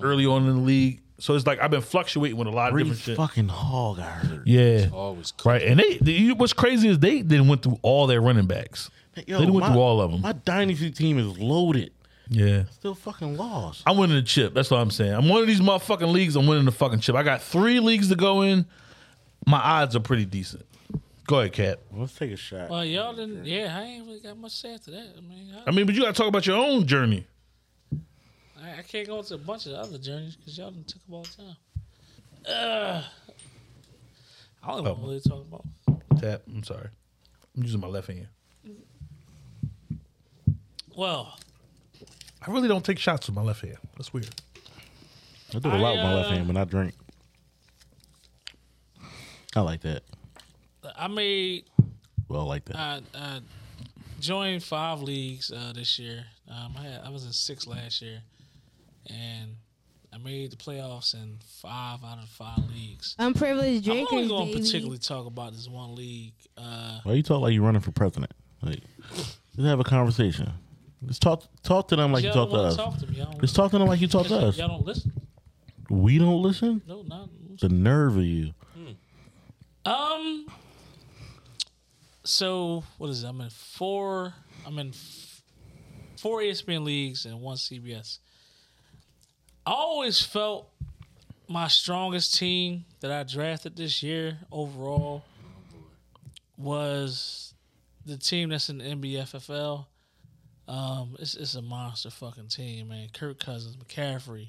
Speaker 7: early on in the league, so it's like I've been fluctuating with a lot of
Speaker 8: Three
Speaker 7: different shit.
Speaker 8: fucking hog, I heard.
Speaker 7: Yeah,
Speaker 3: always cool.
Speaker 7: right. And they, they- what's crazy is they then went through all their running backs.
Speaker 8: Yo,
Speaker 7: they done went
Speaker 8: my-
Speaker 7: through all of them.
Speaker 8: My dynasty team is loaded.
Speaker 7: yeah.
Speaker 8: Still fucking lost.
Speaker 7: I'm winning the chip. That's what I'm saying. I'm one of these motherfucking leagues. I'm winning the fucking chip. I got three leagues to go in. My odds are pretty decent. Go ahead, Cap.
Speaker 8: Let's take a shot.
Speaker 9: Well, y'all didn't. Yeah, I ain't really got much to say after that. I mean,
Speaker 7: I mean, but you got to talk about your own journey.
Speaker 9: I, I can't go into a bunch of the other journeys because y'all done took up all the time. Uh, I don't even
Speaker 8: Oh,
Speaker 9: know what they're talking about.
Speaker 7: Tap. I'm sorry. I'm using my left hand.
Speaker 9: Well,
Speaker 7: I really don't take shots with my left hand. That's weird.
Speaker 8: I do a lot with my
Speaker 9: I,
Speaker 8: left
Speaker 9: uh,
Speaker 8: hand when I drink. I like that.
Speaker 9: I made
Speaker 8: Well, I like that.
Speaker 9: I, I joined five leagues uh, this year. Um, I, had, I was in six last year, and I made the playoffs in five out of five leagues.
Speaker 4: Unprivileged drinkers,
Speaker 9: I'm only going to
Speaker 4: baby.
Speaker 9: particularly talk about this one league. Uh,
Speaker 8: Why you talk like you're running for president? Like, let's have a conversation. Let's talk talk to them like you
Speaker 9: y'all
Speaker 8: talk
Speaker 9: don't
Speaker 8: to
Speaker 9: want
Speaker 8: us.
Speaker 9: to talk to me. Y'all don't
Speaker 8: Let's talk to them like you talk to
Speaker 9: listen.
Speaker 8: us.
Speaker 9: Y'all don't listen.
Speaker 8: We don't listen.
Speaker 9: No, not
Speaker 8: The nerve of you.
Speaker 9: um. So what is it? I'm in four. I'm in f- four E ESPN leagues and one CBS. I always felt my strongest team that I drafted this year overall was the team that's in the NBFFL. Um, it's, it's a monster fucking team, man. Kirk Cousins, McCaffrey,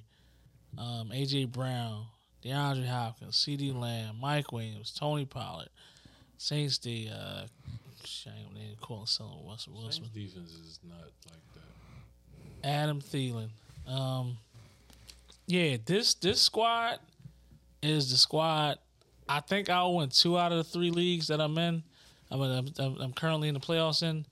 Speaker 9: um, AJ Brown, DeAndre Hopkins, CD Lamb, Mike Williams, Tony Pollard, Saints D. Uh, shit, I ain't gonna name calling selling Russell Wilson.
Speaker 3: Defense is not like that.
Speaker 9: Adam Thielen. Um, yeah, this this squad is the squad. I think I win two out of the three leagues that I'm in. I'm, I'm, I'm I'm currently in the playoffs in.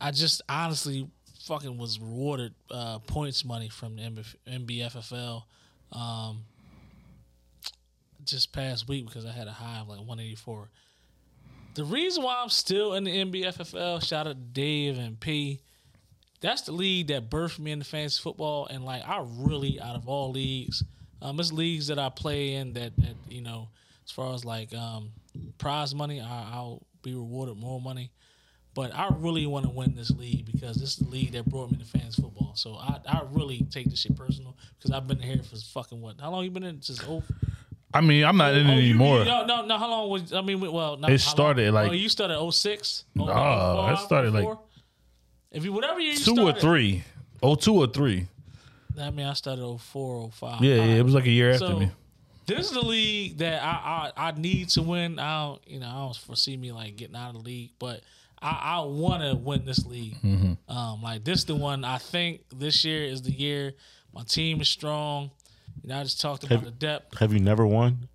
Speaker 9: I just honestly fucking was rewarded uh, points money from the MB- MBFFL um, just past week because I had a high of like 184. The reason why I'm still in the MBFFL, shout out to Dave and P. That's the league that birthed me into fantasy football, and like I really, out of all leagues, um, it's leagues that I play in that, that you know, as far as like um, prize money, I, I'll be rewarded more money. But I really want to win this league because this is the league that brought me to fans football. So I, I really take this shit personal because I've been here for fucking what? How long you been in? Just oh,
Speaker 7: I mean, I'm not in it anymore.
Speaker 9: no, no, no. How long was? I mean, well, not,
Speaker 7: It
Speaker 9: how long-
Speaker 7: started, like-
Speaker 9: oh, you started 06?
Speaker 7: Nah,
Speaker 9: 05,
Speaker 7: I started, like,
Speaker 9: 04? if you whatever year you
Speaker 7: Two or
Speaker 9: started,
Speaker 7: three. Oh, two or three.
Speaker 9: I mean, I started 04, 05.
Speaker 7: Yeah, yeah, it was like a year after
Speaker 9: So,
Speaker 7: me.
Speaker 9: This is the league that I, I I need to win. I don't you know I don't foresee me like getting out of the league, but I, I want to win this league.
Speaker 7: Mm-hmm.
Speaker 9: Um, like this the one I think this year is the year my team is strong. You know I just talked about
Speaker 8: Have-
Speaker 9: the depth.
Speaker 8: Have you never won?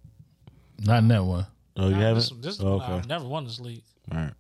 Speaker 7: Not in that one.
Speaker 8: Oh, you
Speaker 9: Nah, This,
Speaker 8: haven't.
Speaker 9: this is the
Speaker 8: Oh,
Speaker 9: one
Speaker 8: okay.
Speaker 9: I've never won this league.
Speaker 8: All right.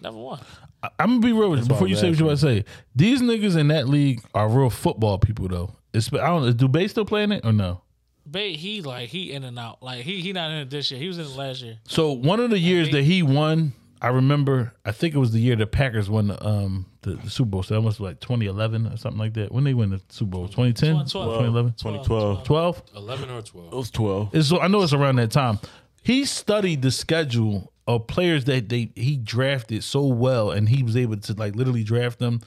Speaker 9: Never won.
Speaker 7: I, I'm gonna be real with you
Speaker 8: That's
Speaker 7: before
Speaker 8: all
Speaker 7: you say
Speaker 8: bad
Speaker 7: what you about to say. These niggas in that league are real football people though. It's, I don't. Is Dubé still playing it or no?
Speaker 9: Babe, he like he in and out. Like he he not in it this year. He was in it last year.
Speaker 7: So one of the years that he won, I remember. I think it was the year the Packers won the um the, the Super Bowl. So that must be like 2011 or something like that. When they win the Super Bowl, 2010,
Speaker 9: 12.
Speaker 7: 2011,
Speaker 8: 2012.
Speaker 7: 12.
Speaker 3: 11 or 12.
Speaker 8: It was 12.
Speaker 7: It's, I know it's around that time. He studied the schedule of players that they he drafted so well, and he was able to like literally draft them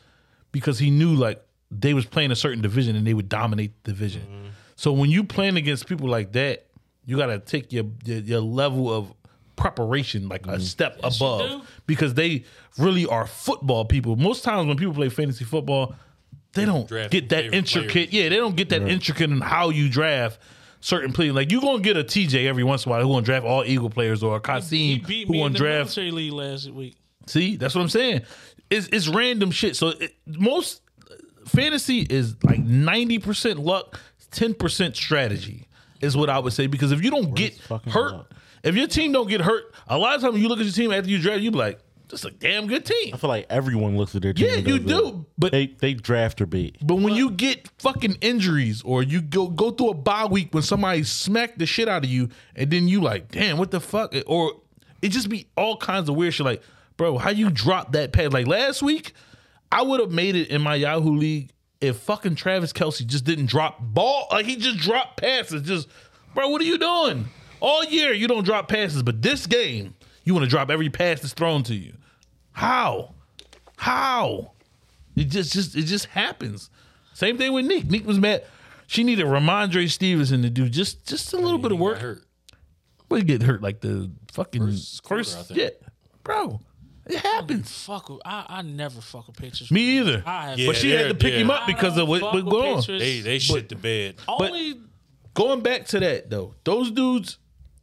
Speaker 7: because he knew like they was playing a certain division and they would dominate the division. So when you playing against people like that, you got to take your, your your level of preparation like a step
Speaker 9: do.
Speaker 7: above because they really are football people. Most times when people play fantasy football, they don't
Speaker 3: draft
Speaker 7: get that
Speaker 3: favorite
Speaker 7: intricate.
Speaker 3: players.
Speaker 7: Yeah, they don't get that intricate in how you draft certain players. Like you're gonna get a TJ every once in a while who gonna draft all Eagle players or a
Speaker 9: He
Speaker 7: Kasim
Speaker 9: beat
Speaker 7: who
Speaker 9: me in
Speaker 7: gonna
Speaker 9: the
Speaker 7: draft.
Speaker 9: military league last week.
Speaker 7: See, that's what I'm saying. It's it's random shit. So it, most fantasy is like ninety percent luck, ten percent strategy is what I would say. Because if you don't get
Speaker 8: fucking
Speaker 7: hurt,
Speaker 8: luck?
Speaker 7: if your team don't get hurt, a lot of times you look at your team after you draft, you be like, "This is a damn good team."
Speaker 8: I feel like everyone looks at their team.
Speaker 7: Yeah,
Speaker 8: and
Speaker 7: you
Speaker 8: does that.
Speaker 7: do, but
Speaker 8: They they draft or beat.
Speaker 7: But when you get fucking injuries or you go go through a bye week when somebody smacked the shit out of you and then you like, damn, what the fuck? Or it just be all kinds of weird shit like, bro, how you drop that pass? Like last week, I would have made it in my Yahoo League if fucking Travis Kelsey just didn't drop ball. Like he just dropped passes. Just bro, what are you doing? All year you don't drop passes, but this game, you want to drop every pass that's thrown to you. How? How? It just just it just happens. Same thing with Nick. Nick was mad. She needed Ramondre Stevenson to do just just a little bit of
Speaker 3: He got
Speaker 7: work.
Speaker 3: hurt.
Speaker 7: But he get hurt like the fucking first,
Speaker 3: quarter, I think.
Speaker 7: yeah, bro. It happens.
Speaker 9: Fuck with I, I never fuck with pitchers.
Speaker 7: Me either.
Speaker 9: I have
Speaker 7: but she had to
Speaker 3: they're-
Speaker 7: pick him
Speaker 3: yeah.
Speaker 7: up because of what
Speaker 9: Fuck
Speaker 7: was
Speaker 9: with
Speaker 7: going. on.
Speaker 9: pitchers.
Speaker 3: They, they shit the bed.
Speaker 9: Only
Speaker 7: Going back to that though, those dudes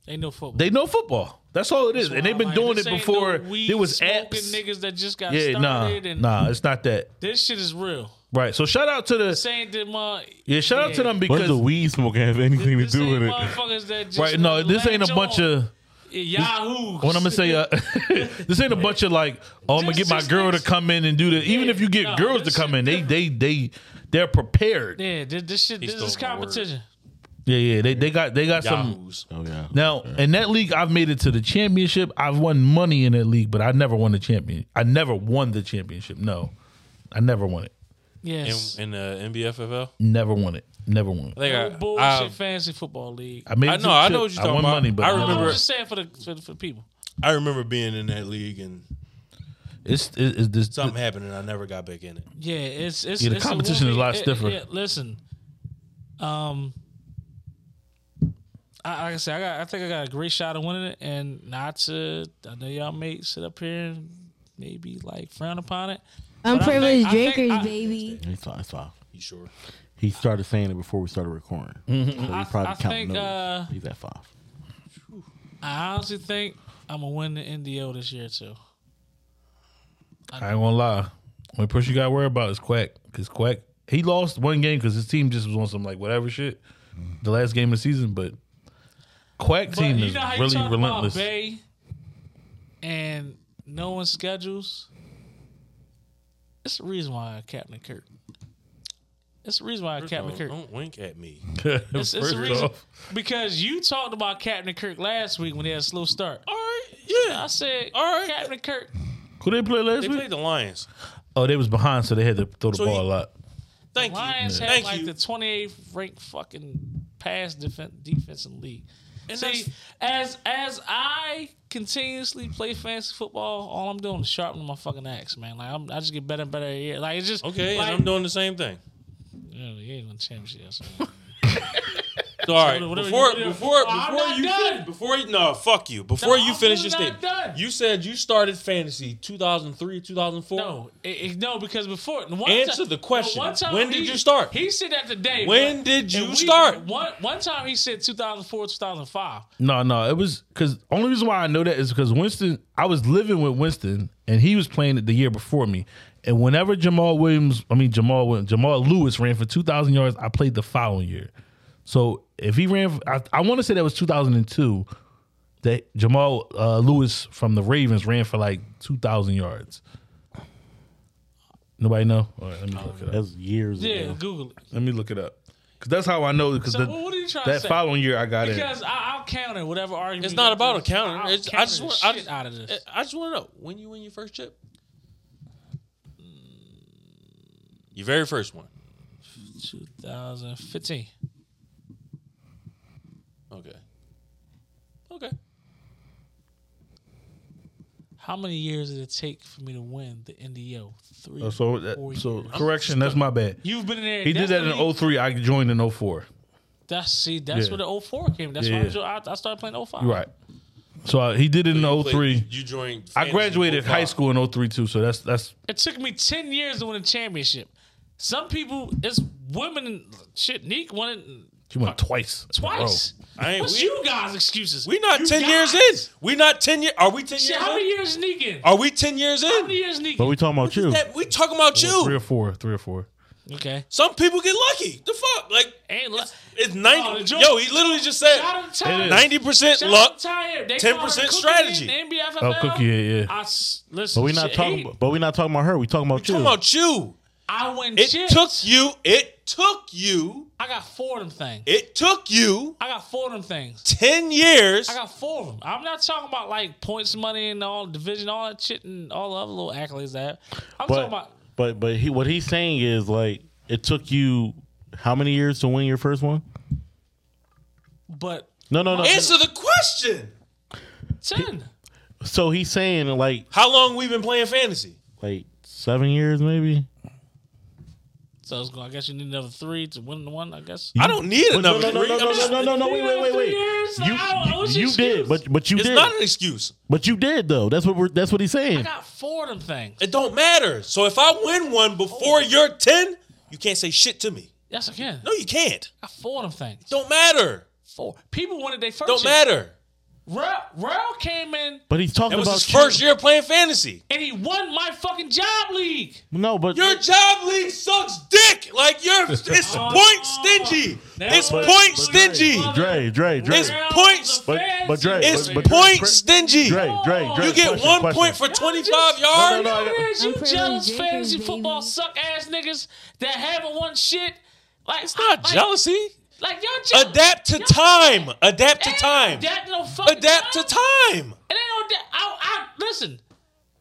Speaker 9: they know football.
Speaker 7: they know football. That's all it is, and they've been
Speaker 9: Like,
Speaker 7: doing
Speaker 9: this
Speaker 7: it
Speaker 9: ain't
Speaker 7: before.
Speaker 9: no weed
Speaker 7: there was
Speaker 9: smoking
Speaker 7: apps.
Speaker 9: niggas that just got
Speaker 7: yeah, nah,
Speaker 9: started, and
Speaker 7: nah. It's not that
Speaker 9: this shit is real.
Speaker 7: right. So shout out to the
Speaker 9: Saying that my
Speaker 7: yeah, shout out to them
Speaker 8: What does
Speaker 7: because
Speaker 8: the weed smoking have anything to
Speaker 9: this
Speaker 8: do
Speaker 9: ain't
Speaker 8: with it?
Speaker 9: motherfuckers that just
Speaker 7: right. No, this
Speaker 9: latch
Speaker 7: ain't a bunch
Speaker 9: on.
Speaker 7: of.
Speaker 9: Yahoo.
Speaker 7: What I'm gonna say, uh, this ain't a bunch of like, oh, I'm gonna
Speaker 9: This
Speaker 7: get my
Speaker 9: is-
Speaker 7: girl to come in and do that. Even
Speaker 9: Yeah,
Speaker 7: if you get
Speaker 9: no,
Speaker 7: girls to
Speaker 9: this
Speaker 7: come
Speaker 9: shit
Speaker 7: in, they they they they're prepared.
Speaker 9: Yeah, this, this shit. This
Speaker 3: stole
Speaker 9: is
Speaker 3: my word.
Speaker 9: competition.
Speaker 7: Yeah, yeah, they they got they got some.
Speaker 3: Yahoos.
Speaker 8: Oh yeah.
Speaker 7: Now in that league, I've made it to the championship. I've won money in that league, but I never won the champion. I never won the championship. No, I never won it.
Speaker 9: Yes.
Speaker 3: In, in the NBFFL.
Speaker 7: Never won it. Never won it.
Speaker 3: I think I,
Speaker 9: No bullshit
Speaker 3: I,
Speaker 9: fantasy football league.
Speaker 7: I made.
Speaker 3: I
Speaker 7: it to
Speaker 3: know,
Speaker 7: the
Speaker 3: I
Speaker 7: chip.
Speaker 3: know what you're talking
Speaker 7: I won
Speaker 3: about.
Speaker 7: money, but
Speaker 3: I
Speaker 7: never
Speaker 9: I'm
Speaker 3: remember-
Speaker 7: won it.
Speaker 9: just saying for the for, the- for the people.
Speaker 3: I remember being in that league and
Speaker 7: it's it- it's this.
Speaker 3: something happened and I never got back in it.
Speaker 9: Yeah, it's it's
Speaker 7: Yeah, the
Speaker 9: it's
Speaker 7: competition
Speaker 9: one
Speaker 7: is a lot
Speaker 9: thing-
Speaker 7: stiffer.
Speaker 9: listen, um, I like I said, I got I think I got a great shot of winning it, and not to I know y'all may sit up here and maybe like frown upon it. But I think-
Speaker 4: Unprivileged
Speaker 9: I think-
Speaker 4: drinkers,
Speaker 9: I-
Speaker 4: baby.
Speaker 8: It's fine. It's fine.
Speaker 3: You sure?
Speaker 8: He started saying it before we started recording. So he's probably
Speaker 9: Mm-hmm. I
Speaker 8: counting
Speaker 9: think,
Speaker 8: those.
Speaker 9: uh,
Speaker 8: He's at five.
Speaker 9: I honestly think I'm gonna win the NDO this year too.
Speaker 7: I ain't gonna lie. Only person you gotta worry about is Quack. Cause Quack he lost one game because his team just was on some like whatever shit. The last game of the season, but Quack
Speaker 9: But
Speaker 7: team
Speaker 9: you
Speaker 7: is
Speaker 9: know how you
Speaker 7: really
Speaker 9: talk about
Speaker 7: relentless.
Speaker 9: Bay and knowing schedules, it's the reason why Captain Kirk. It's the reason why
Speaker 3: First
Speaker 9: Captain
Speaker 3: off,
Speaker 9: Kirk.
Speaker 3: Don't wink at me.
Speaker 9: It's, it's the
Speaker 3: First
Speaker 9: reason
Speaker 3: off.
Speaker 9: because you talked about Captain Kirk last week when they had a slow start. All right, yeah, I said. All right, Captain Kirk.
Speaker 7: Who they play last
Speaker 3: They
Speaker 7: week?
Speaker 3: played the Lions.
Speaker 7: oh, they was behind, so they had to throw the
Speaker 3: So
Speaker 7: ball
Speaker 3: you-
Speaker 7: a lot.
Speaker 3: Thank
Speaker 9: Lions
Speaker 3: you.
Speaker 9: had
Speaker 3: Thank
Speaker 9: like
Speaker 3: you.
Speaker 9: the 28th ranked fucking pass defense defense in the league. See, as as I continuously play fantasy football, all I'm doing is sharpening my fucking axe, man. Like I'm, I just get better and better. every year. Like it's just
Speaker 3: okay,
Speaker 9: Like,
Speaker 3: and I'm doing the same thing.
Speaker 9: yeah, you ain't won championship. that's all.
Speaker 3: So, all right,
Speaker 9: whatever-
Speaker 3: before
Speaker 9: whatever-
Speaker 3: before
Speaker 9: Oh, I'm
Speaker 3: before
Speaker 9: not
Speaker 3: you
Speaker 9: done.
Speaker 3: fin- before you, no fuck you before
Speaker 9: No,
Speaker 3: you
Speaker 9: I'm
Speaker 3: finish your
Speaker 9: really
Speaker 3: statement,
Speaker 9: not done.
Speaker 3: you said you started fantasy 2003 2004.
Speaker 9: no, it, it- no, because before one
Speaker 3: Answer
Speaker 9: ti-
Speaker 3: the question.
Speaker 9: one time
Speaker 3: When did
Speaker 9: he-
Speaker 3: you start?
Speaker 9: He said that today.
Speaker 3: When
Speaker 9: but-
Speaker 3: did you
Speaker 9: and we-
Speaker 3: start?
Speaker 9: One one time he said 2004, 2005.
Speaker 7: No, no, it was because only reason why I know that is because Winston. I was living with Winston, and he was playing it the year before me. And whenever Jamal Williams, I mean Jamal Williams, Jamal Lewis ran for two thousand yards, I played the following year. So if he ran, for, I, I want to say that was two thousand and two. That Jamal uh, Lewis from the Ravens ran for like two thousand yards. Nobody know. All right, let me look it up.
Speaker 8: That's years
Speaker 9: Yeah,
Speaker 8: ago.
Speaker 9: Google it.
Speaker 7: Let me look it up because that's how I know. Because
Speaker 9: So what are you trying to
Speaker 7: that
Speaker 9: say?
Speaker 7: following year I got in.
Speaker 9: Because I, I'll counter whatever argument.
Speaker 3: It's
Speaker 9: you
Speaker 3: not
Speaker 9: go
Speaker 3: about
Speaker 9: through.
Speaker 3: accounting.
Speaker 9: I'll
Speaker 3: It's, I
Speaker 9: counter
Speaker 3: just
Speaker 9: the
Speaker 3: want I
Speaker 9: shit
Speaker 3: just,
Speaker 9: out of this.
Speaker 3: Eh, I just want to know when you win your first chip.
Speaker 9: Mm.
Speaker 3: Your very first one.
Speaker 9: 2015.
Speaker 3: Okay. Okay.
Speaker 9: How many years did it take for me to win the NDO? Three.
Speaker 7: Uh, So, that,
Speaker 9: four
Speaker 7: so
Speaker 9: years.
Speaker 7: correction, that's my bad.
Speaker 9: You've been in there.
Speaker 7: He did
Speaker 9: that's
Speaker 7: that
Speaker 9: what
Speaker 7: in 03. I joined in 04.
Speaker 9: That's see. That's
Speaker 7: Yeah.
Speaker 9: where the 04 came. That's
Speaker 7: Yeah,
Speaker 9: why I
Speaker 7: yeah.
Speaker 9: jo- I, I started playing 05.
Speaker 7: You're right. So uh, he did it in
Speaker 3: Played-
Speaker 7: 03.
Speaker 3: You joined.
Speaker 7: I graduated
Speaker 8: oh
Speaker 7: high school in 03 too. So that's that's
Speaker 9: It took me 10 years to win a championship. Some people, it's women and shit. Neek won it
Speaker 7: she went twice. in a row.
Speaker 9: twice.
Speaker 3: I ain't-
Speaker 9: What's
Speaker 3: we-
Speaker 9: you guys' excuses?
Speaker 3: We not
Speaker 9: You
Speaker 3: ten
Speaker 9: guys.
Speaker 3: years in. We not ten year. Are we ten
Speaker 9: Shit,
Speaker 3: years
Speaker 9: how
Speaker 3: in?
Speaker 9: many years is Neek in?
Speaker 3: Are we ten years
Speaker 9: How many
Speaker 3: in?
Speaker 9: years is Neek
Speaker 8: But
Speaker 9: in?
Speaker 8: we talking about you.
Speaker 3: That- we talking about
Speaker 7: Oh, Three
Speaker 3: you.
Speaker 7: or four. Three or four.
Speaker 9: Okay.
Speaker 3: Some people get lucky. The fuck, like
Speaker 9: Ain't li-
Speaker 3: it's
Speaker 9: Oh, the
Speaker 3: ninety.
Speaker 9: joke-
Speaker 3: Yo, he literally just said
Speaker 9: Shout out to Tyler.
Speaker 7: is.
Speaker 3: ninety percent
Speaker 9: Shout
Speaker 3: luck.
Speaker 9: out to Tyler. They
Speaker 3: 10%
Speaker 9: call her Cookie
Speaker 3: strategy.
Speaker 9: in NBA
Speaker 7: Oh,
Speaker 9: FFL.
Speaker 7: Cookie, yeah, yeah.
Speaker 9: I s- listen.
Speaker 8: But we not
Speaker 9: shit,
Speaker 8: talking.
Speaker 9: he-
Speaker 8: But we not talking about her. We talking about
Speaker 3: Talking
Speaker 8: you.
Speaker 3: about you.
Speaker 9: I win
Speaker 3: It
Speaker 9: chips.
Speaker 3: took you. It took you.
Speaker 9: I got four of them things.
Speaker 3: It took you
Speaker 9: I got four of them things.
Speaker 3: ten years.
Speaker 9: I got four of them. I'm not talking about like points, money, and all division, all that shit, and all the other little accolades that. I have. I'm
Speaker 8: but,
Speaker 9: talking about.
Speaker 8: but but he what he's saying is like it took you how many years to win your first one?
Speaker 9: But
Speaker 8: No, no, no.
Speaker 3: Answer the question.
Speaker 9: ten.
Speaker 8: so he's saying like
Speaker 3: How long we been playing fantasy?
Speaker 8: like seven years maybe.
Speaker 9: So it's going. I guess you need another three to win the one. I guess.
Speaker 3: I don't need
Speaker 8: But no,
Speaker 3: another
Speaker 8: no, no,
Speaker 3: three.
Speaker 8: no,
Speaker 3: I'm
Speaker 8: no,
Speaker 3: just-
Speaker 8: no, no, no, wait, wait, wait,
Speaker 9: Three years?
Speaker 8: wait. You,
Speaker 9: Ow, I was
Speaker 8: you did,
Speaker 9: excused.
Speaker 8: but but you
Speaker 3: It's
Speaker 8: did,
Speaker 3: not an excuse.
Speaker 8: but you did though. That's what we're that's what he's
Speaker 9: I
Speaker 8: saying.
Speaker 9: got four of them things.
Speaker 3: It don't matter. So if I win one before you're ten, you can't say shit to me.
Speaker 9: Yes, I can.
Speaker 3: No, you can't.
Speaker 9: I got four of them things.
Speaker 3: Don't matter.
Speaker 9: Four. People wanted their 1st
Speaker 3: Don't matter.
Speaker 9: Rel, Rel came in
Speaker 8: But he's talking
Speaker 3: That was
Speaker 8: about
Speaker 3: his
Speaker 8: you.
Speaker 3: first year playing fantasy.
Speaker 9: and he won my fucking job league.
Speaker 8: No, but
Speaker 3: Your job league sucks dick. Like you're it's point stingy.
Speaker 9: Now-
Speaker 3: It's
Speaker 9: But-
Speaker 3: point
Speaker 9: but-
Speaker 3: stingy.
Speaker 8: Dre, Dre, Dre,
Speaker 3: It's points.
Speaker 8: But- but Dre,
Speaker 3: It's
Speaker 8: but- but-
Speaker 3: point
Speaker 8: Dre,
Speaker 3: stingy.
Speaker 8: Dre, Dre, Dre.
Speaker 3: You get
Speaker 8: question,
Speaker 3: one
Speaker 8: question.
Speaker 3: point for twenty five
Speaker 8: No, no, no, I
Speaker 3: yards.
Speaker 8: got-
Speaker 9: Is
Speaker 4: I'm
Speaker 9: you
Speaker 4: pretty
Speaker 9: jealous
Speaker 4: ridiculous,
Speaker 9: fantasy football
Speaker 4: baby.
Speaker 9: suck ass niggas that haven't won shit? Like
Speaker 3: It's not
Speaker 9: like,
Speaker 3: jealousy.
Speaker 9: Like y'all jealous.
Speaker 3: Adapt to
Speaker 9: Y'all-
Speaker 3: time. Adapt to
Speaker 9: Ain't
Speaker 3: time.
Speaker 9: Adapt no fucking
Speaker 3: Adapt to time.
Speaker 9: It ain't no. da- I, I listen.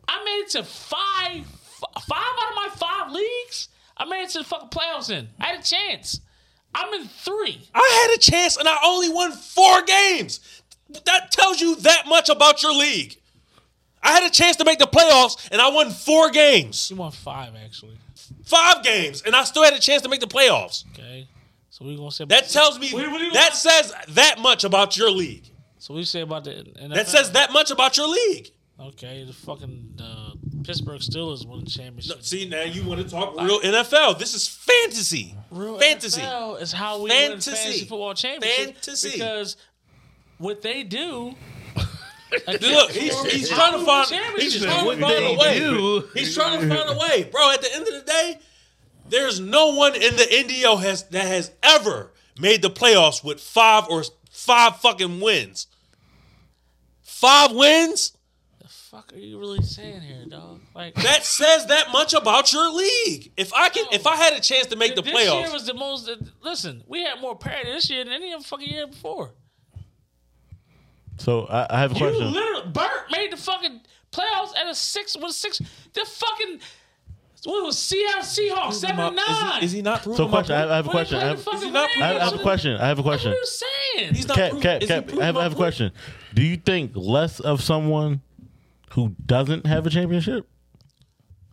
Speaker 9: I made it to five, f- five out of my five leagues. I made it to the fucking playoffs. In I had a chance. I'm in three.
Speaker 3: I had a chance and I only won four games. That tells you that much about your league. I had a chance to make the playoffs and I won four games,
Speaker 9: You won five actually.
Speaker 3: five games, and I still had a chance to make the playoffs.
Speaker 9: Okay. So we gonna say
Speaker 3: That tells me
Speaker 9: Wait, what do you
Speaker 3: that
Speaker 9: want?
Speaker 3: says that much about your league.
Speaker 9: So we say about the NFL.
Speaker 3: That says that much about your league.
Speaker 9: Okay, the fucking uh, Pittsburgh Steelers won the championship.
Speaker 3: See now you want to talk real NFL. This is fantasy.
Speaker 9: Real
Speaker 3: fantasy.
Speaker 9: NFL is how we
Speaker 3: Fantasy.
Speaker 9: win fantasy football championship
Speaker 3: Fantasy.
Speaker 9: because what they do.
Speaker 3: Look, he's, he's trying to find he's
Speaker 9: Championships.
Speaker 3: trying to
Speaker 9: What
Speaker 3: find a
Speaker 9: they
Speaker 3: way.
Speaker 7: do.
Speaker 3: He's trying to find a way, bro. At the end of the day, there's no one in the NDO has that has ever made the playoffs with five or five fucking wins. Five wins?
Speaker 9: fuck are you really saying here, dog? Like
Speaker 3: That says that much about your league. If I can, if I had a chance to make the
Speaker 9: this year
Speaker 3: playoffs,
Speaker 9: was the most. Listen, we had more parity this year than any other fucking year before.
Speaker 8: So I, I have a
Speaker 9: You
Speaker 8: question.
Speaker 9: literally, Burt made the fucking playoffs at a six with six. The fucking what was Seattle Seahawks
Speaker 3: him up.
Speaker 9: seven
Speaker 3: Is he-
Speaker 9: nine.
Speaker 3: is he not proving
Speaker 8: So
Speaker 3: my
Speaker 8: question. I I have
Speaker 9: When
Speaker 8: a
Speaker 9: they
Speaker 8: question. I
Speaker 9: played
Speaker 8: have,
Speaker 9: the fucking
Speaker 8: I have- I have a
Speaker 9: Rams.
Speaker 8: question. I have a
Speaker 9: What are
Speaker 8: question.
Speaker 9: you saying?
Speaker 3: He's not.
Speaker 8: Cat,
Speaker 3: proof-
Speaker 8: cat,
Speaker 3: is he
Speaker 8: cat.
Speaker 3: proving
Speaker 8: I have, I
Speaker 3: my
Speaker 8: have a
Speaker 3: point?
Speaker 8: question. Do you think less of someone who doesn't have a championship?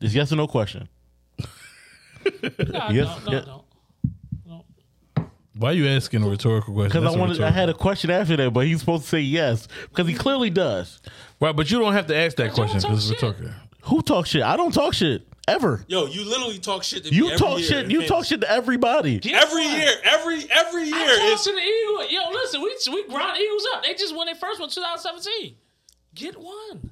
Speaker 8: Is yes or no question.
Speaker 9: No,
Speaker 8: Yes,
Speaker 9: no, no,
Speaker 8: yes.
Speaker 9: no.
Speaker 7: Why are you asking a rhetorical question?
Speaker 8: Because
Speaker 7: That's
Speaker 8: I
Speaker 7: a
Speaker 8: wanted, I
Speaker 7: rhetorical-
Speaker 8: had a question after that, but he's supposed to say yes because he clearly does.
Speaker 7: Right, but you don't have to ask that
Speaker 9: Don't
Speaker 7: question
Speaker 9: talk
Speaker 7: because we're
Speaker 9: shit.
Speaker 7: talking.
Speaker 8: Who talks shit? I don't talk shit ever.
Speaker 3: Yo, you literally talk shit. To me
Speaker 8: You
Speaker 3: every
Speaker 8: talk
Speaker 3: year
Speaker 8: shit.
Speaker 3: in
Speaker 8: You
Speaker 3: fantasy.
Speaker 8: talk shit to everybody.
Speaker 3: every year. Every every year
Speaker 9: I talked
Speaker 3: is
Speaker 9: to the Eagles. Yo, listen, we we grind Eagles up. They just won their first one, 2017. Get one.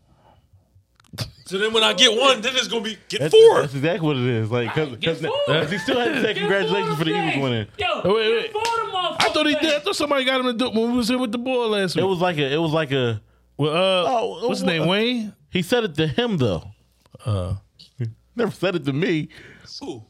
Speaker 3: So then when I get one, then it's gonna be get
Speaker 8: That's,
Speaker 3: four.
Speaker 8: that's exactly what it is. Like because
Speaker 9: Get four.
Speaker 8: he still had to say
Speaker 9: Get
Speaker 8: congratulations for the
Speaker 9: them
Speaker 8: Eagles
Speaker 9: things.
Speaker 8: winning.
Speaker 9: Yo,
Speaker 7: Oh, wait, wait.
Speaker 9: Get four of them motherfuckers.
Speaker 7: I thought he did. I thought somebody got him to do when we was here with the boy last
Speaker 8: It
Speaker 7: week.
Speaker 8: was like a. It was like a.
Speaker 7: Well, uh,
Speaker 8: Oh,
Speaker 7: what's his
Speaker 8: uh,
Speaker 7: name? Wayne.
Speaker 8: He said it to him though.
Speaker 7: Uh,
Speaker 8: Never said it to me.
Speaker 3: Ooh.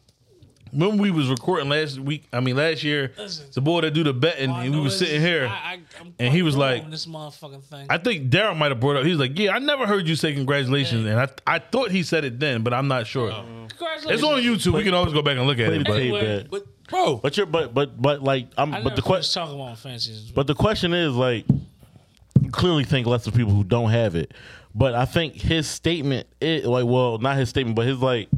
Speaker 7: when we was recording last week, I mean last year,
Speaker 9: Listen.
Speaker 7: the boy that do the betting,
Speaker 9: I
Speaker 7: and we
Speaker 9: know
Speaker 7: was
Speaker 9: it's-
Speaker 7: sitting here.
Speaker 9: I- I- I'm
Speaker 7: and he was
Speaker 9: wrong
Speaker 7: like-
Speaker 9: on this motherfucking thing.
Speaker 7: I think Daryl might have brought up. He was like, "Yeah, I never heard you say congratulations," and I I thought he said it then, but I'm not sure. it's
Speaker 9: Congratulations.
Speaker 7: on YouTube. We can always go back and look at
Speaker 8: Play the
Speaker 7: it. But
Speaker 8: tape
Speaker 9: Anyway,
Speaker 8: back.
Speaker 3: But bro,
Speaker 8: But you're but but but like I'm.
Speaker 9: I
Speaker 8: but the question.
Speaker 9: talking about fancies.
Speaker 8: But the question is like, you clearly think less of people who don't have it. But I think his statement, it like, well, not his statement, but his like,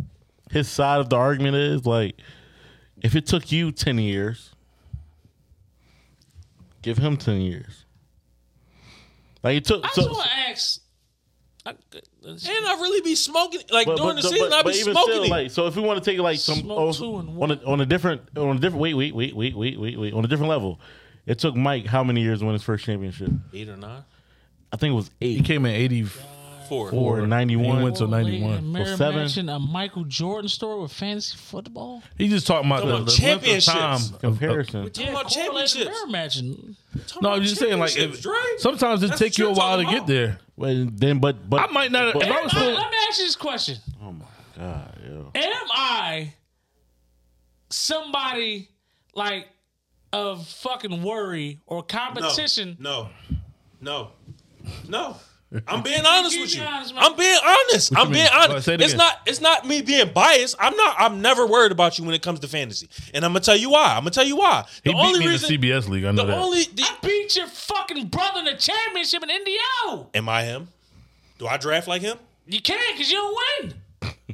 Speaker 8: his side of the argument is like, if it took you ten years, give him ten years. Like it took.
Speaker 9: I
Speaker 8: so,
Speaker 9: just want to ask. I, let's-
Speaker 3: and I really be smoking like during the season. I be
Speaker 8: even
Speaker 3: smoking it.
Speaker 8: like, so if we want to take like some
Speaker 9: Smoke
Speaker 8: also-
Speaker 9: two and
Speaker 8: on a, on a different on a different wait wait wait wait wait wait wait on a different level, it took Mike how many years to win his first championship?
Speaker 3: eight or nine,
Speaker 8: I think it was
Speaker 7: he
Speaker 8: eight
Speaker 7: came in eighty.
Speaker 3: four.
Speaker 8: or ninety
Speaker 7: He
Speaker 8: one.
Speaker 7: went to ninety one.
Speaker 9: Mary
Speaker 8: seven.
Speaker 9: Mansion, a Michael Jordan story with fantasy football.
Speaker 7: He just talking about
Speaker 3: Talking
Speaker 7: the,
Speaker 3: about
Speaker 7: the length of
Speaker 3: championships.
Speaker 7: time
Speaker 8: comparison.
Speaker 3: Talking about championships.
Speaker 9: Mary Mansion.
Speaker 7: No, I'm just saying like if,
Speaker 3: Championships, Dre.
Speaker 7: sometimes it
Speaker 3: That's
Speaker 7: take
Speaker 3: what
Speaker 7: you a
Speaker 3: you're
Speaker 7: while to
Speaker 3: talking
Speaker 7: get
Speaker 3: about.
Speaker 7: there.
Speaker 8: Well, then, but but
Speaker 7: I might not. If I
Speaker 9: Am
Speaker 7: was
Speaker 9: I-
Speaker 7: still,
Speaker 9: let me ask you this question:
Speaker 8: Oh my god, yo.
Speaker 9: Am I somebody like of fucking worry or competition?
Speaker 3: No, no, no. I'm being honest
Speaker 9: You
Speaker 3: with
Speaker 9: be
Speaker 3: you.
Speaker 9: honest, man.
Speaker 3: I'm being honest.
Speaker 7: you
Speaker 3: I'm being
Speaker 7: mean? Well,
Speaker 3: honest.
Speaker 7: say it
Speaker 3: It's
Speaker 7: again.
Speaker 3: not. It's not me being biased. I'm not. I'm never worried about you when it comes to fantasy. And I'm gonna tell you why. I'm gonna tell you why. The
Speaker 7: he beat
Speaker 3: only
Speaker 7: me
Speaker 3: reason.
Speaker 7: in the CBS league. I know
Speaker 3: the
Speaker 7: that.
Speaker 3: only. The,
Speaker 9: I beat your fucking brother in the championship in Indiana.
Speaker 3: am I him? Do I draft like him,
Speaker 9: You can't because you don't win.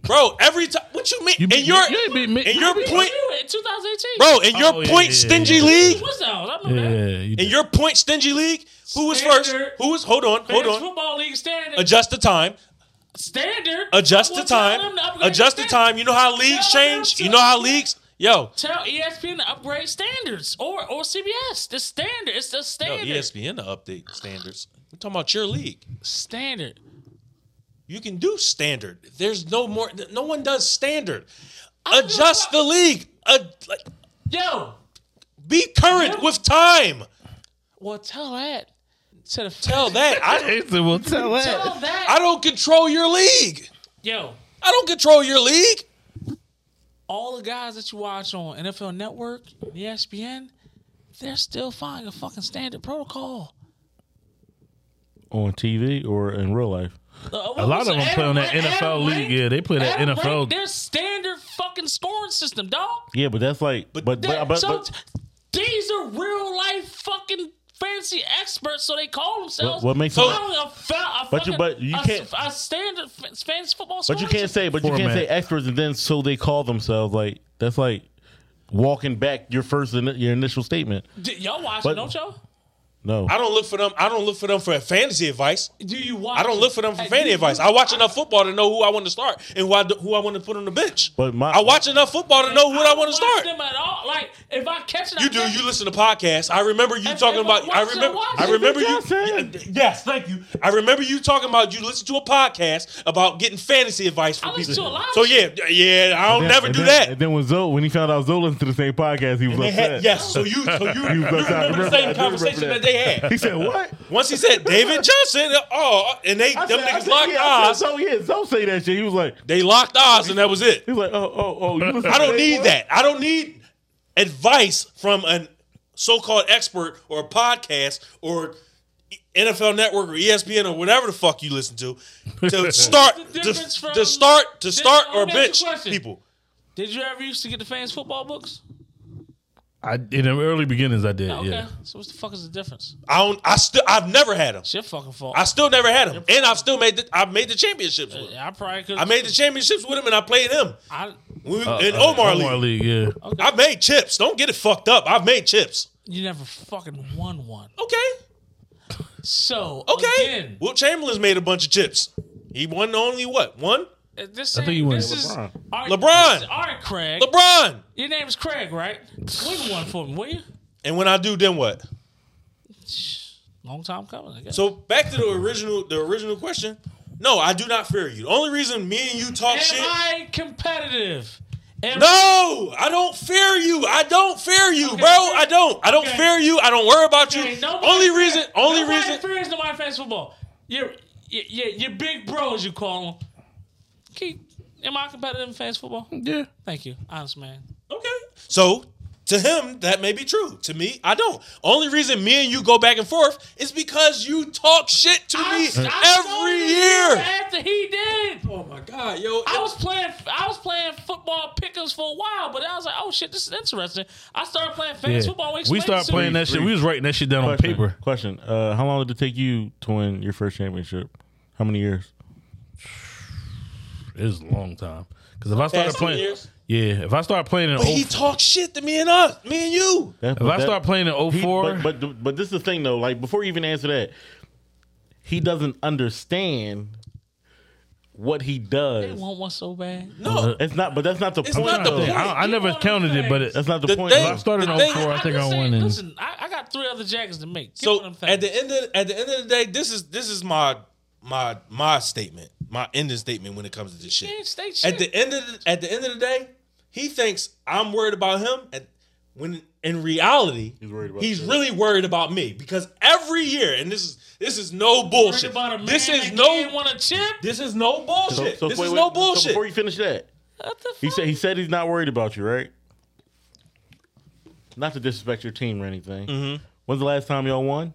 Speaker 3: bro? Every time. What you mean?
Speaker 7: You
Speaker 3: and
Speaker 7: beat-
Speaker 3: your
Speaker 7: you ain't beat me.
Speaker 3: and
Speaker 7: You
Speaker 3: your
Speaker 9: Beat
Speaker 3: point,
Speaker 9: you in 2018.
Speaker 3: bro. In your
Speaker 7: Oh, yeah,
Speaker 3: point
Speaker 7: yeah,
Speaker 3: stingy
Speaker 7: yeah.
Speaker 3: league.
Speaker 9: what's that? I know
Speaker 7: yeah,
Speaker 9: that.
Speaker 7: you
Speaker 3: In
Speaker 7: did.
Speaker 3: your point stingy league. Who was first?
Speaker 9: Standard.
Speaker 3: Who was? Hold on. Hold
Speaker 9: Fantasy
Speaker 3: on.
Speaker 9: Football league standard.
Speaker 3: Adjust the time.
Speaker 9: standard.
Speaker 3: Adjust
Speaker 9: I
Speaker 3: the
Speaker 9: will tell
Speaker 3: time.
Speaker 9: them to upgrade
Speaker 3: Adjust the
Speaker 9: their
Speaker 3: time. You know how leagues
Speaker 9: Tell them
Speaker 3: change.
Speaker 9: to
Speaker 3: You know how
Speaker 9: upgrade.
Speaker 3: leagues. Yo,
Speaker 9: Tell E ESPN to upgrade standards or or CBS. The standard. It's the
Speaker 3: yo,
Speaker 9: standard.
Speaker 3: ESPN to update standards. We're talking about your league.
Speaker 9: Standard.
Speaker 3: You can do standard. There's no more. No one does standard.
Speaker 9: don't give a
Speaker 3: Adjust
Speaker 9: fuck.
Speaker 3: the league. Ad- like,
Speaker 9: Yo.
Speaker 3: be current
Speaker 9: Yeah.
Speaker 3: with time.
Speaker 9: Well, tell that to the
Speaker 3: Tell that. I,
Speaker 7: Jason will tell that.
Speaker 9: tell that.
Speaker 3: I don't control your league.
Speaker 9: Yo.
Speaker 3: I don't control your league.
Speaker 9: All the guys that you watch on NFL Network, E ESPN, they're still following a fucking standard protocol.
Speaker 8: on TV or in real life.
Speaker 7: A lot of them play on that NFL league. Yeah, they play that NFL.
Speaker 9: Their standard fucking scoring system, dog.
Speaker 8: Yeah, but that's like, but but
Speaker 9: That-
Speaker 8: but, but,
Speaker 9: so these are real life fucking fancy experts, so they call themselves.
Speaker 8: What- what makes
Speaker 9: so
Speaker 8: them-
Speaker 9: a, fa- a
Speaker 8: But you-
Speaker 9: fucking-
Speaker 8: but you
Speaker 9: a,
Speaker 8: can't-
Speaker 9: a standard f- fancy football.
Speaker 8: but you
Speaker 9: scoring
Speaker 8: can't
Speaker 9: system.
Speaker 8: say, but you can't
Speaker 7: Format.
Speaker 8: say experts, and then so they call themselves like that's like walking back your first ini- your initial statement.
Speaker 9: D- y'all watch
Speaker 8: but-
Speaker 9: it, don't y'all?
Speaker 8: No,
Speaker 3: I don't look for them. I don't look for them for fantasy advice.
Speaker 9: Do you watch?
Speaker 3: I don't look for them for fantasy advice. I watch enough football to know who I want to start and who I, who I want to put on the bench.
Speaker 8: But my-
Speaker 3: I watch enough football to know who I want to start.
Speaker 9: Them at all? Like if I catch it, I
Speaker 3: You do.
Speaker 9: catch
Speaker 3: You
Speaker 9: it.
Speaker 3: listen to podcasts. I remember you
Speaker 9: If-
Speaker 3: talking
Speaker 9: if
Speaker 3: about.
Speaker 9: I
Speaker 3: I
Speaker 9: watch it,
Speaker 3: remember.
Speaker 9: watch it.
Speaker 3: I remember you.
Speaker 8: That's it.
Speaker 3: Yeah, Yes, thank you. I remember you talking about you listen to a podcast about getting fantasy advice from
Speaker 9: I listen to
Speaker 3: people.
Speaker 9: a lot of
Speaker 3: so yeah, yeah. I
Speaker 8: And
Speaker 3: don't
Speaker 8: then-
Speaker 3: never
Speaker 8: and
Speaker 3: do
Speaker 8: then-
Speaker 3: that.
Speaker 8: And then when Zoe, when he found out Zoe listened to the same podcast, he was
Speaker 3: They
Speaker 8: upset.
Speaker 3: had- yes. So you. So you, you
Speaker 8: upset.
Speaker 3: remember
Speaker 8: I
Speaker 3: the
Speaker 8: do
Speaker 3: same
Speaker 8: remember
Speaker 3: conversation
Speaker 8: that.
Speaker 3: that. they had.
Speaker 8: He said, "What?"
Speaker 3: Once he said David Johnson, oh, and they
Speaker 8: I
Speaker 3: them
Speaker 8: said- I
Speaker 3: niggas
Speaker 8: said,
Speaker 3: locked
Speaker 8: yeah, I
Speaker 3: eyes.
Speaker 8: said, so yeah, don't say that shit. He was like,
Speaker 3: they locked eyes, and that was it.
Speaker 8: He was like, oh, oh, oh. You
Speaker 3: I don't need that. I don't need advice from an so-called expert or a podcast or NFL Network or E ESPN or whatever the fuck you listen to to start
Speaker 9: What's the
Speaker 3: to,
Speaker 9: difference from-
Speaker 3: to start to
Speaker 9: Then
Speaker 3: start
Speaker 9: let me
Speaker 3: or
Speaker 9: ask you a
Speaker 3: bench
Speaker 9: question.
Speaker 3: people.
Speaker 9: Did you ever used to get the fans football books?
Speaker 7: I in the early beginnings, I did.
Speaker 9: Okay.
Speaker 7: Yeah.
Speaker 9: So what the fuck is the difference?
Speaker 3: I don't. I still. I've never had them.
Speaker 9: Shit, fucking fault.
Speaker 3: I still never had them, and I've still made. The, I've made the championships. With 'em.
Speaker 9: I probably could.
Speaker 3: I made the championships with him, and I played him.
Speaker 9: I
Speaker 3: We,
Speaker 7: Uh,
Speaker 3: in
Speaker 7: uh,
Speaker 3: Omar, League.
Speaker 7: League, yeah.
Speaker 3: I've made chips. Don't get it fucked up. I've made chips.
Speaker 9: you never fucking won one.
Speaker 3: Okay.
Speaker 9: So
Speaker 3: Okay.
Speaker 9: again,
Speaker 3: Will Chamberlain's made a bunch of chips. He won only what one?
Speaker 9: uh, this
Speaker 3: I
Speaker 9: ain't,
Speaker 3: think you won
Speaker 9: this
Speaker 3: with
Speaker 9: is
Speaker 3: LeBron.
Speaker 9: all right,
Speaker 3: LeBron.
Speaker 9: this is- All right, Craig.
Speaker 3: LeBron.
Speaker 9: Your name's Craig, right? Win one for me, will you?
Speaker 3: And when I do, then what?
Speaker 9: Long time coming. I guess.
Speaker 3: So back to the original, the original question. No, I do not fear you. The only reason me and you talk
Speaker 9: am
Speaker 3: shit.
Speaker 9: I competitive? Am-
Speaker 3: no, I don't fear you. I don't fear you,
Speaker 9: Okay.
Speaker 3: bro. I don't. I don't
Speaker 9: Okay.
Speaker 3: fear you. I don't worry about you.
Speaker 9: Okay, nobody
Speaker 3: only
Speaker 9: fear-
Speaker 3: reason. Only
Speaker 9: nobody
Speaker 3: reason.
Speaker 9: Fears nobody fans football. Your your your, your big bro, as you call him. Keith, am I competitive in fans football?
Speaker 7: Yeah.
Speaker 9: Thank you, honest man.
Speaker 3: So to him, that may be true. To me, I don't. Only reason me and you go back and forth is because you talk shit to me every year.
Speaker 9: After he did.
Speaker 3: Oh my god, yo!
Speaker 9: I was playing. I was playing football pickers for a while, but I was like, "Oh shit, this is interesting." I started playing fans football. when he
Speaker 7: We
Speaker 9: explained
Speaker 7: started
Speaker 9: it to me.
Speaker 7: playing that shit. We was writing that shit down on
Speaker 8: Question,
Speaker 7: paper.
Speaker 8: Question: uh, How long did it take you to win your first championship? How many years?
Speaker 7: It was a long time. Because if I started
Speaker 3: Past two
Speaker 7: playing,
Speaker 3: years?
Speaker 7: yeah, if I start playing in
Speaker 3: But he
Speaker 7: 04,
Speaker 3: talked shit to me and us, me and you.
Speaker 8: That-
Speaker 7: if I
Speaker 8: that-
Speaker 7: start playing in
Speaker 8: he-
Speaker 7: 04,
Speaker 8: but, but but this is the thing though. Like before you even answer that, he doesn't understand what he
Speaker 9: They
Speaker 8: does.
Speaker 9: want one so bad.
Speaker 3: No,
Speaker 8: It's not. But that's not the
Speaker 3: It's
Speaker 8: point.
Speaker 3: not the
Speaker 8: though.
Speaker 3: point.
Speaker 7: I, I never counted it, but it,
Speaker 8: That's not the,
Speaker 3: The
Speaker 8: point.
Speaker 3: thing-
Speaker 7: if I started
Speaker 3: the
Speaker 7: in
Speaker 3: thing-
Speaker 7: 04, I think
Speaker 9: just
Speaker 7: I'm
Speaker 9: saying,
Speaker 7: winning.
Speaker 9: Listen, I, I got three other jackets to make. Get
Speaker 3: So
Speaker 9: one of them
Speaker 3: at
Speaker 9: things.
Speaker 3: the end of at the end of the day, this is this is my my my statement, my ending statement when it comes to this shit.
Speaker 9: Yeah, state shit.
Speaker 3: At the end of the, at the end of the day, he thinks I'm worried about him, and when in reality, he's,
Speaker 8: worried about you.
Speaker 3: really worried about me because every year, and this is this is no bullshit.
Speaker 9: About a man
Speaker 3: This is
Speaker 9: that
Speaker 3: no
Speaker 9: can't win a chip.
Speaker 3: this is no bullshit. this
Speaker 8: wait,
Speaker 3: is
Speaker 8: wait,
Speaker 3: no
Speaker 8: So
Speaker 3: bullshit.
Speaker 8: before you finish that,
Speaker 9: What the
Speaker 8: he
Speaker 9: fuck?
Speaker 8: said he said he's not worried about you, right? Not to disrespect your team or anything.
Speaker 3: Mm-hmm.
Speaker 8: When's the last time y'all won?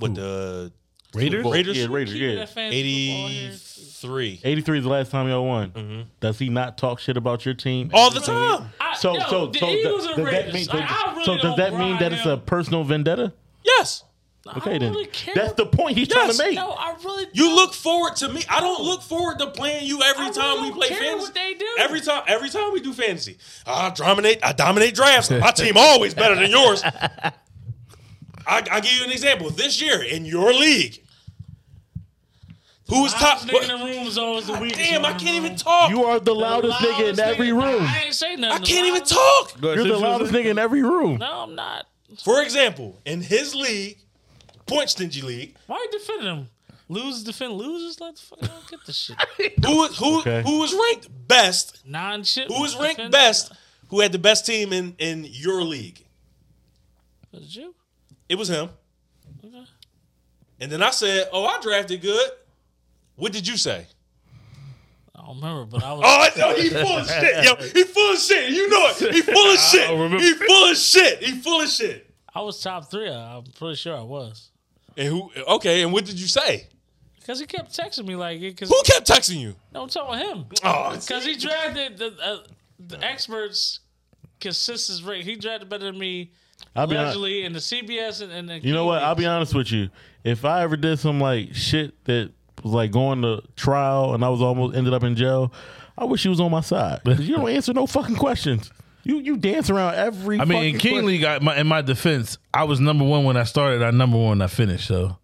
Speaker 3: With the
Speaker 7: Raiders?
Speaker 3: Raiders,
Speaker 8: Yeah, Raiders.
Speaker 9: Keeping
Speaker 8: Yeah,
Speaker 9: that fans football here.
Speaker 3: eighty-three.
Speaker 8: eighty-three is the last time y'all won. Does he not talk shit about your team
Speaker 3: Mm-hmm. All the time.
Speaker 9: I,
Speaker 8: So,
Speaker 9: yo,
Speaker 8: so,
Speaker 9: the
Speaker 8: so,
Speaker 9: Eagles
Speaker 8: does
Speaker 9: and
Speaker 8: that mean,
Speaker 9: Raiders. Like, I really
Speaker 8: so
Speaker 9: don't
Speaker 8: does that mean
Speaker 9: ride
Speaker 8: that it's a
Speaker 9: them.
Speaker 8: personal vendetta?
Speaker 3: Yes.
Speaker 8: Okay,
Speaker 9: I
Speaker 8: then
Speaker 9: really care.
Speaker 8: that's the point he's trying
Speaker 3: Yes.
Speaker 8: to make.
Speaker 9: No, I really.
Speaker 3: You look forward to me. I don't look forward to playing you every
Speaker 9: I really
Speaker 3: time we
Speaker 9: don't
Speaker 3: play
Speaker 9: care
Speaker 3: fantasy.
Speaker 9: what they do.
Speaker 3: Every time, every time we do fantasy, I dominate. I dominate drafts. My team always better than yours. I, I give you an example. This year in your league, who is
Speaker 9: Loudest
Speaker 3: top?
Speaker 9: nigga in the room is always the weakest.
Speaker 3: Damn,
Speaker 9: one
Speaker 3: I
Speaker 9: in the
Speaker 3: can't even
Speaker 9: room.
Speaker 3: talk.
Speaker 8: You are the loudest nigga in
Speaker 9: Loudest
Speaker 8: every
Speaker 9: nigga-
Speaker 8: room.
Speaker 9: I ain't say
Speaker 3: I
Speaker 9: nothing.
Speaker 3: can't even
Speaker 9: Loudest-
Speaker 3: talk.
Speaker 8: You're the loudest nigga in every room.
Speaker 9: No, I'm not.
Speaker 3: For example, in his league, point stingy league,
Speaker 9: Why you defending him? Lose, defend, losers. Let the fuck. I don't get the shit.
Speaker 3: who who
Speaker 8: Okay.
Speaker 3: who was ranked best
Speaker 9: Non shit.
Speaker 3: Who was ranked
Speaker 9: defend-
Speaker 3: best? Who had the best team in in your league?
Speaker 9: Was it you?
Speaker 3: It was him.
Speaker 9: Okay.
Speaker 3: And then I said, "Oh, I drafted good." What did you say?
Speaker 9: I don't remember, but I was.
Speaker 3: Oh, no, he full of shit, yo. He full of shit. You know it. He full of shit.
Speaker 7: remember.
Speaker 3: He full of shit. He full of shit.
Speaker 9: I was top three. I- I'm pretty sure I was.
Speaker 3: And who? Okay. And what did you say?
Speaker 9: Because he kept texting me like, because
Speaker 3: Who kept texting you?
Speaker 9: no, I'm talking about him.
Speaker 3: Oh,
Speaker 9: Because he drafted the uh, the experts' consistency rate. He drafted better than me
Speaker 8: I'll be honest.
Speaker 9: allegedly in the CBS and, and the
Speaker 8: You know what? I'll be honest with you. If I ever did some like shit that was like going to trial and I was almost ended up in jail, I wish you was on my side. 'Cause you don't answer no fucking questions. You you dance around every.
Speaker 7: I mean, in
Speaker 8: fucking
Speaker 7: King
Speaker 8: question.
Speaker 7: League, I, my, in my defense, I was number one when I started. I number one when I finished. So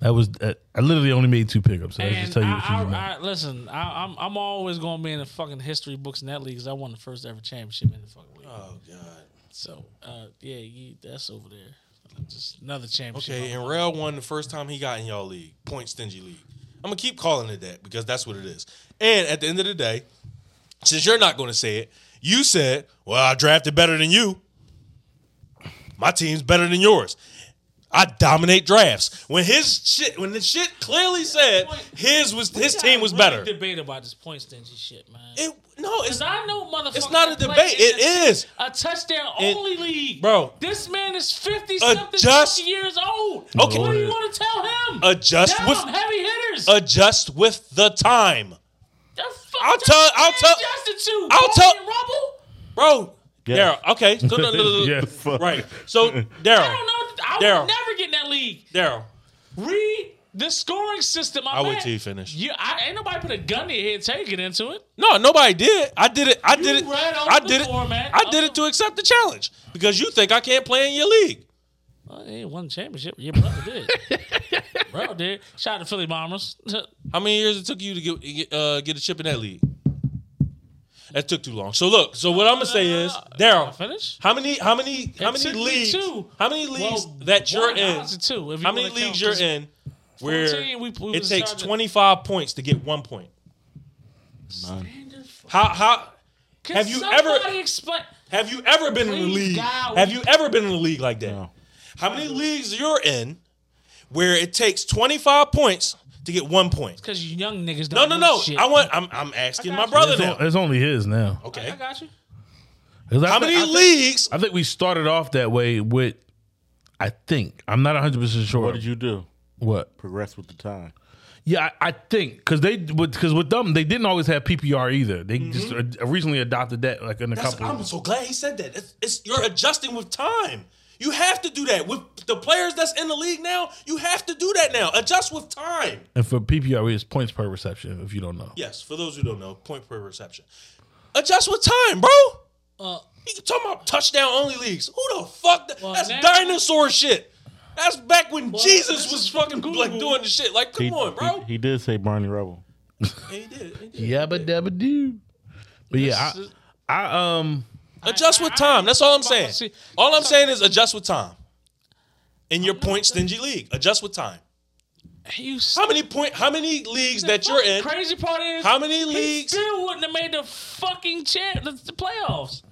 Speaker 7: that was uh, I literally only made two pickups. So I
Speaker 9: And
Speaker 7: just tell you
Speaker 9: I,
Speaker 7: what you know.
Speaker 9: I, I, listen, I, I'm I'm always gonna be in the fucking history books in that league because I won the first ever championship in the fucking league.
Speaker 3: Oh God.
Speaker 9: So uh, yeah, you, that's over there. Just another championship.
Speaker 3: Okay. And Rail won the first time he got in y'all league, point stingy league. I'm gonna keep calling it that because that's what it is. And at the end of the day, since you're not going to say it, you said, "Well, I drafted better than you. My team's better than yours." I dominate drafts. When his shit, when the shit clearly said his was his team was better.
Speaker 9: Debate about this point stingy shit, man.
Speaker 3: It, no,
Speaker 9: it's I know, motherfucker.
Speaker 3: it's not a
Speaker 9: play
Speaker 3: debate.
Speaker 9: in
Speaker 3: It
Speaker 9: a-
Speaker 3: is.
Speaker 9: a touchdown
Speaker 3: It-
Speaker 9: only league,
Speaker 3: Bro.
Speaker 9: This man is fifty something
Speaker 3: Adjust-
Speaker 9: years old.
Speaker 3: Okay.
Speaker 9: what do you want to tell him?
Speaker 3: Adjust
Speaker 9: Tell
Speaker 3: with- Uh,
Speaker 9: him heavy hitters.
Speaker 3: Adjust with the time.
Speaker 9: The fuck
Speaker 3: I'll
Speaker 9: does
Speaker 3: tell-
Speaker 9: this
Speaker 3: I'll
Speaker 9: man
Speaker 3: tell-
Speaker 9: adjust it to?
Speaker 3: I'll
Speaker 9: Ball
Speaker 3: tell-
Speaker 9: and Rubble.
Speaker 3: Bro.
Speaker 8: Yeah.
Speaker 3: Daryl. Okay. So, no, no, no, no.
Speaker 8: Yeah, fuck.
Speaker 3: Right. So
Speaker 9: I
Speaker 3: Daryl.
Speaker 9: don't know. I
Speaker 3: Daryl.
Speaker 9: would never get in that league.
Speaker 3: Daryl.
Speaker 9: Read the scoring system. I
Speaker 3: I'll wait till you finish.
Speaker 9: You, I, ain't nobody put a gun to your head taking into it.
Speaker 3: No, nobody did. I did it. I
Speaker 9: You
Speaker 3: did it.
Speaker 9: read over
Speaker 3: I
Speaker 9: the
Speaker 3: did it.
Speaker 9: format
Speaker 3: I
Speaker 9: of
Speaker 3: did it to accept the challenge because you think I can't play in your league.
Speaker 9: Well, it ain't won the championship. Your brother did. Bro did. Shout out to Philly Bombers.
Speaker 3: How many years it took you to get- get uh, get a chip in that league? That took too long. So look. So what I'm gonna say is, Daryl,
Speaker 9: Finish.
Speaker 3: how many how many how
Speaker 9: It
Speaker 3: many
Speaker 9: took me
Speaker 3: leagues
Speaker 9: two.
Speaker 3: how many leagues
Speaker 9: Well,
Speaker 3: that you're
Speaker 9: one,
Speaker 3: in
Speaker 9: honestly, two, if you
Speaker 3: how many
Speaker 9: wanna count,
Speaker 3: leagues you're
Speaker 9: 'cause
Speaker 3: in where
Speaker 9: 14, we- we
Speaker 3: it
Speaker 9: was
Speaker 3: takes
Speaker 9: starting-
Speaker 3: 25 points to get one point. How how
Speaker 9: Can
Speaker 3: have you
Speaker 9: somebody
Speaker 3: ever
Speaker 9: explain?
Speaker 3: have you ever been in a
Speaker 9: Please,
Speaker 3: league?
Speaker 9: God,
Speaker 3: have
Speaker 9: we-
Speaker 3: you ever been in a league like that? How many leagues you're in where it takes 25 points to get one point?
Speaker 9: Because you young niggas
Speaker 3: No,
Speaker 9: don't.
Speaker 3: no,
Speaker 9: know
Speaker 3: no.
Speaker 9: Shit.
Speaker 3: I want. I'm, I'm asking
Speaker 9: I
Speaker 3: my
Speaker 9: got
Speaker 3: brother
Speaker 7: It's,
Speaker 3: now.
Speaker 7: on- it's only his now.
Speaker 3: Okay.
Speaker 9: I got you.
Speaker 7: 'Cause I
Speaker 3: How
Speaker 7: thi-
Speaker 3: many
Speaker 7: I think-
Speaker 3: leagues?
Speaker 7: I think we started off that way with. I think I'm not 100 percent sure.
Speaker 8: What did you do?
Speaker 7: What?
Speaker 8: Progress with the time.
Speaker 7: Yeah, I, I think because they because with them they didn't always have PPR either. They
Speaker 9: Mm-hmm.
Speaker 7: just uh, recently adopted that like in a
Speaker 3: That's,
Speaker 7: couple.
Speaker 3: I'm so glad he said that. It's, it's you're adjusting with time. You have to do that with the players that's in the league now. You have to do that now. Adjust with time.
Speaker 7: and for PPR, it's points per reception. If you don't know,
Speaker 3: Yes. For those who don't know, point per reception. Adjust with time, bro.
Speaker 9: Uh,
Speaker 3: You talking about touchdown only leagues? Who the fuck? th-
Speaker 9: Well,
Speaker 3: that's
Speaker 9: now-
Speaker 3: dinosaur shit. That's back when
Speaker 9: Well,
Speaker 3: Jesus
Speaker 9: this
Speaker 3: was
Speaker 9: is
Speaker 3: fucking
Speaker 9: Google.
Speaker 3: like doing the shit. Like, come
Speaker 8: He,
Speaker 3: on, bro.
Speaker 8: He, he did say Barney Rubble.
Speaker 3: Yeah, he did. He did.
Speaker 7: yabba dabba doo. But yeah,
Speaker 9: This is-
Speaker 7: I, I um
Speaker 3: Adjust with time. That's all I'm saying.
Speaker 9: See,
Speaker 3: All I'm saying is adjust with time. In your point stingy league, adjust with time.
Speaker 9: you
Speaker 3: How many point? How many leagues that you're in?
Speaker 9: Crazy part is
Speaker 3: How many
Speaker 9: he
Speaker 3: leagues-
Speaker 9: still wouldn't have made the fucking champ the, the playoffs.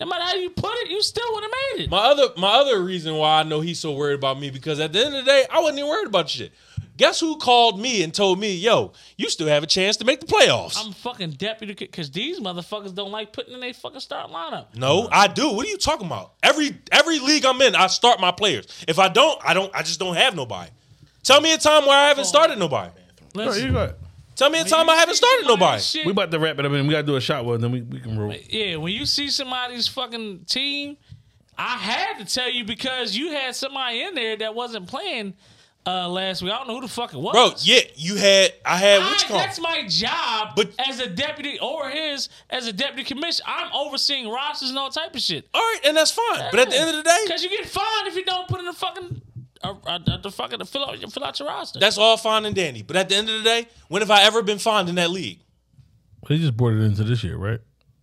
Speaker 9: No matter how you put it, you still would have made it.
Speaker 3: My other my other reason why I know he's so worried about me because at the end of the day, I wasn't even worried about shit. Guess who called me and told me, "Yo, you still have a chance to make the playoffs."
Speaker 9: I'm fucking deputy because these motherfuckers don't like putting in their fucking start lineup.
Speaker 3: no, I do. What are you talking about? Every every league I'm in, I start my players. If I don't, I don't. I just don't have nobody. Tell me a time where I haven't started nobody.
Speaker 7: bro,
Speaker 9: Listen,
Speaker 7: you got-
Speaker 3: Tell me a time I haven't started nobody.
Speaker 9: shit-
Speaker 7: we about to wrap it up and we got to do a shot one. Then we, we can roll.
Speaker 9: Yeah, when you see somebody's fucking team, I had to tell you because you had somebody in there that wasn't playing uh, last week. I don't know who the fuck it was.
Speaker 3: Bro, yeah, you had I had
Speaker 9: I,
Speaker 3: which call?
Speaker 9: that's my job
Speaker 3: But-
Speaker 9: as a deputy or his as a deputy commissioner. I'm overseeing rosters and all type of shit.
Speaker 3: All right, and that's fine. But at the end of the day,
Speaker 9: Because you get fined if you don't put in the fucking uh, uh, the fucking to fill out you fill out your roster.
Speaker 3: that's all fine and dandy. But at the end of the day, when have I ever been fined in that league?
Speaker 7: They just brought it into this year, right?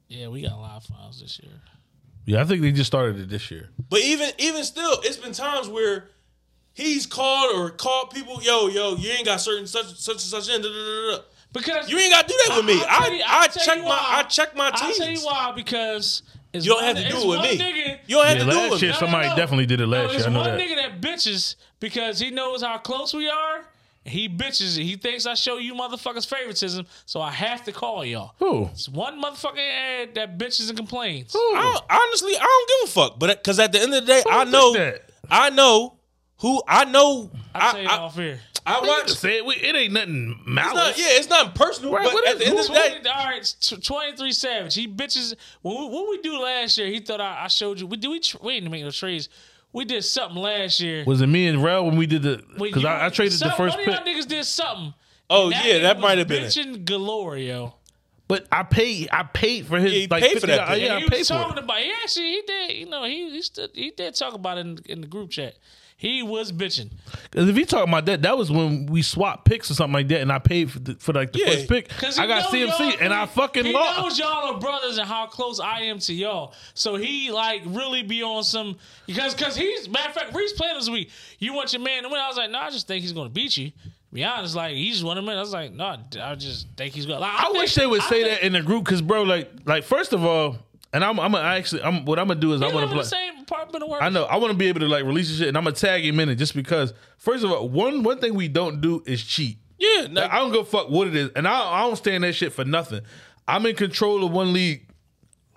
Speaker 9: yeah, we got a lot of fines this year.
Speaker 7: Yeah, I think they just started it this year.
Speaker 3: But even even still, it's been times where he's called or called people, yo, yo, you ain't got certain such such and such in. da, da, da, da, da."
Speaker 9: Because
Speaker 3: You ain't gotta do that with me.
Speaker 9: I'll tell
Speaker 3: I
Speaker 9: you- I'll
Speaker 3: I
Speaker 9: tell
Speaker 3: check
Speaker 9: you
Speaker 3: my
Speaker 9: why.
Speaker 3: I check my
Speaker 9: I'll tell you
Speaker 3: teams.
Speaker 9: why because it's
Speaker 3: You don't
Speaker 9: one-
Speaker 3: have to do
Speaker 9: it's
Speaker 3: it with
Speaker 9: one
Speaker 3: me.
Speaker 9: nigga-
Speaker 3: You don't have
Speaker 7: Yeah,
Speaker 3: to do it
Speaker 7: last
Speaker 3: with
Speaker 7: year
Speaker 3: me.
Speaker 9: No, no,
Speaker 7: somebody
Speaker 9: no.
Speaker 7: definitely did it
Speaker 9: No,
Speaker 7: last year.
Speaker 9: it's
Speaker 7: I know
Speaker 9: one
Speaker 7: that.
Speaker 9: nigga that bitches because he knows how close we are. He bitches. He thinks I show you motherfuckers favoritism, so I have to call y'all.
Speaker 7: Who?
Speaker 9: It's one motherfucker ad that bitches and complains.
Speaker 3: I don't, honestly, I don't give a fuck. But because at the end of the day, I
Speaker 7: did
Speaker 3: know
Speaker 7: that?
Speaker 3: I know who I know.
Speaker 9: I tell you
Speaker 3: I
Speaker 9: off here.
Speaker 3: I, I watch. It's
Speaker 7: Say it, we- it ain't nothing
Speaker 3: not,
Speaker 7: malice.
Speaker 3: yeah, it's not personal.
Speaker 7: Right,
Speaker 3: but
Speaker 7: what
Speaker 3: at
Speaker 7: is-
Speaker 3: the end of the day,
Speaker 9: all right, twenty three Savage. He bitches. When we, what we do last year, he thought I, I showed you. We do. We, tr- we didn't make no trades. We did something last year.
Speaker 7: Was it me and Rel when we did the?
Speaker 9: When
Speaker 7: Because
Speaker 9: you-
Speaker 7: I, I traded the
Speaker 9: some-
Speaker 7: first
Speaker 9: One
Speaker 7: pick,
Speaker 9: of y'all niggas did something.
Speaker 3: Oh yeah,
Speaker 9: nigga
Speaker 3: that
Speaker 9: was
Speaker 3: might have been. It.
Speaker 9: bitching galore, yo.
Speaker 7: but I paid. I paid for his.
Speaker 3: Yeah, he
Speaker 7: like
Speaker 3: paid for
Speaker 7: $50
Speaker 3: that pick.
Speaker 7: Yeah,
Speaker 9: he
Speaker 7: I
Speaker 9: was
Speaker 7: paid for
Speaker 9: talking
Speaker 7: it.
Speaker 9: about. He actually he did. You know he he, stood, he did talk about it in, in the group chat. He was bitching.
Speaker 7: Because if you talking about that, that was when we swapped picks or something like that, and I paid for, the, for like the
Speaker 3: Yeah.
Speaker 7: first pick.
Speaker 9: Cause he
Speaker 7: I got
Speaker 9: know y'all-
Speaker 7: CMC, and I fucking
Speaker 9: he
Speaker 7: lost.
Speaker 9: knows y'all are brothers and how close I am to y'all. So he like really be on some because because he's matter of fact Reese playing this week. You want your man to win? I was like, no, I just think he's gonna beat you. Be honest, like he just won a minute. I was like, no, I just think he's gonna. Like,
Speaker 7: I wish they would say
Speaker 9: that.
Speaker 7: that in the group, because bro, like, like first of all, and I'm, I'm gonna actually, I'm what I'm gonna do is
Speaker 9: They
Speaker 7: I'm gonna
Speaker 9: live in
Speaker 7: play.
Speaker 9: the same department of work.
Speaker 7: I know. I want to be able to like release this shit, and I'm gonna tag him in it just because. First of all, one one thing we don't do is cheat.
Speaker 10: Yeah,
Speaker 7: Like, I don't go fuck what it is, and I, I don't stand that shit for nothing. I'm in control of one league.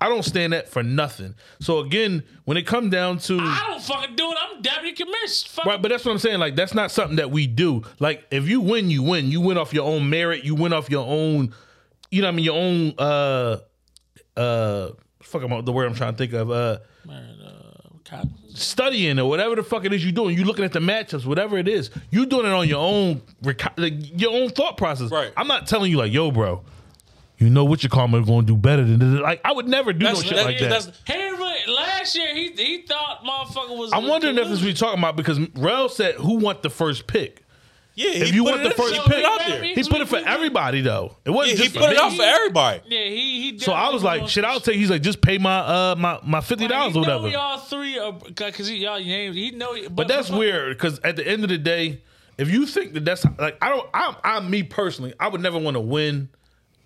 Speaker 7: I don't stand that for nothing. So again, when it come down to
Speaker 9: I don't fucking do it. I'm deputy commissioner. Fuck
Speaker 7: Right, but that's what I'm saying. Like, that's not something that we do. Like, if you win, you win. You win off your own merit. You win off your own, you know, what I mean, your own. uh uh Fuck, I'm the word I'm trying to think of. Uh,
Speaker 9: uh,
Speaker 7: studying or whatever the fuck it is you doing. You looking at the matchups, whatever it is. You doing it on your own, reco- like, your own thought process. Right. I'm not telling you like, yo, bro. You know what your karma going to do better than this. like I would never do no shit like that.
Speaker 9: Henry, last year he he thought motherfucker was.
Speaker 7: I'm wondering if this we talking about because Rel said who want the first pick.
Speaker 10: Yeah, he
Speaker 7: if you
Speaker 10: put
Speaker 7: want
Speaker 10: it
Speaker 7: the
Speaker 10: in-
Speaker 7: first
Speaker 10: he put
Speaker 7: pick,
Speaker 10: it out there.
Speaker 7: he put it for everybody though. It wasn't
Speaker 10: Yeah, he
Speaker 7: just
Speaker 10: put
Speaker 7: for
Speaker 10: it out
Speaker 7: me.
Speaker 10: for everybody.
Speaker 9: Yeah, he he.
Speaker 7: So I was like, shit, I'll take. He's like, just pay my uh my my fifty dollars or
Speaker 9: know
Speaker 7: whatever.
Speaker 9: we all three are because y'all names. He know, but,
Speaker 7: But that's weird because at the end of the day, if you think that that's like I don't, I'm, I'm me personally, I would never want to win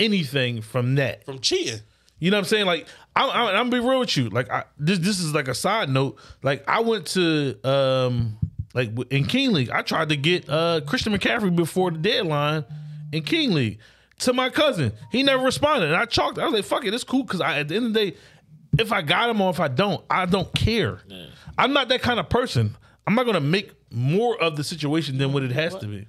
Speaker 7: anything from that
Speaker 10: from cheating.
Speaker 7: You know what I'm saying? Like I'm, I'm, I'm be real with you. Like I, this, this is like a side note. Like I went to um like w- in King League, I tried to get uh Christian McCaffrey before the deadline in King League to my cousin. He never responded, and I chalked. I was like, fuck it, it's cool because I at the end of the day. If I got him or if I don't, I don't care. I'm not that kind of person. I'm not gonna make more of the situation than what it has to be.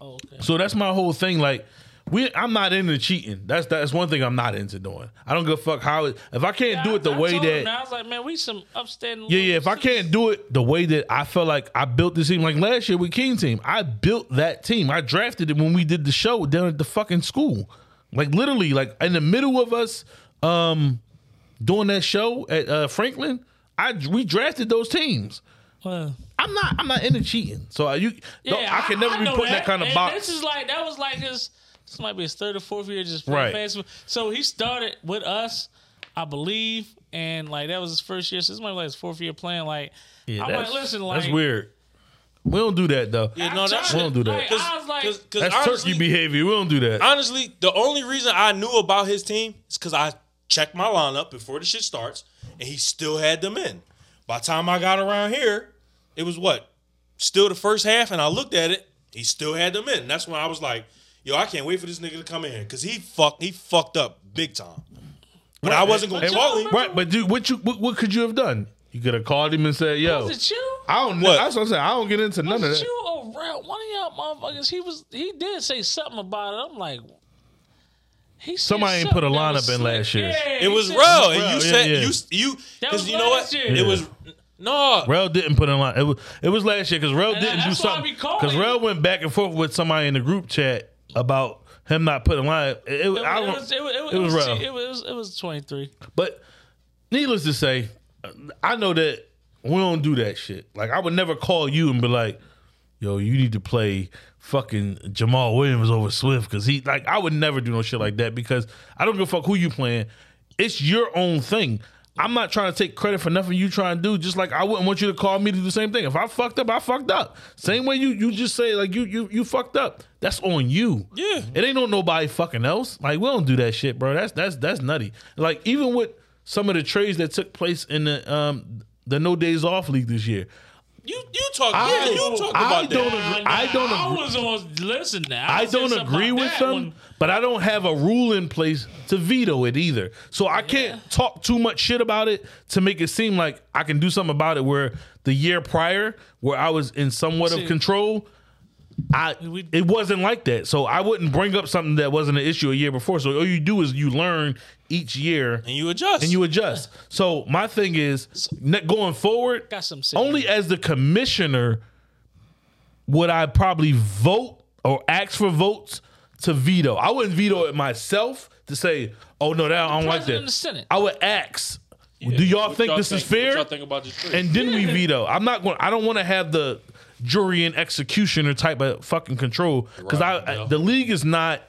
Speaker 9: Oh,
Speaker 7: So that's my whole thing. Like, we, I'm not into cheating. That's that's one thing I'm not into doing. I don't give a fuck how it. If I can't do it the
Speaker 9: I
Speaker 7: way
Speaker 9: told
Speaker 7: that,
Speaker 9: him, I was like, man, we some upstanding.
Speaker 7: yeah, yeah. If I can't do it the way that I felt like I built this team, like last year with King Team, I built that team. I drafted it when we did the show down at the fucking school, like literally, like in the middle of us um doing that show at uh, Franklin. I we drafted those teams.
Speaker 9: Well,
Speaker 7: I'm not. I'm not into cheating. So uh, you, don't- I can never be
Speaker 9: know
Speaker 7: put in that kind of
Speaker 9: And
Speaker 7: box.
Speaker 9: This is like that was like his. This might be his third or fourth year just
Speaker 7: Right.
Speaker 9: playing basketball. So he started with us, I believe, and like that was his first year. So this might be like his fourth year playing. Like
Speaker 7: Yeah,
Speaker 9: I'm like,
Speaker 7: that's,
Speaker 9: listen, like
Speaker 7: that's weird. We don't do that though.
Speaker 10: Yeah, no, that's
Speaker 7: we don't do that.
Speaker 9: I was like,
Speaker 7: that's turkey behavior. We don't do that.
Speaker 10: Honestly, the only reason I knew about his team is because I checked my lineup before the shit starts, and he still had them in. By the time I got around here, it was what? Still the first half, and I looked at it, he still had them in. That's when I was like, yo, I can't wait for this nigga to come in here. Cause he fucked he fucked up big time. But I wasn't gonna
Speaker 7: And-
Speaker 10: call him.
Speaker 7: Right, but dude, what you what, what could you have done? You could have called him and said, "Yo,
Speaker 9: Was it you?
Speaker 7: I don't know."
Speaker 10: What?
Speaker 7: That's what I'm saying. I don't get into none of
Speaker 9: was
Speaker 7: that.
Speaker 9: you around? One of y'all motherfuckers. He was. He did say something about it. I'm like. He said
Speaker 7: Somebody ain't put a
Speaker 9: something
Speaker 7: lineup
Speaker 9: that was
Speaker 7: in
Speaker 9: slick.
Speaker 7: last year.
Speaker 9: Yeah,
Speaker 10: It
Speaker 9: he
Speaker 10: was
Speaker 9: said-
Speaker 10: Rel, and
Speaker 7: Rel,
Speaker 10: you
Speaker 7: yeah,
Speaker 10: said
Speaker 7: yeah.
Speaker 10: you you
Speaker 9: That
Speaker 10: because
Speaker 9: was
Speaker 10: you know what?
Speaker 9: last year.
Speaker 10: It was no
Speaker 7: Rel didn't put in line. It was, it was last year because Rel
Speaker 9: And
Speaker 7: didn't do
Speaker 9: that's why I
Speaker 7: something.
Speaker 9: be calling
Speaker 7: Because Rel went back and forth with somebody in the group chat about him not putting line. It, it,
Speaker 9: It
Speaker 7: I don't-
Speaker 9: was. It was. It was.
Speaker 7: it was Rel.
Speaker 9: It was. It was 23.
Speaker 7: But needless to say, I know that we don't do that shit. Like I would never call you and be like, "Yo, you need to play fucking Jamal Williams over Swift" because he like I would never do no shit like that because I don't give a fuck who you playing. It's your own thing. I'm not trying to take credit for nothing you trying to do. Just like I wouldn't want you to call me to do the same thing. If I fucked up, I fucked up. Same way you you just say like you you you fucked up. That's on you.
Speaker 10: Yeah.
Speaker 7: It ain't on nobody fucking else. Like we don't do that shit, bro. That's that's that's nutty. Like even with some of the trades that took place in the um the no days off league this year.
Speaker 10: you you talk
Speaker 7: I-
Speaker 10: yeah, you talk
Speaker 7: I
Speaker 10: about
Speaker 7: don't
Speaker 10: that.
Speaker 7: agree- I don't
Speaker 9: I
Speaker 7: agree-
Speaker 9: was on. Listen now.
Speaker 7: I
Speaker 9: said
Speaker 7: don't
Speaker 9: something
Speaker 7: agree
Speaker 9: about
Speaker 7: with
Speaker 9: that
Speaker 7: them,
Speaker 9: one.
Speaker 7: but I don't have a rule in place to veto it either. So I can't talk too much shit about it to make it seem like I can do something about it. Where the year prior, where I was in somewhat
Speaker 9: See.
Speaker 7: of control, I it wasn't like that. So I wouldn't bring up something that wasn't an issue a year before. So all you do is you learn each year
Speaker 10: And you adjust.
Speaker 7: and you adjust. So my thing is ne- going forward,
Speaker 9: Got some sense.
Speaker 7: only as the commissioner would I probably vote or ask for votes to veto. I wouldn't veto it myself to say, "Oh no, that I don't like
Speaker 9: president
Speaker 7: that."
Speaker 9: of the Senate.
Speaker 7: I would ask, "Do y'all
Speaker 3: What
Speaker 7: think
Speaker 3: y'all
Speaker 7: this is
Speaker 3: think- what
Speaker 7: fair?"
Speaker 3: y'all think about this trade?
Speaker 7: and then we veto. I'm not going. I don't want to have the jury and executioner type of fucking control because I, I- the league is not.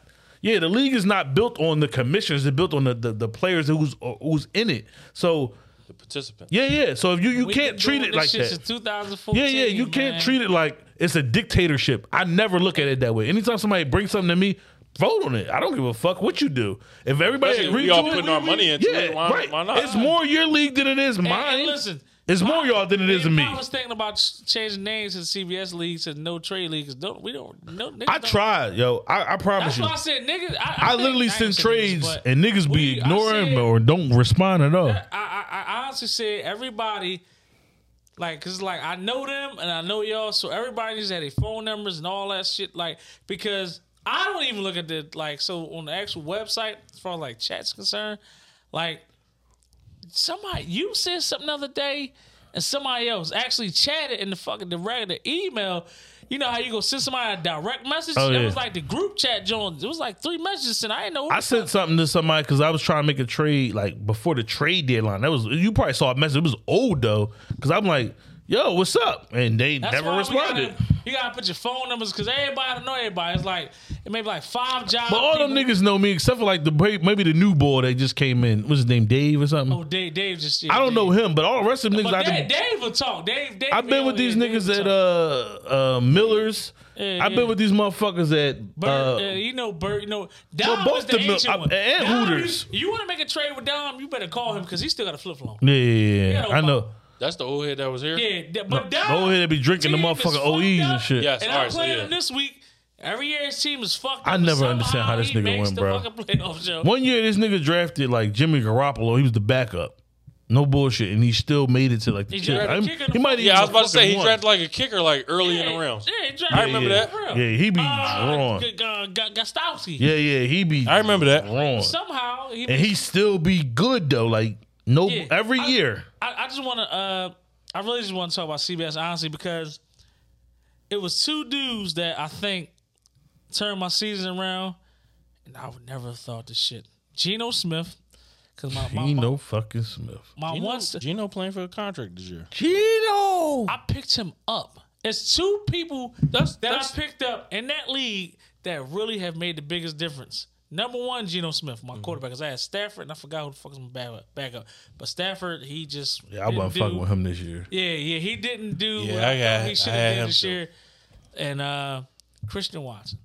Speaker 7: Yeah, the league is not built on the commissioners. It's built on the, the, the players who's who's in it. So
Speaker 3: the participant.
Speaker 7: yeah, yeah. So if you, you
Speaker 9: We've
Speaker 7: can't
Speaker 9: been
Speaker 7: treat
Speaker 9: doing
Speaker 7: it
Speaker 9: this
Speaker 7: like
Speaker 9: shit
Speaker 7: that.
Speaker 9: since 2014.
Speaker 7: Yeah, yeah. You can't
Speaker 9: man.
Speaker 7: treat it like it's a dictatorship. I never look at it that way. Anytime somebody brings something to me, vote on it. I don't give a fuck what you do. If everybody
Speaker 3: Especially if
Speaker 7: agrees
Speaker 3: we all
Speaker 7: to it,
Speaker 3: putting our money into
Speaker 7: yeah,
Speaker 3: it, why-
Speaker 7: right.
Speaker 3: why not?
Speaker 7: It's more your league than it is
Speaker 9: And- and
Speaker 7: mine.
Speaker 9: listen,
Speaker 7: it's more y'all than it is me.
Speaker 9: I was thinking about ch- changing names to CBS League to No Trade League. 'cause Don't we don't no. niggas
Speaker 7: I
Speaker 9: don't-
Speaker 7: tried, yo. I, I promise
Speaker 9: That's
Speaker 7: you.
Speaker 9: why I said niggas. I,
Speaker 7: I,
Speaker 9: think-
Speaker 7: literally
Speaker 9: ain't
Speaker 7: send
Speaker 9: said niggas,
Speaker 7: trades
Speaker 9: but
Speaker 7: and niggas be
Speaker 9: we- I
Speaker 7: ignoring
Speaker 9: said-
Speaker 7: or don't respond at all.
Speaker 9: I, I, I honestly said everybody, like, cause like I know them and I know y'all, so everybody just had their phone numbers and all that shit, like, because I don't even look at the like, so on the actual website as far as like chat's concerned, like, somebody you said something the other day. And somebody else actually chatted in the fucking the regular email. You know how you go send somebody a direct message?
Speaker 7: Oh,
Speaker 9: It
Speaker 7: yeah.
Speaker 9: was like the group chat, Jones. It was like three messages, and I didn't know. who
Speaker 7: I
Speaker 9: the
Speaker 7: sent something to somebody because I was trying to make a trade like before the trade deadline. That was you probably saw a message. It was old though because I'm like, yo, what's up? And they
Speaker 9: That's
Speaker 7: never
Speaker 9: why we
Speaker 7: responded.
Speaker 9: Gotta, you gotta put your phone numbers because everybody don't know everybody. It's like it may be like five jobs.
Speaker 7: but all them niggas know me except for like the ba- maybe the new boy that just came in. What's his name? Dave or something.
Speaker 9: Oh, Dave, Dave just.
Speaker 7: I don't know him, but all the rest of them niggas. I
Speaker 9: But
Speaker 7: can,
Speaker 9: Dave, Dave will talk. Dave, Dave.
Speaker 7: I've been with these niggas at uh, uh Miller's.
Speaker 9: Yeah,
Speaker 7: I've
Speaker 9: yeah.
Speaker 7: been with these motherfuckers at
Speaker 9: Bert,
Speaker 7: uh,
Speaker 9: uh, you know Bert. You know Dom
Speaker 7: both
Speaker 9: is the
Speaker 7: the mil-
Speaker 9: ancient
Speaker 7: uh,
Speaker 9: one.
Speaker 7: and
Speaker 9: Dom,
Speaker 7: Hooters.
Speaker 9: You, want to make a trade with Dom? You better call him because he still got a flip phone.
Speaker 7: yeah, yeah, yeah.
Speaker 9: Yeah,
Speaker 7: I know.
Speaker 3: That's the old head that was here.
Speaker 9: Yeah, th- but
Speaker 7: No,
Speaker 9: Dom.
Speaker 7: old head be drinking the
Speaker 9: team is
Speaker 7: motherfucking
Speaker 9: fucked
Speaker 7: OEs and
Speaker 9: up,
Speaker 7: shit. Yes,
Speaker 9: and
Speaker 7: all
Speaker 9: I'm
Speaker 7: right, so
Speaker 9: playing
Speaker 7: yeah.
Speaker 9: him this week. Every year his team is fucked.
Speaker 7: I
Speaker 9: up, but
Speaker 7: never understand how
Speaker 9: somehow
Speaker 7: this
Speaker 9: he
Speaker 7: nigga
Speaker 9: makes
Speaker 7: win,
Speaker 9: the
Speaker 7: bro.
Speaker 9: fucking playoff, Joe.
Speaker 7: One year, this nigga drafted like Jimmy Garoppolo. He was the backup. No bullshit, and he still made it to like the
Speaker 9: He
Speaker 7: chip.
Speaker 9: drafted
Speaker 7: I'm-
Speaker 9: kicker in
Speaker 7: He
Speaker 9: the
Speaker 7: might even
Speaker 3: Yeah, I was about to say he
Speaker 7: fucking
Speaker 3: drafted like a kicker like early in the rounds.
Speaker 9: Yeah, he drafted
Speaker 3: I remember
Speaker 7: yeah.
Speaker 3: that.
Speaker 7: Yeah, he be
Speaker 9: Uh,
Speaker 7: drawn.
Speaker 9: G- G- G- Gostowski.
Speaker 7: Yeah, yeah, he be.
Speaker 3: I remember that.
Speaker 7: Wrong.
Speaker 9: Somehow he.
Speaker 7: And he still be good though. Like no,
Speaker 9: Yeah.
Speaker 7: every year.
Speaker 9: I, I just want to. Uh, I really just want to talk about CBS honestly because it was two dudes that I think turned my season around, and I would never have thought this shit. Geno Smith, because my my,
Speaker 7: Geno fucking Smith.
Speaker 9: my
Speaker 3: Geno,
Speaker 9: once
Speaker 3: Geno playing for a contract this year.
Speaker 7: Geno.
Speaker 9: I picked him up. It's two people
Speaker 3: That's-
Speaker 9: that
Speaker 3: that's-
Speaker 9: I picked up in that league that really have made the biggest difference. Number one, Geno Smith,
Speaker 3: Mm-hmm.
Speaker 9: my quarterback, because I had Stafford and I forgot who the fuck is my back- backup. But Stafford, he just
Speaker 7: Yeah, I wasn't fucking with him this year.
Speaker 9: Yeah, yeah, he didn't do
Speaker 3: Yeah,
Speaker 9: what
Speaker 3: I
Speaker 9: I,
Speaker 3: got-
Speaker 9: thought he should
Speaker 3: I had
Speaker 9: have
Speaker 3: him
Speaker 9: did this
Speaker 3: too.
Speaker 9: year. And uh Christian Watson,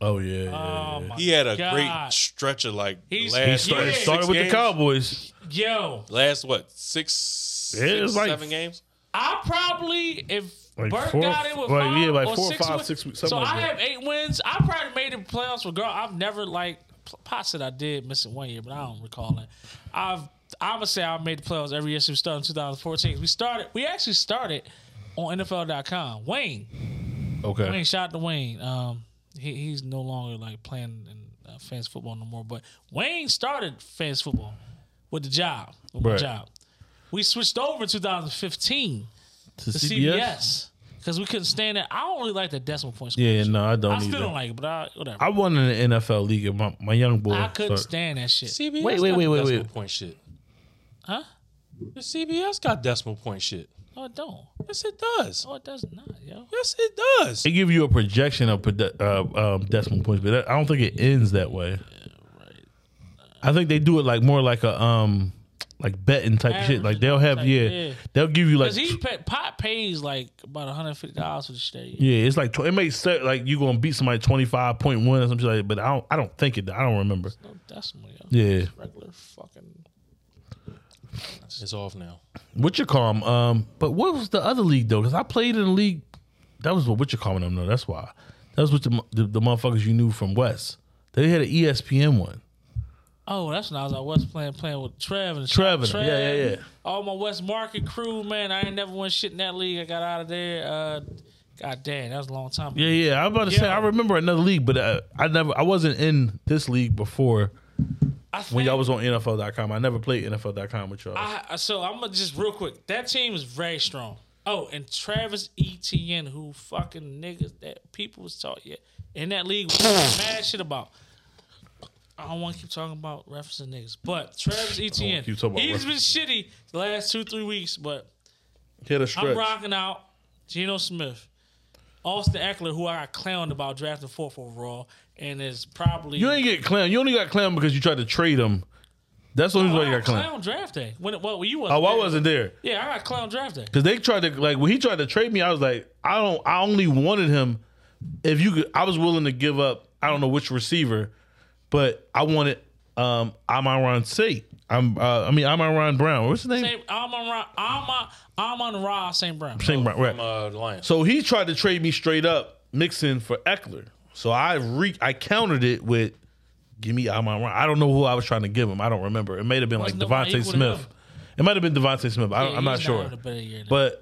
Speaker 7: Oh yeah, yeah.
Speaker 9: oh my
Speaker 3: He had a
Speaker 9: God.
Speaker 3: great stretch of like
Speaker 9: He's-
Speaker 3: last
Speaker 7: he started,
Speaker 9: yeah.
Speaker 7: started
Speaker 3: six
Speaker 7: with
Speaker 3: games.
Speaker 7: the Cowboys.
Speaker 9: yo,
Speaker 3: Last what six,
Speaker 7: Yeah, it was
Speaker 3: six,
Speaker 7: like-
Speaker 3: seven games?
Speaker 9: I probably if
Speaker 7: Like
Speaker 9: Burt
Speaker 7: four-
Speaker 9: got in with
Speaker 7: like,
Speaker 9: five
Speaker 7: yeah, like
Speaker 9: or
Speaker 7: four,
Speaker 9: six
Speaker 7: five,
Speaker 9: wins,
Speaker 7: six wins,
Speaker 9: so
Speaker 7: something
Speaker 9: I
Speaker 7: like
Speaker 9: have eight wins. I probably made the playoffs with girl. I've never like p- pots that I did miss it one year, but I don't recall it. I've I would say I made the playoffs every year since we started in 2014. We started. We actually started on NFL.com. Wayne,
Speaker 7: Okay.
Speaker 9: Wayne, shout out to Wayne. Um, he, he's no longer like playing in uh, fans football no more. But Wayne started fans football with the job. With my
Speaker 7: Right.
Speaker 9: job. We switched over in 2015
Speaker 7: To
Speaker 9: the CBS because we couldn't stand it. I don't really like the decimal point score.
Speaker 7: Yeah, no, I don't
Speaker 9: I
Speaker 7: either.
Speaker 9: still don't like it, but I whatever.
Speaker 7: I
Speaker 9: I,
Speaker 7: won in the NFL league. And my, my young boy.
Speaker 9: couldn't
Speaker 7: started-
Speaker 9: stand that shit.
Speaker 3: CBS
Speaker 7: Wait, wait,
Speaker 3: got
Speaker 7: wait, wait,
Speaker 3: decimal
Speaker 7: wait.
Speaker 3: point shit.
Speaker 9: Huh?
Speaker 3: The CBS got decimal point shit.
Speaker 9: No, it don't.
Speaker 3: Yes, it
Speaker 7: Oh.
Speaker 3: does.
Speaker 9: No, it does not, yo.
Speaker 3: Yes, it does.
Speaker 7: They give you a projection of produ- uh, um, decimal points, but that, I don't think it ends that way. I think they do it like more like a um like betting type shit. Like they'll have
Speaker 9: Average,
Speaker 7: yeah,
Speaker 9: yeah.
Speaker 7: they'll give you like
Speaker 9: Because he pay, pot pays like about 150 dollars for the shit.
Speaker 7: yeah, it's like tw- it may set like you gonna beat somebody twenty five point one or something like that. But I don't I don't think it. I don't remember.
Speaker 9: No decimal, yo.
Speaker 7: Yeah,
Speaker 9: Regular fucking.
Speaker 3: It's off now.
Speaker 7: what you call 'em, Um, but what was the other league though? Because I played in a league that was what what you calling them though. That's why that was what the, mo- the the motherfuckers you knew from West. They had E an ESPN one.
Speaker 9: Oh, that's when I was out west playing, playing with Trev and
Speaker 7: Trevor, yeah, yeah, yeah.
Speaker 9: All my West Market crew, man. I ain't never won shit in that league. I got out of there. Uh, God damn, that was a long time. ago.
Speaker 7: Yeah, yeah. I was about to say I remember another league, but uh, I never I wasn't in this league before
Speaker 9: I
Speaker 7: when
Speaker 9: think-
Speaker 7: y'all was on NFL.com. I never played NFL.com with y'all.
Speaker 9: I, I- so I'm gonna just real quick. That team is very strong. Oh, and Travis Etienne, who fucking niggas that people was talking yeah, in that league was mad shit about. I don't want to keep talking about referencing niggas, but Travis Etienne,
Speaker 7: keep talking about
Speaker 9: he's been shitty the last two three weeks, but
Speaker 7: Hit a
Speaker 9: I'm
Speaker 7: stretch.
Speaker 9: rocking out Geno Smith, Austin Eckler, who I got clowned about drafting fourth overall, and is probably
Speaker 7: You ain't get clown. You only got clown because you tried to trade him. That's the only
Speaker 9: I
Speaker 7: reason why you got clown.
Speaker 9: draft day. When well, you wasn't
Speaker 7: Oh, I
Speaker 9: there.
Speaker 7: wasn't there
Speaker 9: Yeah, I got clown draft day.
Speaker 7: because they tried to like when he tried to trade me. I was like, I don't. I only wanted him if you could. I was willing to give up. I don't know which receiver, but I wanted um Amaron Sate. I'm uh, I mean Amaron Brown. What's his name?
Speaker 9: Saint, I'm on Ra, I'm on, I'm on Ra St. Brown.
Speaker 7: Same right. right.
Speaker 3: uh,
Speaker 7: So he tried to trade me straight up Mixon for Eckler. So I re I countered it with give me Amon Ra. I don't know who I was trying to give him. I don't remember. It may have been
Speaker 9: Wasn't
Speaker 7: like
Speaker 9: the one
Speaker 7: Devontae
Speaker 9: equal to
Speaker 7: Smith. It might have been Devontae Smith. I,
Speaker 9: Yeah,
Speaker 7: I'm not
Speaker 9: he's
Speaker 7: sure.
Speaker 9: having a better year than-
Speaker 7: but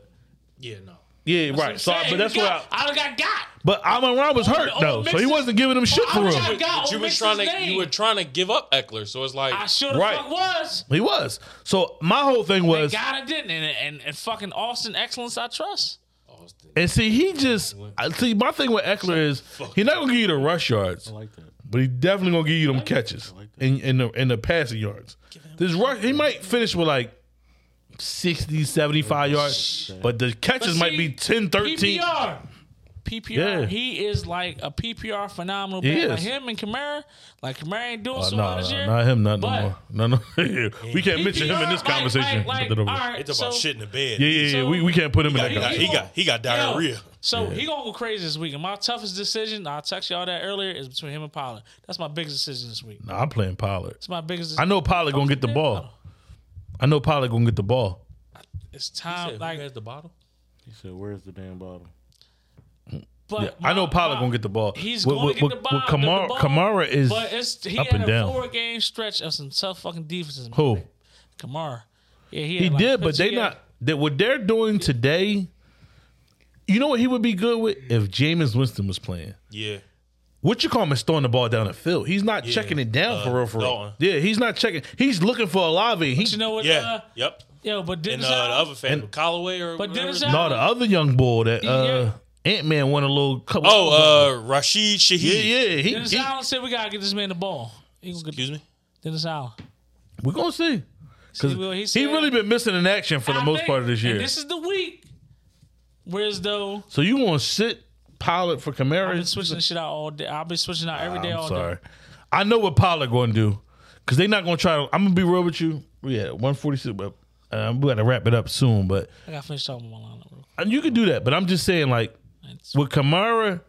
Speaker 10: yeah, no.
Speaker 7: Yeah, right. So I, but that's what I,
Speaker 9: I done got got.
Speaker 7: but Amon Ra was hurt though, so he wasn't giving him shit for him.
Speaker 9: got Ole
Speaker 3: you were
Speaker 9: Miss's
Speaker 3: trying to
Speaker 9: name.
Speaker 3: you were trying to give up Eckler, so it's like
Speaker 9: I should have
Speaker 7: Right.
Speaker 9: fuck was.
Speaker 7: He was. So my whole thing was,
Speaker 9: God, I didn't. And, and, and fucking Austin Excellence, I trust.
Speaker 3: oh,
Speaker 7: and see, he just I see. My thing with Eckler is he's not gonna give you the rush yards, but he definitely gonna give you them catches and and the and the passing yards. This rush, he might finish with like. 60, 75 yards, but the catches
Speaker 9: But
Speaker 7: might
Speaker 9: see,
Speaker 7: be 10, 13.
Speaker 9: PPR. PPR.
Speaker 7: Yeah.
Speaker 9: He is like a PPR phenomenal.
Speaker 7: He
Speaker 9: back. Like
Speaker 7: is.
Speaker 9: him and Kamara. Like Kamara ain't doing
Speaker 7: Oh,
Speaker 9: so
Speaker 7: no,
Speaker 9: well this
Speaker 7: no,
Speaker 9: year.
Speaker 7: not him, not
Speaker 9: but-
Speaker 7: no more. No, no. we can't mention him in this
Speaker 9: PPR, like-
Speaker 7: conversation.
Speaker 9: like-
Speaker 7: Put it over.
Speaker 9: like, all right,
Speaker 10: It's about
Speaker 9: so-
Speaker 10: shit in the bed.
Speaker 7: yeah, yeah, yeah. We, we can't put him in that
Speaker 10: He got, he
Speaker 7: conversation.
Speaker 10: got he got
Speaker 9: Yo,
Speaker 10: diarrhea.
Speaker 9: so he gonna go crazy this week. And my toughest decision, I text y'all that earlier, is between him and Pollard. That's my biggest decision this week.
Speaker 7: Nah, I'm playing Pollard.
Speaker 9: It's my biggest.
Speaker 7: I know Pollard
Speaker 9: Oh,
Speaker 7: gonna get the ball. I know Pollard gonna get the ball.
Speaker 9: It's time. Like
Speaker 3: the bottle.
Speaker 8: He said, "Where's the damn bottle?"
Speaker 9: But
Speaker 7: Yeah, I know Pollard gonna get the ball.
Speaker 9: He's
Speaker 7: With-
Speaker 9: going
Speaker 7: with-
Speaker 9: to get
Speaker 7: with-
Speaker 9: the ball.
Speaker 7: with Kamara,
Speaker 9: the ball,
Speaker 7: Kamara is
Speaker 9: but it's, he
Speaker 7: up
Speaker 9: had
Speaker 7: and
Speaker 9: a
Speaker 7: down.
Speaker 9: Four game stretch of some tough fucking defenses. man.
Speaker 7: Who
Speaker 9: Kamara. Yeah, he,
Speaker 7: he
Speaker 9: had like
Speaker 7: did, but they
Speaker 9: 58.
Speaker 7: not that what they're doing today. You know what he would be good with if Jameis Winston was playing.
Speaker 10: Yeah.
Speaker 7: What you call him is throwing the ball down the field. He's not
Speaker 10: Yeah,
Speaker 7: checking it down
Speaker 10: uh,
Speaker 7: for real, for real.
Speaker 10: Dalton.
Speaker 7: Yeah, he's not checking. He's looking for Olave. He
Speaker 9: You know what?
Speaker 10: Yeah.
Speaker 9: Uh,
Speaker 10: yep.
Speaker 9: yo, but
Speaker 10: And
Speaker 9: Dennis
Speaker 10: uh, the
Speaker 9: Allen.
Speaker 10: other fan, Callaway or
Speaker 9: But
Speaker 10: whatever.
Speaker 9: Dennis
Speaker 7: no,
Speaker 9: Allen.
Speaker 7: the other young boy that uh, Ant Man won a little couple.
Speaker 10: Oh, uh, Rashid Shaheed.
Speaker 7: yeah, yeah. He,
Speaker 9: Dennis
Speaker 7: he-
Speaker 9: Allen said we gotta get this man the ball. He gonna get
Speaker 10: Excuse me.
Speaker 9: Dennis Allen.
Speaker 7: we're gonna see
Speaker 9: See, well,
Speaker 7: because
Speaker 9: he
Speaker 7: he,
Speaker 9: said-
Speaker 7: really been missing in action for the
Speaker 9: I
Speaker 7: most
Speaker 9: think-
Speaker 7: part of this
Speaker 9: and
Speaker 7: year.
Speaker 9: This is the week. Whereas though,
Speaker 7: so you gonna sit Pollard for Kamara?
Speaker 9: I've been switching this shit out all day. I've been switching out every day
Speaker 7: Ah, I'm
Speaker 9: all
Speaker 7: sorry.
Speaker 9: day.
Speaker 7: I know what Pollard going to do because they're not going to try to. I'm going to be real with you. We at 146, but uh, we got to wrap it up soon. But
Speaker 9: I gotta finish talking about my lineup real quick.
Speaker 7: and you can do that. But I'm just saying, like with Kamara,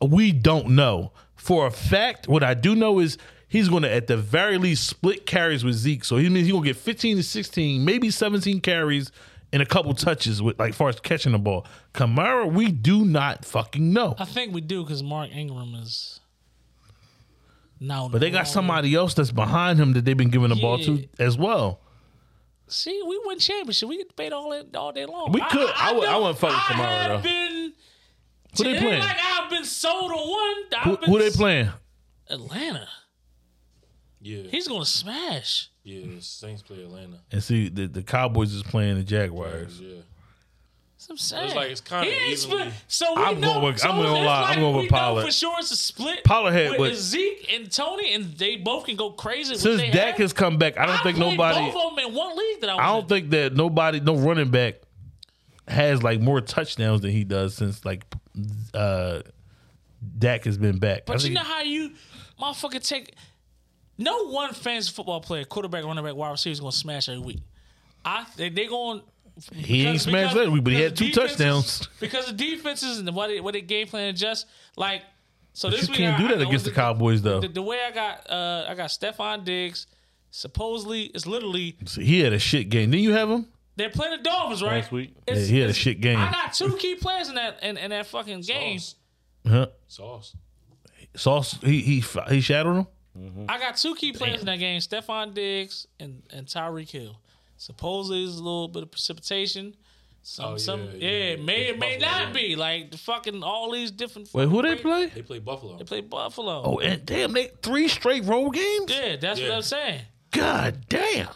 Speaker 7: we don't know for a fact. What I do know is he's going to at the very least split carries with Zeke. So he means he's going to get 15 to 16, maybe 17 carries. And a couple touches with like far as catching the ball. Kamara, we do not fucking know.
Speaker 9: I think we do because Mark Ingram is. No,
Speaker 7: But they got somebody else that's behind him that they've been giving the ball
Speaker 9: Yeah.
Speaker 7: to as well.
Speaker 9: See, we win championship. We could debate all that all day long.
Speaker 7: We could. I would- I
Speaker 9: know-
Speaker 7: wouldn't fuck with
Speaker 9: I
Speaker 7: Kamara,
Speaker 9: have
Speaker 7: though.
Speaker 9: Been,
Speaker 7: Who they
Speaker 9: it ain't
Speaker 7: playing?
Speaker 9: Like I've been sold on one. I've
Speaker 7: Who,
Speaker 9: been
Speaker 7: who they
Speaker 9: s-
Speaker 7: playing?
Speaker 9: Atlanta.
Speaker 3: Yeah.
Speaker 9: He's gonna smash.
Speaker 3: Yeah, Saints play Atlanta.
Speaker 7: And see, the, the Cowboys is playing the Jaguars.
Speaker 3: Yeah.
Speaker 9: That's what I'm saying.
Speaker 3: It's like it's kinda
Speaker 9: He ain't
Speaker 3: evenly-
Speaker 9: split. So we
Speaker 7: I'm
Speaker 9: know,
Speaker 7: going with-
Speaker 9: so
Speaker 7: I'm gonna
Speaker 9: it's
Speaker 7: lie, I'm
Speaker 9: Like
Speaker 7: going
Speaker 9: we
Speaker 7: with
Speaker 9: know
Speaker 7: Pollard.
Speaker 9: for sure it's a split.
Speaker 7: Pollard had what-
Speaker 9: Zeke and Tony, and they both can go crazy. which
Speaker 7: Since
Speaker 9: they
Speaker 7: Dak
Speaker 9: have.
Speaker 7: has come back, I don't think
Speaker 9: played
Speaker 7: nobody.
Speaker 9: Both of them in one league that I, was
Speaker 7: I don't
Speaker 9: in.
Speaker 7: think that nobody, no running back, has like more touchdowns than he does since like uh Dak has been back. I
Speaker 9: But you
Speaker 7: think-
Speaker 9: know how you, motherfucker, take. No one fantasy football player, quarterback, running back, wide receiver is going to smash every week. I they, they going.
Speaker 7: he ain't smashed that week, but he had two touchdowns.
Speaker 9: Because the defenses and what they, what they game plan adjust like. So
Speaker 7: But
Speaker 9: this
Speaker 7: you
Speaker 9: week
Speaker 7: can't
Speaker 9: I-
Speaker 7: do
Speaker 9: I
Speaker 7: that
Speaker 9: know
Speaker 7: against the
Speaker 9: what
Speaker 7: Cowboys though.
Speaker 9: The, the way I got uh I got Stephon Diggs. Supposedly, it's literally
Speaker 7: See, he had a shit game. Didn't you have him?
Speaker 9: they're playing the Dolphins, right?
Speaker 8: Last week?
Speaker 7: Yeah,
Speaker 9: It's-
Speaker 7: he had a
Speaker 9: it's-
Speaker 7: shit game.
Speaker 9: I got two key players in that in, in that fucking game.
Speaker 3: Sauce.
Speaker 7: Huh?
Speaker 3: Sauce.
Speaker 7: Sauce. He he he shadowed him.
Speaker 9: I got two key players in that game: Stephon Diggs and and Tyreek Hill. Supposedly, there's a little bit of precipitation. Some,
Speaker 3: Oh,
Speaker 9: some,
Speaker 3: yeah,
Speaker 9: yeah,
Speaker 3: yeah.
Speaker 9: it may or may
Speaker 3: Buffalo,
Speaker 9: not
Speaker 3: yeah.
Speaker 9: be like the fucking all these different.
Speaker 7: Wait, who they
Speaker 9: fucking-
Speaker 7: play?
Speaker 3: They play Buffalo.
Speaker 9: They play Buffalo.
Speaker 7: Oh, and damn, they three straight road games.
Speaker 9: yeah, that's what
Speaker 3: Yeah.
Speaker 9: I'm saying.
Speaker 7: God damn.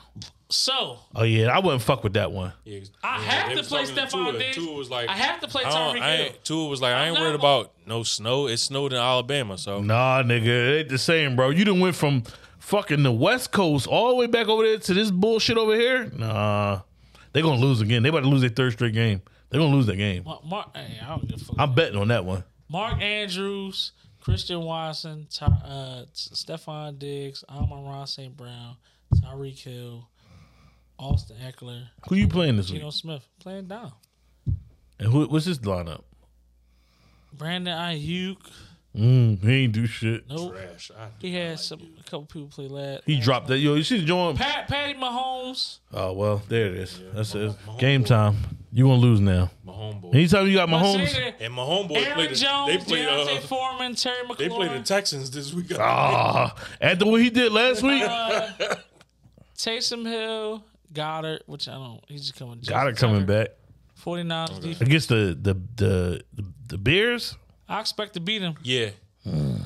Speaker 9: So
Speaker 7: Oh yeah, I wouldn't fuck with that one.
Speaker 3: Yeah,
Speaker 9: I
Speaker 3: yeah,
Speaker 9: have
Speaker 3: they
Speaker 9: to
Speaker 3: was
Speaker 9: play
Speaker 3: talking to
Speaker 9: Stephon
Speaker 3: Tua.
Speaker 9: Diggs.
Speaker 3: Tua was like,
Speaker 9: I have to play
Speaker 3: I don't- I
Speaker 9: Tyreek Hill.
Speaker 3: ain't- Tua was like, I ain't
Speaker 9: not
Speaker 3: worried
Speaker 9: gonna-
Speaker 3: about no snow. It snowed in Alabama, so
Speaker 7: Nah, nigga, it ain't the same, bro. You done went from fucking the West Coast all the way back over there to this bullshit over here. Nah, they gonna lose again. They about to lose their third straight game. They gonna lose that game.
Speaker 9: Mark, Mark, hey, I don't give a fuck.
Speaker 7: I'm betting on that one.
Speaker 9: Mark Andrews, Christian Watson, Ty, uh, Stefan Diggs, Amon Ross St. Brown, Tyreek Hill, Austin Eckler,
Speaker 7: Who you playing this week?
Speaker 9: Geno Smith playing down.
Speaker 7: And who, what's this lineup?
Speaker 9: Brandon Ayuk,
Speaker 7: Mm, he ain't do shit.
Speaker 9: Nope. Trash. He had some a couple people play that.
Speaker 7: He dropped that. Yo, you should join.
Speaker 9: Pat, Patty Mahomes.
Speaker 7: Oh well, there it is. That's it. Game time. You gonna lose now.
Speaker 9: My homeboy.
Speaker 7: Anytime you got
Speaker 9: But see
Speaker 7: Mahomes,
Speaker 9: that-
Speaker 10: And my homeboy
Speaker 9: Aaron
Speaker 10: played. the-
Speaker 9: Jones,
Speaker 10: they played.
Speaker 9: Deontay
Speaker 10: Uh,
Speaker 9: Foreman, Terry McLaurin.
Speaker 10: they played the Texans this week.
Speaker 7: ah, after what he did last week,
Speaker 9: Uh, Taysom Hill, Goddard, which I don't. He's just coming.
Speaker 7: got it coming back
Speaker 9: 49 defense.
Speaker 7: against the the the the, the Bears.
Speaker 9: I expect to beat him.
Speaker 10: Yeah.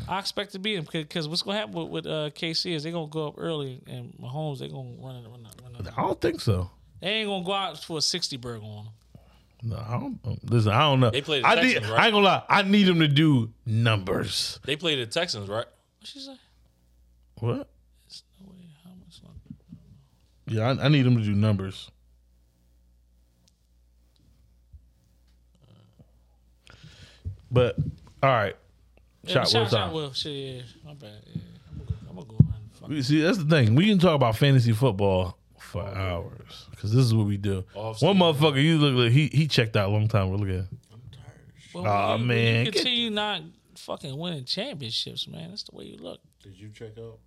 Speaker 9: I expect to beat him because what's gonna happen with, with uh, KC is they're gonna go up early and Mahomes they're gonna run it. Run it, run it.
Speaker 7: I don't think so.
Speaker 9: They ain't gonna go out for a sixty burger on him.
Speaker 7: No, I don't. um, Listen, I don't know.
Speaker 3: They play the
Speaker 7: I
Speaker 3: Texans,
Speaker 7: need,
Speaker 3: right?
Speaker 7: I ain't gonna lie. I need him to do numbers.
Speaker 3: They played the Texans, right?
Speaker 9: What she say?
Speaker 7: What? Yeah, I, I need him to do numbers. But all right,
Speaker 9: Yeah,
Speaker 7: shot
Speaker 9: shot,
Speaker 7: was
Speaker 9: shot
Speaker 7: out.
Speaker 9: will. Shit, yeah. My bad. Yeah. I'm gonna go. I'm gonna
Speaker 7: We- See, that's the thing. We can talk about fantasy football for hours because this is what we do.
Speaker 9: Off
Speaker 7: One motherfucker, you look like he he checked out a long time. ago. Look at. him.
Speaker 9: go on.
Speaker 7: Aw,
Speaker 9: Well, when you-
Speaker 7: man,
Speaker 9: when you
Speaker 7: get-
Speaker 9: continue not fucking winning championships, man. That's the way you look.
Speaker 8: Did you check out?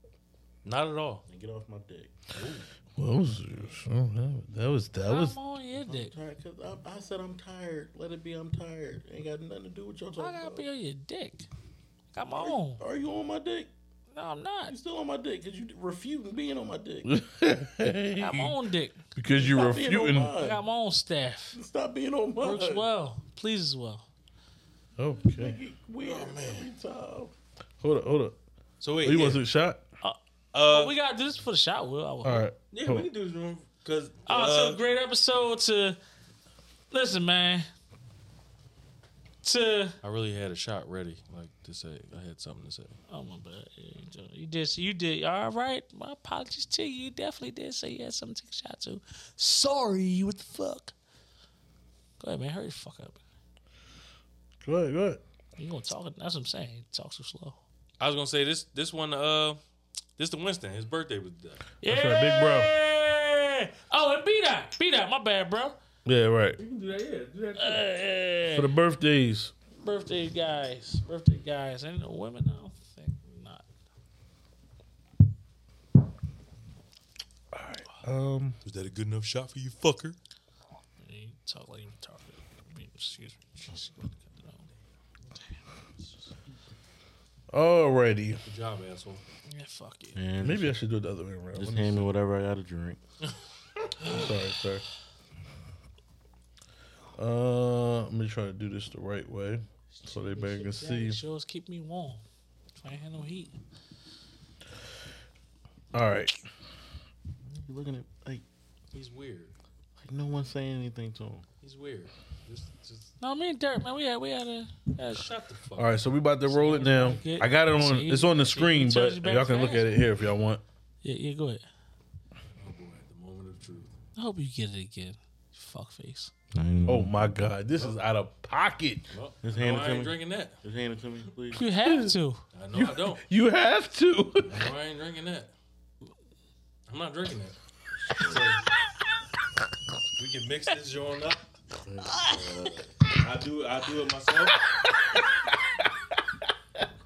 Speaker 3: Not at all.
Speaker 8: And get off my dick.
Speaker 7: Well, that was oh, that was that was
Speaker 9: on your dick.
Speaker 8: i I, I said I'm tired. Let it be. I'm tired. Ain't got nothing to do with y'all
Speaker 9: I
Speaker 8: talking
Speaker 9: gotta
Speaker 8: about.
Speaker 9: be on your dick. Come on.
Speaker 8: Are you on my dick?
Speaker 9: No, I'm not.
Speaker 8: You still on my dick because you refuting being on my dick.
Speaker 9: I got my own dick.
Speaker 7: because you
Speaker 8: Stop being
Speaker 7: refuting.
Speaker 8: on
Speaker 9: I
Speaker 8: mine.
Speaker 9: got my own staff.
Speaker 8: Stop being on mine.
Speaker 9: Works well. Pleases well.
Speaker 7: Okay,
Speaker 8: Weird every time.
Speaker 7: hold up, hold up.
Speaker 10: So
Speaker 7: Oh,
Speaker 10: wait,
Speaker 7: you
Speaker 10: yeah.
Speaker 7: want to shot?
Speaker 9: But we gotta do this for the shot, Will. I will.
Speaker 7: Uh, All right.
Speaker 10: yeah,
Speaker 7: Hold
Speaker 10: we
Speaker 7: on.
Speaker 10: can do this because
Speaker 9: Oh, so great episode to listen, man. To
Speaker 3: I really had a shot ready, like to say. I had something to say.
Speaker 9: oh my bad, Yeah, you do- you did you did all right. My apologies to you. You definitely did say you had something to take a shot to. Sorry, what the fuck? Go ahead, man. Hurry the fuck up.
Speaker 7: Go ahead, go ahead.
Speaker 9: You gonna talk? That's what I'm saying. Talk so slow.
Speaker 3: I was gonna say this. This one, uh, this the Winston. His birthday was. Today.
Speaker 9: Yeah.
Speaker 7: That's right, big bro.
Speaker 9: Oh, and be that, be that. My bad, bro.
Speaker 7: Yeah, right.
Speaker 9: Hey.
Speaker 7: For the birthdays,
Speaker 9: birthday guys, birthday guys, and women. I don't think not.
Speaker 7: um,
Speaker 10: was that a good enough shot for you, fucker?
Speaker 9: You talk like you talk. Excuse me.
Speaker 7: Oh.
Speaker 9: She's gonna cut it off.
Speaker 7: alrighty.
Speaker 3: Good job, asshole.
Speaker 9: Yeah, fuck you.
Speaker 8: And
Speaker 7: Maybe I should do it the other way around.
Speaker 8: just
Speaker 7: Let me-
Speaker 8: hand me whatever I got to drink.
Speaker 7: Sorry, sorry. Uh, let me try to do this the right way so they better can see.
Speaker 9: Daddy shows keep me warm. If I ain't had no heat.
Speaker 7: All right.
Speaker 8: You looking at like
Speaker 3: He's weird.
Speaker 8: like no one saying anything to him.
Speaker 3: He's weird. Just, just
Speaker 9: No, me and Dirk, man, we had we had a, had a shot.
Speaker 3: shut the fuck.
Speaker 7: All right, so we about to roll it now. I got it on. It's on the screen, but y'all can look at it here if y'all want.
Speaker 9: Yeah, yeah, go ahead.
Speaker 3: Oh boy, at the moment of truth.
Speaker 9: I hope you get it again. Fuck face.
Speaker 7: Oh my God, this is out of pocket.
Speaker 3: Well,
Speaker 8: Just
Speaker 3: no,
Speaker 8: hand it
Speaker 3: I
Speaker 8: to
Speaker 3: ain't
Speaker 8: me.
Speaker 3: drinking that.
Speaker 8: Just hand it to me, please.
Speaker 9: You have to.
Speaker 3: I know I don't.
Speaker 7: You have to.
Speaker 3: No, I ain't drinking that. I'm not drinking that.
Speaker 10: We can mix this joint up. I do it. I do it myself.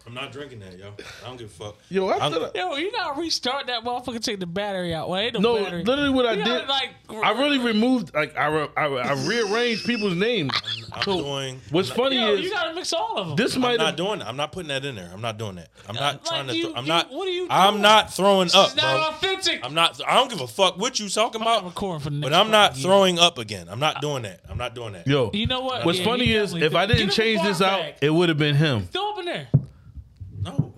Speaker 10: I'm not drinking that, yo. I don't give a fuck.
Speaker 7: Yo, I
Speaker 10: I'm-
Speaker 7: thought I-
Speaker 9: Yo, you not restart that motherfucker. Take the battery out. Well, ain't no,
Speaker 7: no,
Speaker 9: battery.
Speaker 7: literally what I
Speaker 9: You gotta,
Speaker 7: did.
Speaker 9: like,
Speaker 7: I really removed like I re- I, I rearranged people's names.
Speaker 10: I'm doing.
Speaker 7: What's funny
Speaker 9: yo,
Speaker 7: is
Speaker 9: you gotta mix all of them.
Speaker 7: this
Speaker 10: I'm
Speaker 7: might
Speaker 10: not
Speaker 7: have
Speaker 10: doing that. I'm not putting that in there. I'm not doing that. I'm not
Speaker 9: Like,
Speaker 10: trying to.
Speaker 9: you-
Speaker 10: throw- I'm
Speaker 9: you-
Speaker 10: not.
Speaker 9: what are you
Speaker 10: I'm
Speaker 9: doing?
Speaker 10: not throwing
Speaker 9: This
Speaker 10: up,
Speaker 9: is
Speaker 10: bro.
Speaker 9: not authentic.
Speaker 10: I'm not. I don't give a fuck what you talking
Speaker 9: not
Speaker 10: about.
Speaker 9: recording for the next
Speaker 10: But I'm not
Speaker 9: fucking year.
Speaker 10: throwing up again. I'm not doing that. I'm not doing that.
Speaker 7: yo.
Speaker 9: You know what?
Speaker 7: What's
Speaker 9: Yeah,
Speaker 7: funny
Speaker 9: he
Speaker 7: is
Speaker 9: definitely
Speaker 7: if I
Speaker 9: did.
Speaker 7: didn't
Speaker 9: Get him a
Speaker 7: change this
Speaker 9: water
Speaker 7: out,
Speaker 9: bag.
Speaker 7: it would have been him.
Speaker 9: Throw up in there.
Speaker 10: No,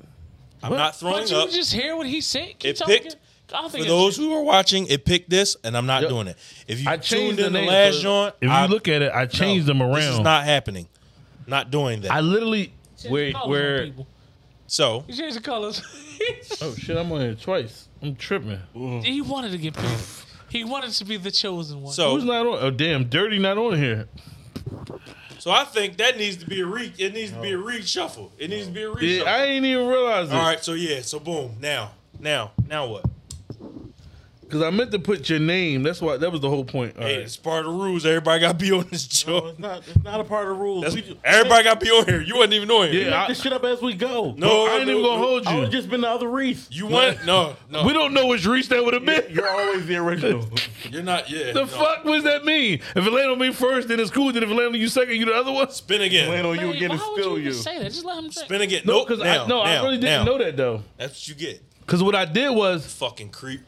Speaker 10: I'm not throwing
Speaker 9: But you
Speaker 10: up.
Speaker 9: just hear what he said. Keep
Speaker 10: It
Speaker 9: talking.
Speaker 10: picked-
Speaker 9: I don't
Speaker 10: For
Speaker 9: think it's-
Speaker 10: those who are watching, it picked this, and I'm not
Speaker 7: Yep.
Speaker 10: doing it. If you
Speaker 7: I
Speaker 10: tuned
Speaker 7: changed the
Speaker 10: in the
Speaker 7: name.
Speaker 10: last
Speaker 7: so
Speaker 10: joint,
Speaker 7: if you
Speaker 10: I-
Speaker 7: look at it, I changed
Speaker 10: no,
Speaker 7: them around.
Speaker 10: This is not happening. Not doing that.
Speaker 7: I literally
Speaker 9: Change the
Speaker 7: where
Speaker 9: colors on
Speaker 7: where.
Speaker 9: people.
Speaker 10: so
Speaker 9: He changed the colors.
Speaker 7: Oh shit! I'm on here twice. I'm tripping.
Speaker 9: he wanted to get picked. He wanted to be the chosen one.
Speaker 10: so
Speaker 7: Who's not on? Oh damn, dirty not on here.
Speaker 10: so I think that needs to be a re. It needs to be a reshuffle. It needs to be a reshuffle.
Speaker 7: Yeah, I ain't even realize it.
Speaker 10: All right. So yeah. So boom. Now. Now. Now what?
Speaker 7: Because I meant to put your name. That's why. That was the whole point. All
Speaker 3: Hey,
Speaker 7: right.
Speaker 3: it's part of the rules. Everybody got to be on this show.
Speaker 8: it's not. It's not a part of the rules.
Speaker 3: That's- everybody got to be on here. You wasn't even on here.
Speaker 8: Yeah, make this shit up as we go.
Speaker 3: No,
Speaker 8: But
Speaker 3: I
Speaker 8: ain't even
Speaker 3: know-
Speaker 8: gonna hold you.
Speaker 3: I
Speaker 8: I
Speaker 3: would've
Speaker 8: would just been the other Reese.
Speaker 3: You want no, no.
Speaker 7: We don't know which Reese that would have been.
Speaker 8: You're always the original.
Speaker 3: You're not. Yeah.
Speaker 7: The
Speaker 3: no.
Speaker 7: fuck was that mean? If it land on me first, then it's cool. Then if it land on you second, you the other one.
Speaker 3: Spin again.
Speaker 8: Land on you
Speaker 9: Wait,
Speaker 8: again
Speaker 9: why
Speaker 8: and
Speaker 9: would
Speaker 8: still
Speaker 9: you,
Speaker 8: you.
Speaker 9: Just say that? Just let him drink.
Speaker 3: Spin again.
Speaker 7: No,
Speaker 3: Nope.
Speaker 7: because
Speaker 3: now,
Speaker 7: I no,
Speaker 3: now,
Speaker 7: I really didn't
Speaker 3: now.
Speaker 7: know that though.
Speaker 3: That's what you get.
Speaker 7: Because what I did was
Speaker 3: Fucking creep.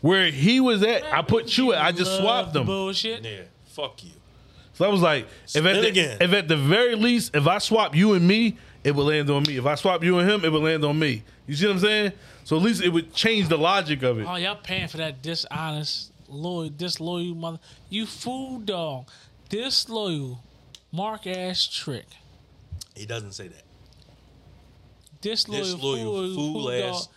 Speaker 7: where he was at, I put you at. I just
Speaker 9: Love
Speaker 7: swapped
Speaker 9: the
Speaker 7: him.
Speaker 9: Bullshit.
Speaker 3: Yeah. Fuck you.
Speaker 7: So I was like, if at,
Speaker 3: Spin
Speaker 7: the,
Speaker 3: again.
Speaker 7: if at the very least, if I swap you and me, it would land on me. If I swap you and him, it would land on me. You see what I'm saying? So at least it would change the logic of it.
Speaker 9: Oh, y'all paying for that dishonest, loyal, disloyal mother. You fool dog. Disloyal. Mark ass trick.
Speaker 3: He doesn't say that.
Speaker 9: Disloyal,
Speaker 3: Disloyal
Speaker 9: fool,
Speaker 3: fool
Speaker 9: fool
Speaker 3: ass.
Speaker 9: dog.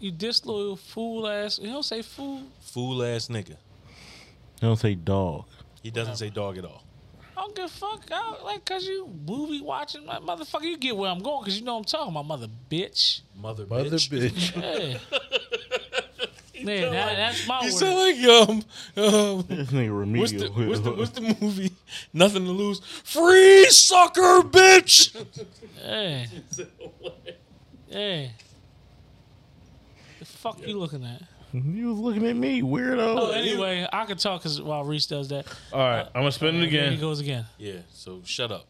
Speaker 9: You disloyal fool ass. He don't say fool.
Speaker 3: Fool ass nigga.
Speaker 8: Don't say dog.
Speaker 3: He doesn't say dog at all.
Speaker 9: I don't give a fuck. I, don't- like, cause you movie watching, my motherfucker. You get where I'm going, cause you know I'm talking about mother bitch.
Speaker 3: Mother,
Speaker 7: Mother
Speaker 3: bitch.
Speaker 7: bitch.
Speaker 9: Yeah. yeah, that, that's my
Speaker 3: You
Speaker 9: word.
Speaker 3: sound like um um.
Speaker 8: This nigga
Speaker 3: What's
Speaker 8: remedial.
Speaker 3: the, what's, the, what's the movie? Nothing to lose. Free sucker, bitch.
Speaker 9: yeah. yeah. The fuck you looking at?
Speaker 8: you was looking at me, weirdo.
Speaker 9: Oh, anyway, I can talk cause while Reese does that,
Speaker 7: All right, I'm gonna spin it
Speaker 9: here he
Speaker 7: again.
Speaker 9: goes again.
Speaker 3: Yeah. So shut up.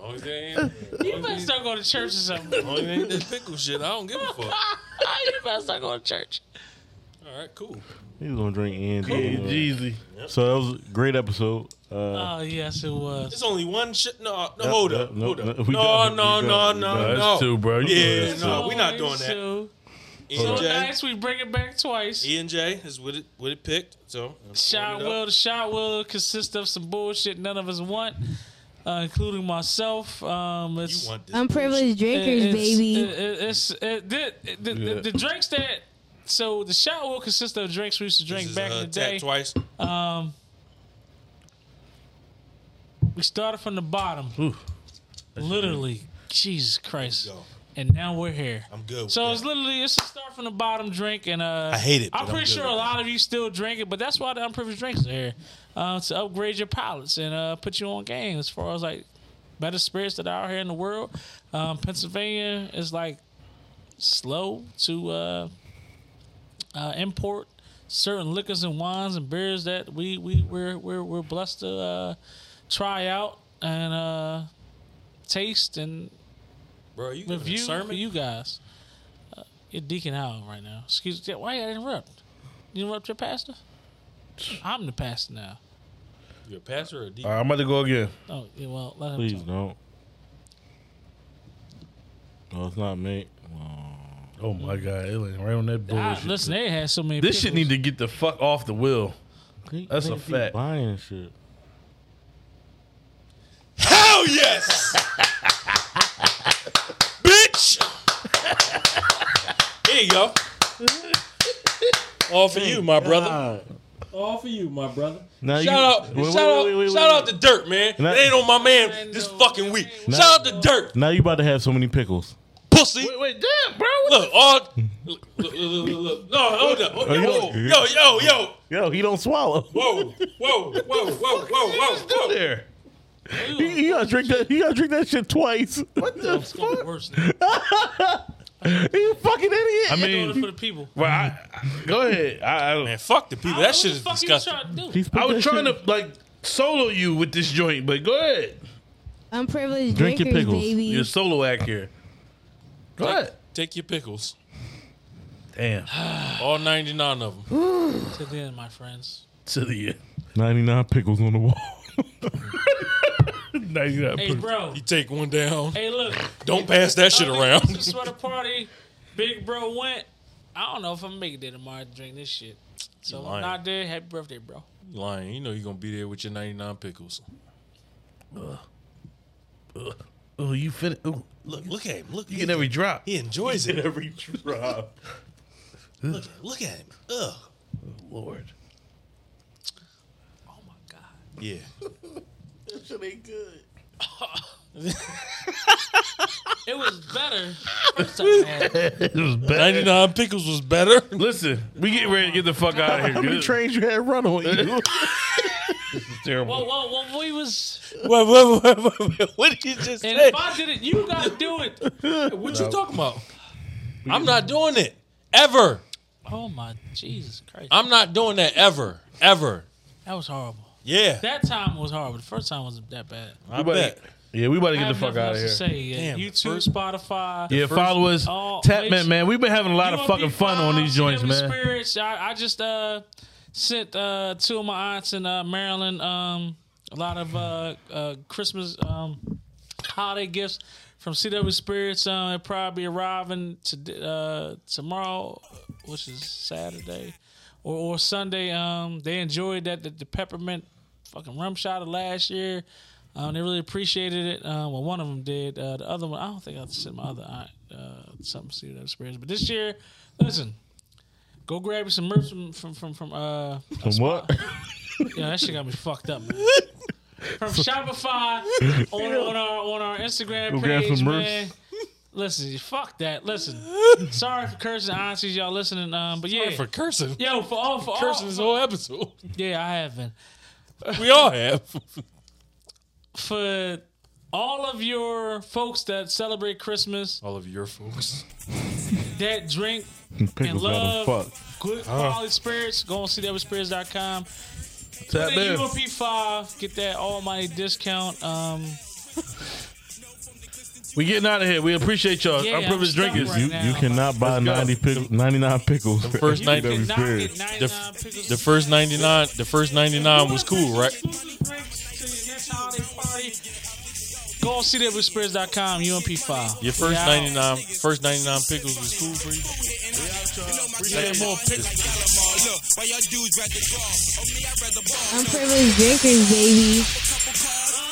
Speaker 3: Long as they ain't,
Speaker 9: You better start going to church or something.
Speaker 3: long as they ain't that pickle shit, I don't give a fuck.
Speaker 9: you better start going to church.
Speaker 3: All right, cool.
Speaker 8: He was gonna drink and
Speaker 7: Jeezy.
Speaker 8: So that was a great episode. Uh,
Speaker 9: Oh yes, it was.
Speaker 3: It's only one shit. No, uh, no, hold up,
Speaker 8: no,
Speaker 3: hold
Speaker 8: no,
Speaker 3: up.
Speaker 8: we
Speaker 3: No,
Speaker 8: done,
Speaker 3: no,
Speaker 8: we
Speaker 3: no,
Speaker 8: done, we done.
Speaker 3: no, no.
Speaker 7: That's two, bro. You
Speaker 3: Yeah,
Speaker 7: that's
Speaker 3: no,
Speaker 7: two.
Speaker 3: we not doing that. E
Speaker 9: So, so
Speaker 3: EJ,
Speaker 9: nice, we bring it back twice.
Speaker 3: EJ E is with it, with it picked. So I'm
Speaker 9: Shot
Speaker 3: pulling it up.
Speaker 9: will. The shot will consist of some bullshit none of us want, uh, including myself. Um, it's,
Speaker 3: You want this?
Speaker 4: Unprivileged
Speaker 9: it-
Speaker 4: drinkers,
Speaker 9: it's-
Speaker 4: baby.
Speaker 9: it- it- it's it- the, the, the, the drinks that. So the shot will consist of drinks we used to
Speaker 3: This
Speaker 9: drink
Speaker 3: is,
Speaker 9: back
Speaker 3: uh,
Speaker 9: in the
Speaker 3: tap
Speaker 9: day.
Speaker 3: Twice.
Speaker 9: We started from the bottom, literally. Jesus Christ!
Speaker 3: Go.
Speaker 9: And now we're here.
Speaker 3: I'm good. With
Speaker 9: So
Speaker 3: that.
Speaker 9: it's literally it's a start from the bottom drink, and uh,
Speaker 3: I hate it, but
Speaker 9: I'm
Speaker 3: I'm
Speaker 9: pretty
Speaker 3: good
Speaker 9: sure
Speaker 3: with
Speaker 9: a
Speaker 3: it.
Speaker 9: lot of you still drink it, but that's why the unprivileged drinks are here uh, to upgrade your palates and uh, put you on game as far as like better spirits that are out here in the world. Um, Pennsylvania is like slow to uh, uh, import certain liquors and wines and beers that we we we're we're, we're blessed to uh, try out and uh, taste and
Speaker 3: bro, you giving
Speaker 9: review
Speaker 3: a
Speaker 9: for
Speaker 3: sermon?
Speaker 9: you guys. Uh, you're Deacon Howell right now. Excuse me. Why you gotta interrupt? You interrupt your pastor? I'm the pastor now.
Speaker 3: You a pastor or a deacon?
Speaker 7: All
Speaker 8: Uh,
Speaker 7: right, I'm about to go again.
Speaker 9: Oh, yeah, well, let him
Speaker 8: Please
Speaker 9: talk.
Speaker 8: don't. No, it's not me. Oh.
Speaker 7: Oh my god, it landed right on that
Speaker 9: Ah,
Speaker 7: bullshit.
Speaker 9: listen, they had so many.
Speaker 7: this shit
Speaker 9: pickles.
Speaker 7: need to get the fuck off the wheel. That's a
Speaker 8: Niggas be
Speaker 7: fact.
Speaker 8: Buying and shit.
Speaker 3: Hell yes, bitch. Here you go. All for you, my brother. All for you, my brother.
Speaker 8: Now
Speaker 3: Shout
Speaker 8: you-
Speaker 3: out,
Speaker 8: wait, wait,
Speaker 3: shout
Speaker 8: wait,
Speaker 3: out,
Speaker 8: wait, wait,
Speaker 3: shout out
Speaker 8: wait.
Speaker 3: to Dirt, man.
Speaker 8: Nah.
Speaker 3: it ain't on my man this fucking week. Shout out to Dirt,
Speaker 8: Now you about to have so many pickles.
Speaker 3: pussy.
Speaker 7: Wait, damn, bro. What
Speaker 3: Look, all. Look, look, look, look, look. No, hold up. Oh, yo, yo, yo, yo.
Speaker 8: Yo, he don't swallow.
Speaker 3: Whoa, whoa, whoa, whoa, whoa, whoa,
Speaker 7: the f-
Speaker 3: whoa.
Speaker 7: there?
Speaker 8: He, he gotta drink that. He gotta drink that shit twice.
Speaker 7: What the
Speaker 9: It's gonna be
Speaker 7: fuck?
Speaker 9: worse now.
Speaker 8: you a fucking idiot.
Speaker 7: I
Speaker 9: Doing it for the
Speaker 7: mean,
Speaker 9: people.
Speaker 7: well, I, I- go ahead. I, I,
Speaker 3: Man, fuck the people. That shit is
Speaker 9: What the fuck
Speaker 3: disgusting.
Speaker 9: You trying to do?
Speaker 8: He spit
Speaker 7: I was
Speaker 8: that
Speaker 7: trying
Speaker 8: shit-
Speaker 7: to like solo you with this joint, but go ahead.
Speaker 4: Unprivileged
Speaker 8: Drink your
Speaker 4: drinkers,
Speaker 8: pickles.
Speaker 4: baby.
Speaker 7: Your solo act here. Go ahead.
Speaker 3: Take your pickles.
Speaker 7: Damn.
Speaker 3: All 99 of them.
Speaker 9: To the end, my friends.
Speaker 7: To the end.
Speaker 8: Ninety-nine pickles on the wall.
Speaker 7: Now you got
Speaker 9: Hey, bro.
Speaker 3: You take one down.
Speaker 9: Hey, look.
Speaker 3: Don't pass that shit
Speaker 9: This
Speaker 3: around.
Speaker 9: is where the party, big bro went. I don't know if I'm making it there tomorrow to drink this shit. So if I'm
Speaker 3: lying.
Speaker 9: not there. Happy birthday, bro.
Speaker 3: Lying. You know you're going to be there with your 99 pickles.
Speaker 7: Oh, you fit. Oh,
Speaker 3: Look, look at him. Look,
Speaker 7: you getting every drop.
Speaker 3: he enjoys it.
Speaker 7: Every drop.
Speaker 3: Look, look at him. Ugh.
Speaker 7: Lord.
Speaker 9: Oh my god.
Speaker 3: Yeah.
Speaker 11: till they good.
Speaker 9: it was better. First time, man.
Speaker 7: it was better.
Speaker 3: 99 pickles was better.
Speaker 7: Listen, we getting ready to get the fuck out of here.
Speaker 8: How many
Speaker 7: good.
Speaker 8: trains you had run on you?
Speaker 7: This is terrible.
Speaker 9: Whoa, whoa, whoa, we was.
Speaker 3: What, what, what, what, what did you just
Speaker 9: And
Speaker 3: say?
Speaker 9: if I did it, you gotta do it.
Speaker 3: What you talking about? I'm not doing it ever.
Speaker 9: Oh my Jesus Christ!
Speaker 3: I'm not doing that ever, ever.
Speaker 9: that was horrible.
Speaker 3: Yeah.
Speaker 9: that time was horrible. The first time wasn't that bad.
Speaker 3: I bet.
Speaker 7: Yeah, we about to
Speaker 9: I
Speaker 7: get the
Speaker 9: have
Speaker 7: fuck
Speaker 9: nothing
Speaker 7: out
Speaker 9: else
Speaker 7: of
Speaker 9: to
Speaker 7: here.
Speaker 9: Say, yeah.
Speaker 3: Damn, the
Speaker 9: YouTube, Spotify.
Speaker 7: yeah, follow us. Tap man, man. We've been having a lot of
Speaker 9: UOB
Speaker 7: fucking fun on these joints,
Speaker 9: Family
Speaker 7: man.
Speaker 9: Spirits. I, I just uh, sent uh, two of my aunts in uh, Maryland um, a lot of uh, uh, Christmas um, holiday gifts from CW Spirits. Um, they'll probably be arriving to, uh, tomorrow, which is Saturday or, or Sunday. Um, they enjoyed that the, the peppermint fucking rum shot of last year. Um, they really appreciated it. Uh, well, one of them did. Uh, the other one, I don't think I sent my other aunt uh, something to that experience. But this year, listen, go grab you some merch from from from, from uh
Speaker 8: From what?
Speaker 9: yeah, that shit got me fucked up. Man. From Shopify on, on our on our Instagram
Speaker 8: Go grab
Speaker 9: page,
Speaker 8: some merch.
Speaker 9: man. Listen, fuck that. Listen, sorry for cursing, honestly, y'all listening. Um, but yeah,
Speaker 3: for cursing.
Speaker 9: Yo, for all for
Speaker 3: Cursing
Speaker 9: all,
Speaker 3: this whole episode.
Speaker 9: Yeah, I have been
Speaker 3: We all have.
Speaker 9: for all of your folks that celebrate Christmas,
Speaker 3: all of your folks
Speaker 9: that drink
Speaker 8: Pickles
Speaker 9: and
Speaker 8: gotta
Speaker 9: love
Speaker 8: fuck.
Speaker 9: good
Speaker 8: Huh.
Speaker 9: quality spirits, go on cdwspirits.com.
Speaker 8: Tap
Speaker 9: Put in
Speaker 8: in.
Speaker 9: UOP five, get that almighty discount. Um,
Speaker 7: We getting out of here. We appreciate y'all.
Speaker 9: Yeah,
Speaker 7: I'm
Speaker 9: I'm
Speaker 7: privileged
Speaker 9: stoned
Speaker 7: drinkers.
Speaker 9: right
Speaker 8: You, you cannot buy
Speaker 7: Let's go.
Speaker 8: 90 pick, 99 pickles. The
Speaker 3: first night- You cannot get the, the first 99 the first 99 was cool right
Speaker 9: go on cdwspirits.com, UMP5.
Speaker 3: your first
Speaker 9: We out.
Speaker 3: 99 first 99 pickles was cool for you
Speaker 9: Appreciate more pickles.
Speaker 4: Unprivileged drinkers, baby.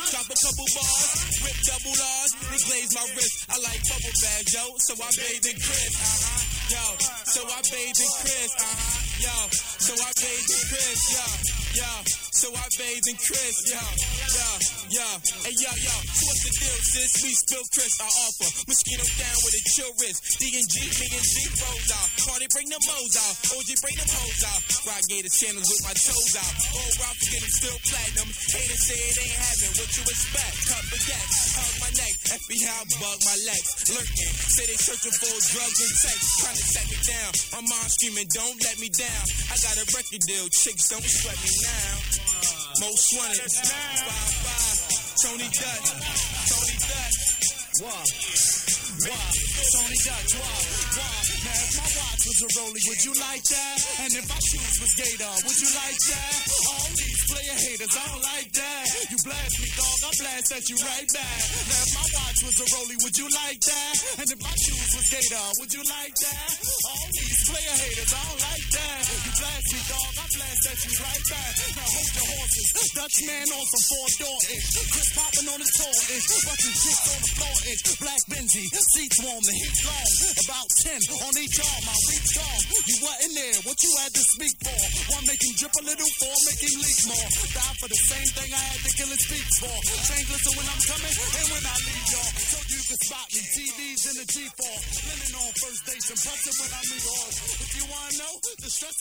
Speaker 6: So I bathed in Chris, uh-huh, yo. So I bathed in Chris, yo, yo. So I bathed in Chris, yo, yo, yo. Hey, yo, yo. So what's the deal, sis? We spill Chris, I offer. Mosquito down with a chill wrist. D and G, me and G rolls out. Party bring the moles out. OG bring the hoes out. Rock gator sandals with my toes out. Old Ralph get him still platinum. Haters say it ain't happening. What you expect? Cup of gas, hug my neck. FBI bug my legs. Lurking, say they searching for drugs and sex. Trying to set me down. My mom screaming, don't let me down. I got a record deal. Chicks don't sweat me now. Most wanted. Bye bye. Tony Dutt. Tony Dutt. Wah. Wah. Tony Dutt. Wah. Wah. Now if my watch was a rollie, would you like that? And if my shoes was Gator, would you like that? All these player haters, I don't like that. You blast me, dog, I blast at you right back. Now if my watch was a rollie, would you like that? And if my shoes was Gator, would you like that? All these player haters, I don't like that. You blast me, dog, I blast at you right back. Now hold your horses, Dutchman on some four door ish. Chris popping on his tour ish. Fucking chicks on the floor ish. Black Benji, seats warm, the heat long. About 10 on each arm, my reach gone. You wasn't there, what you had to speak for? One make him drip a little, four make him leak more. Die for the same thing I had to kill his speaks for. Chain glisten when I'm coming and when I leave y'all. So you can spot me, TVs in the G4. Linen on first station, bustin' when I meet all. If you wanna know, the stress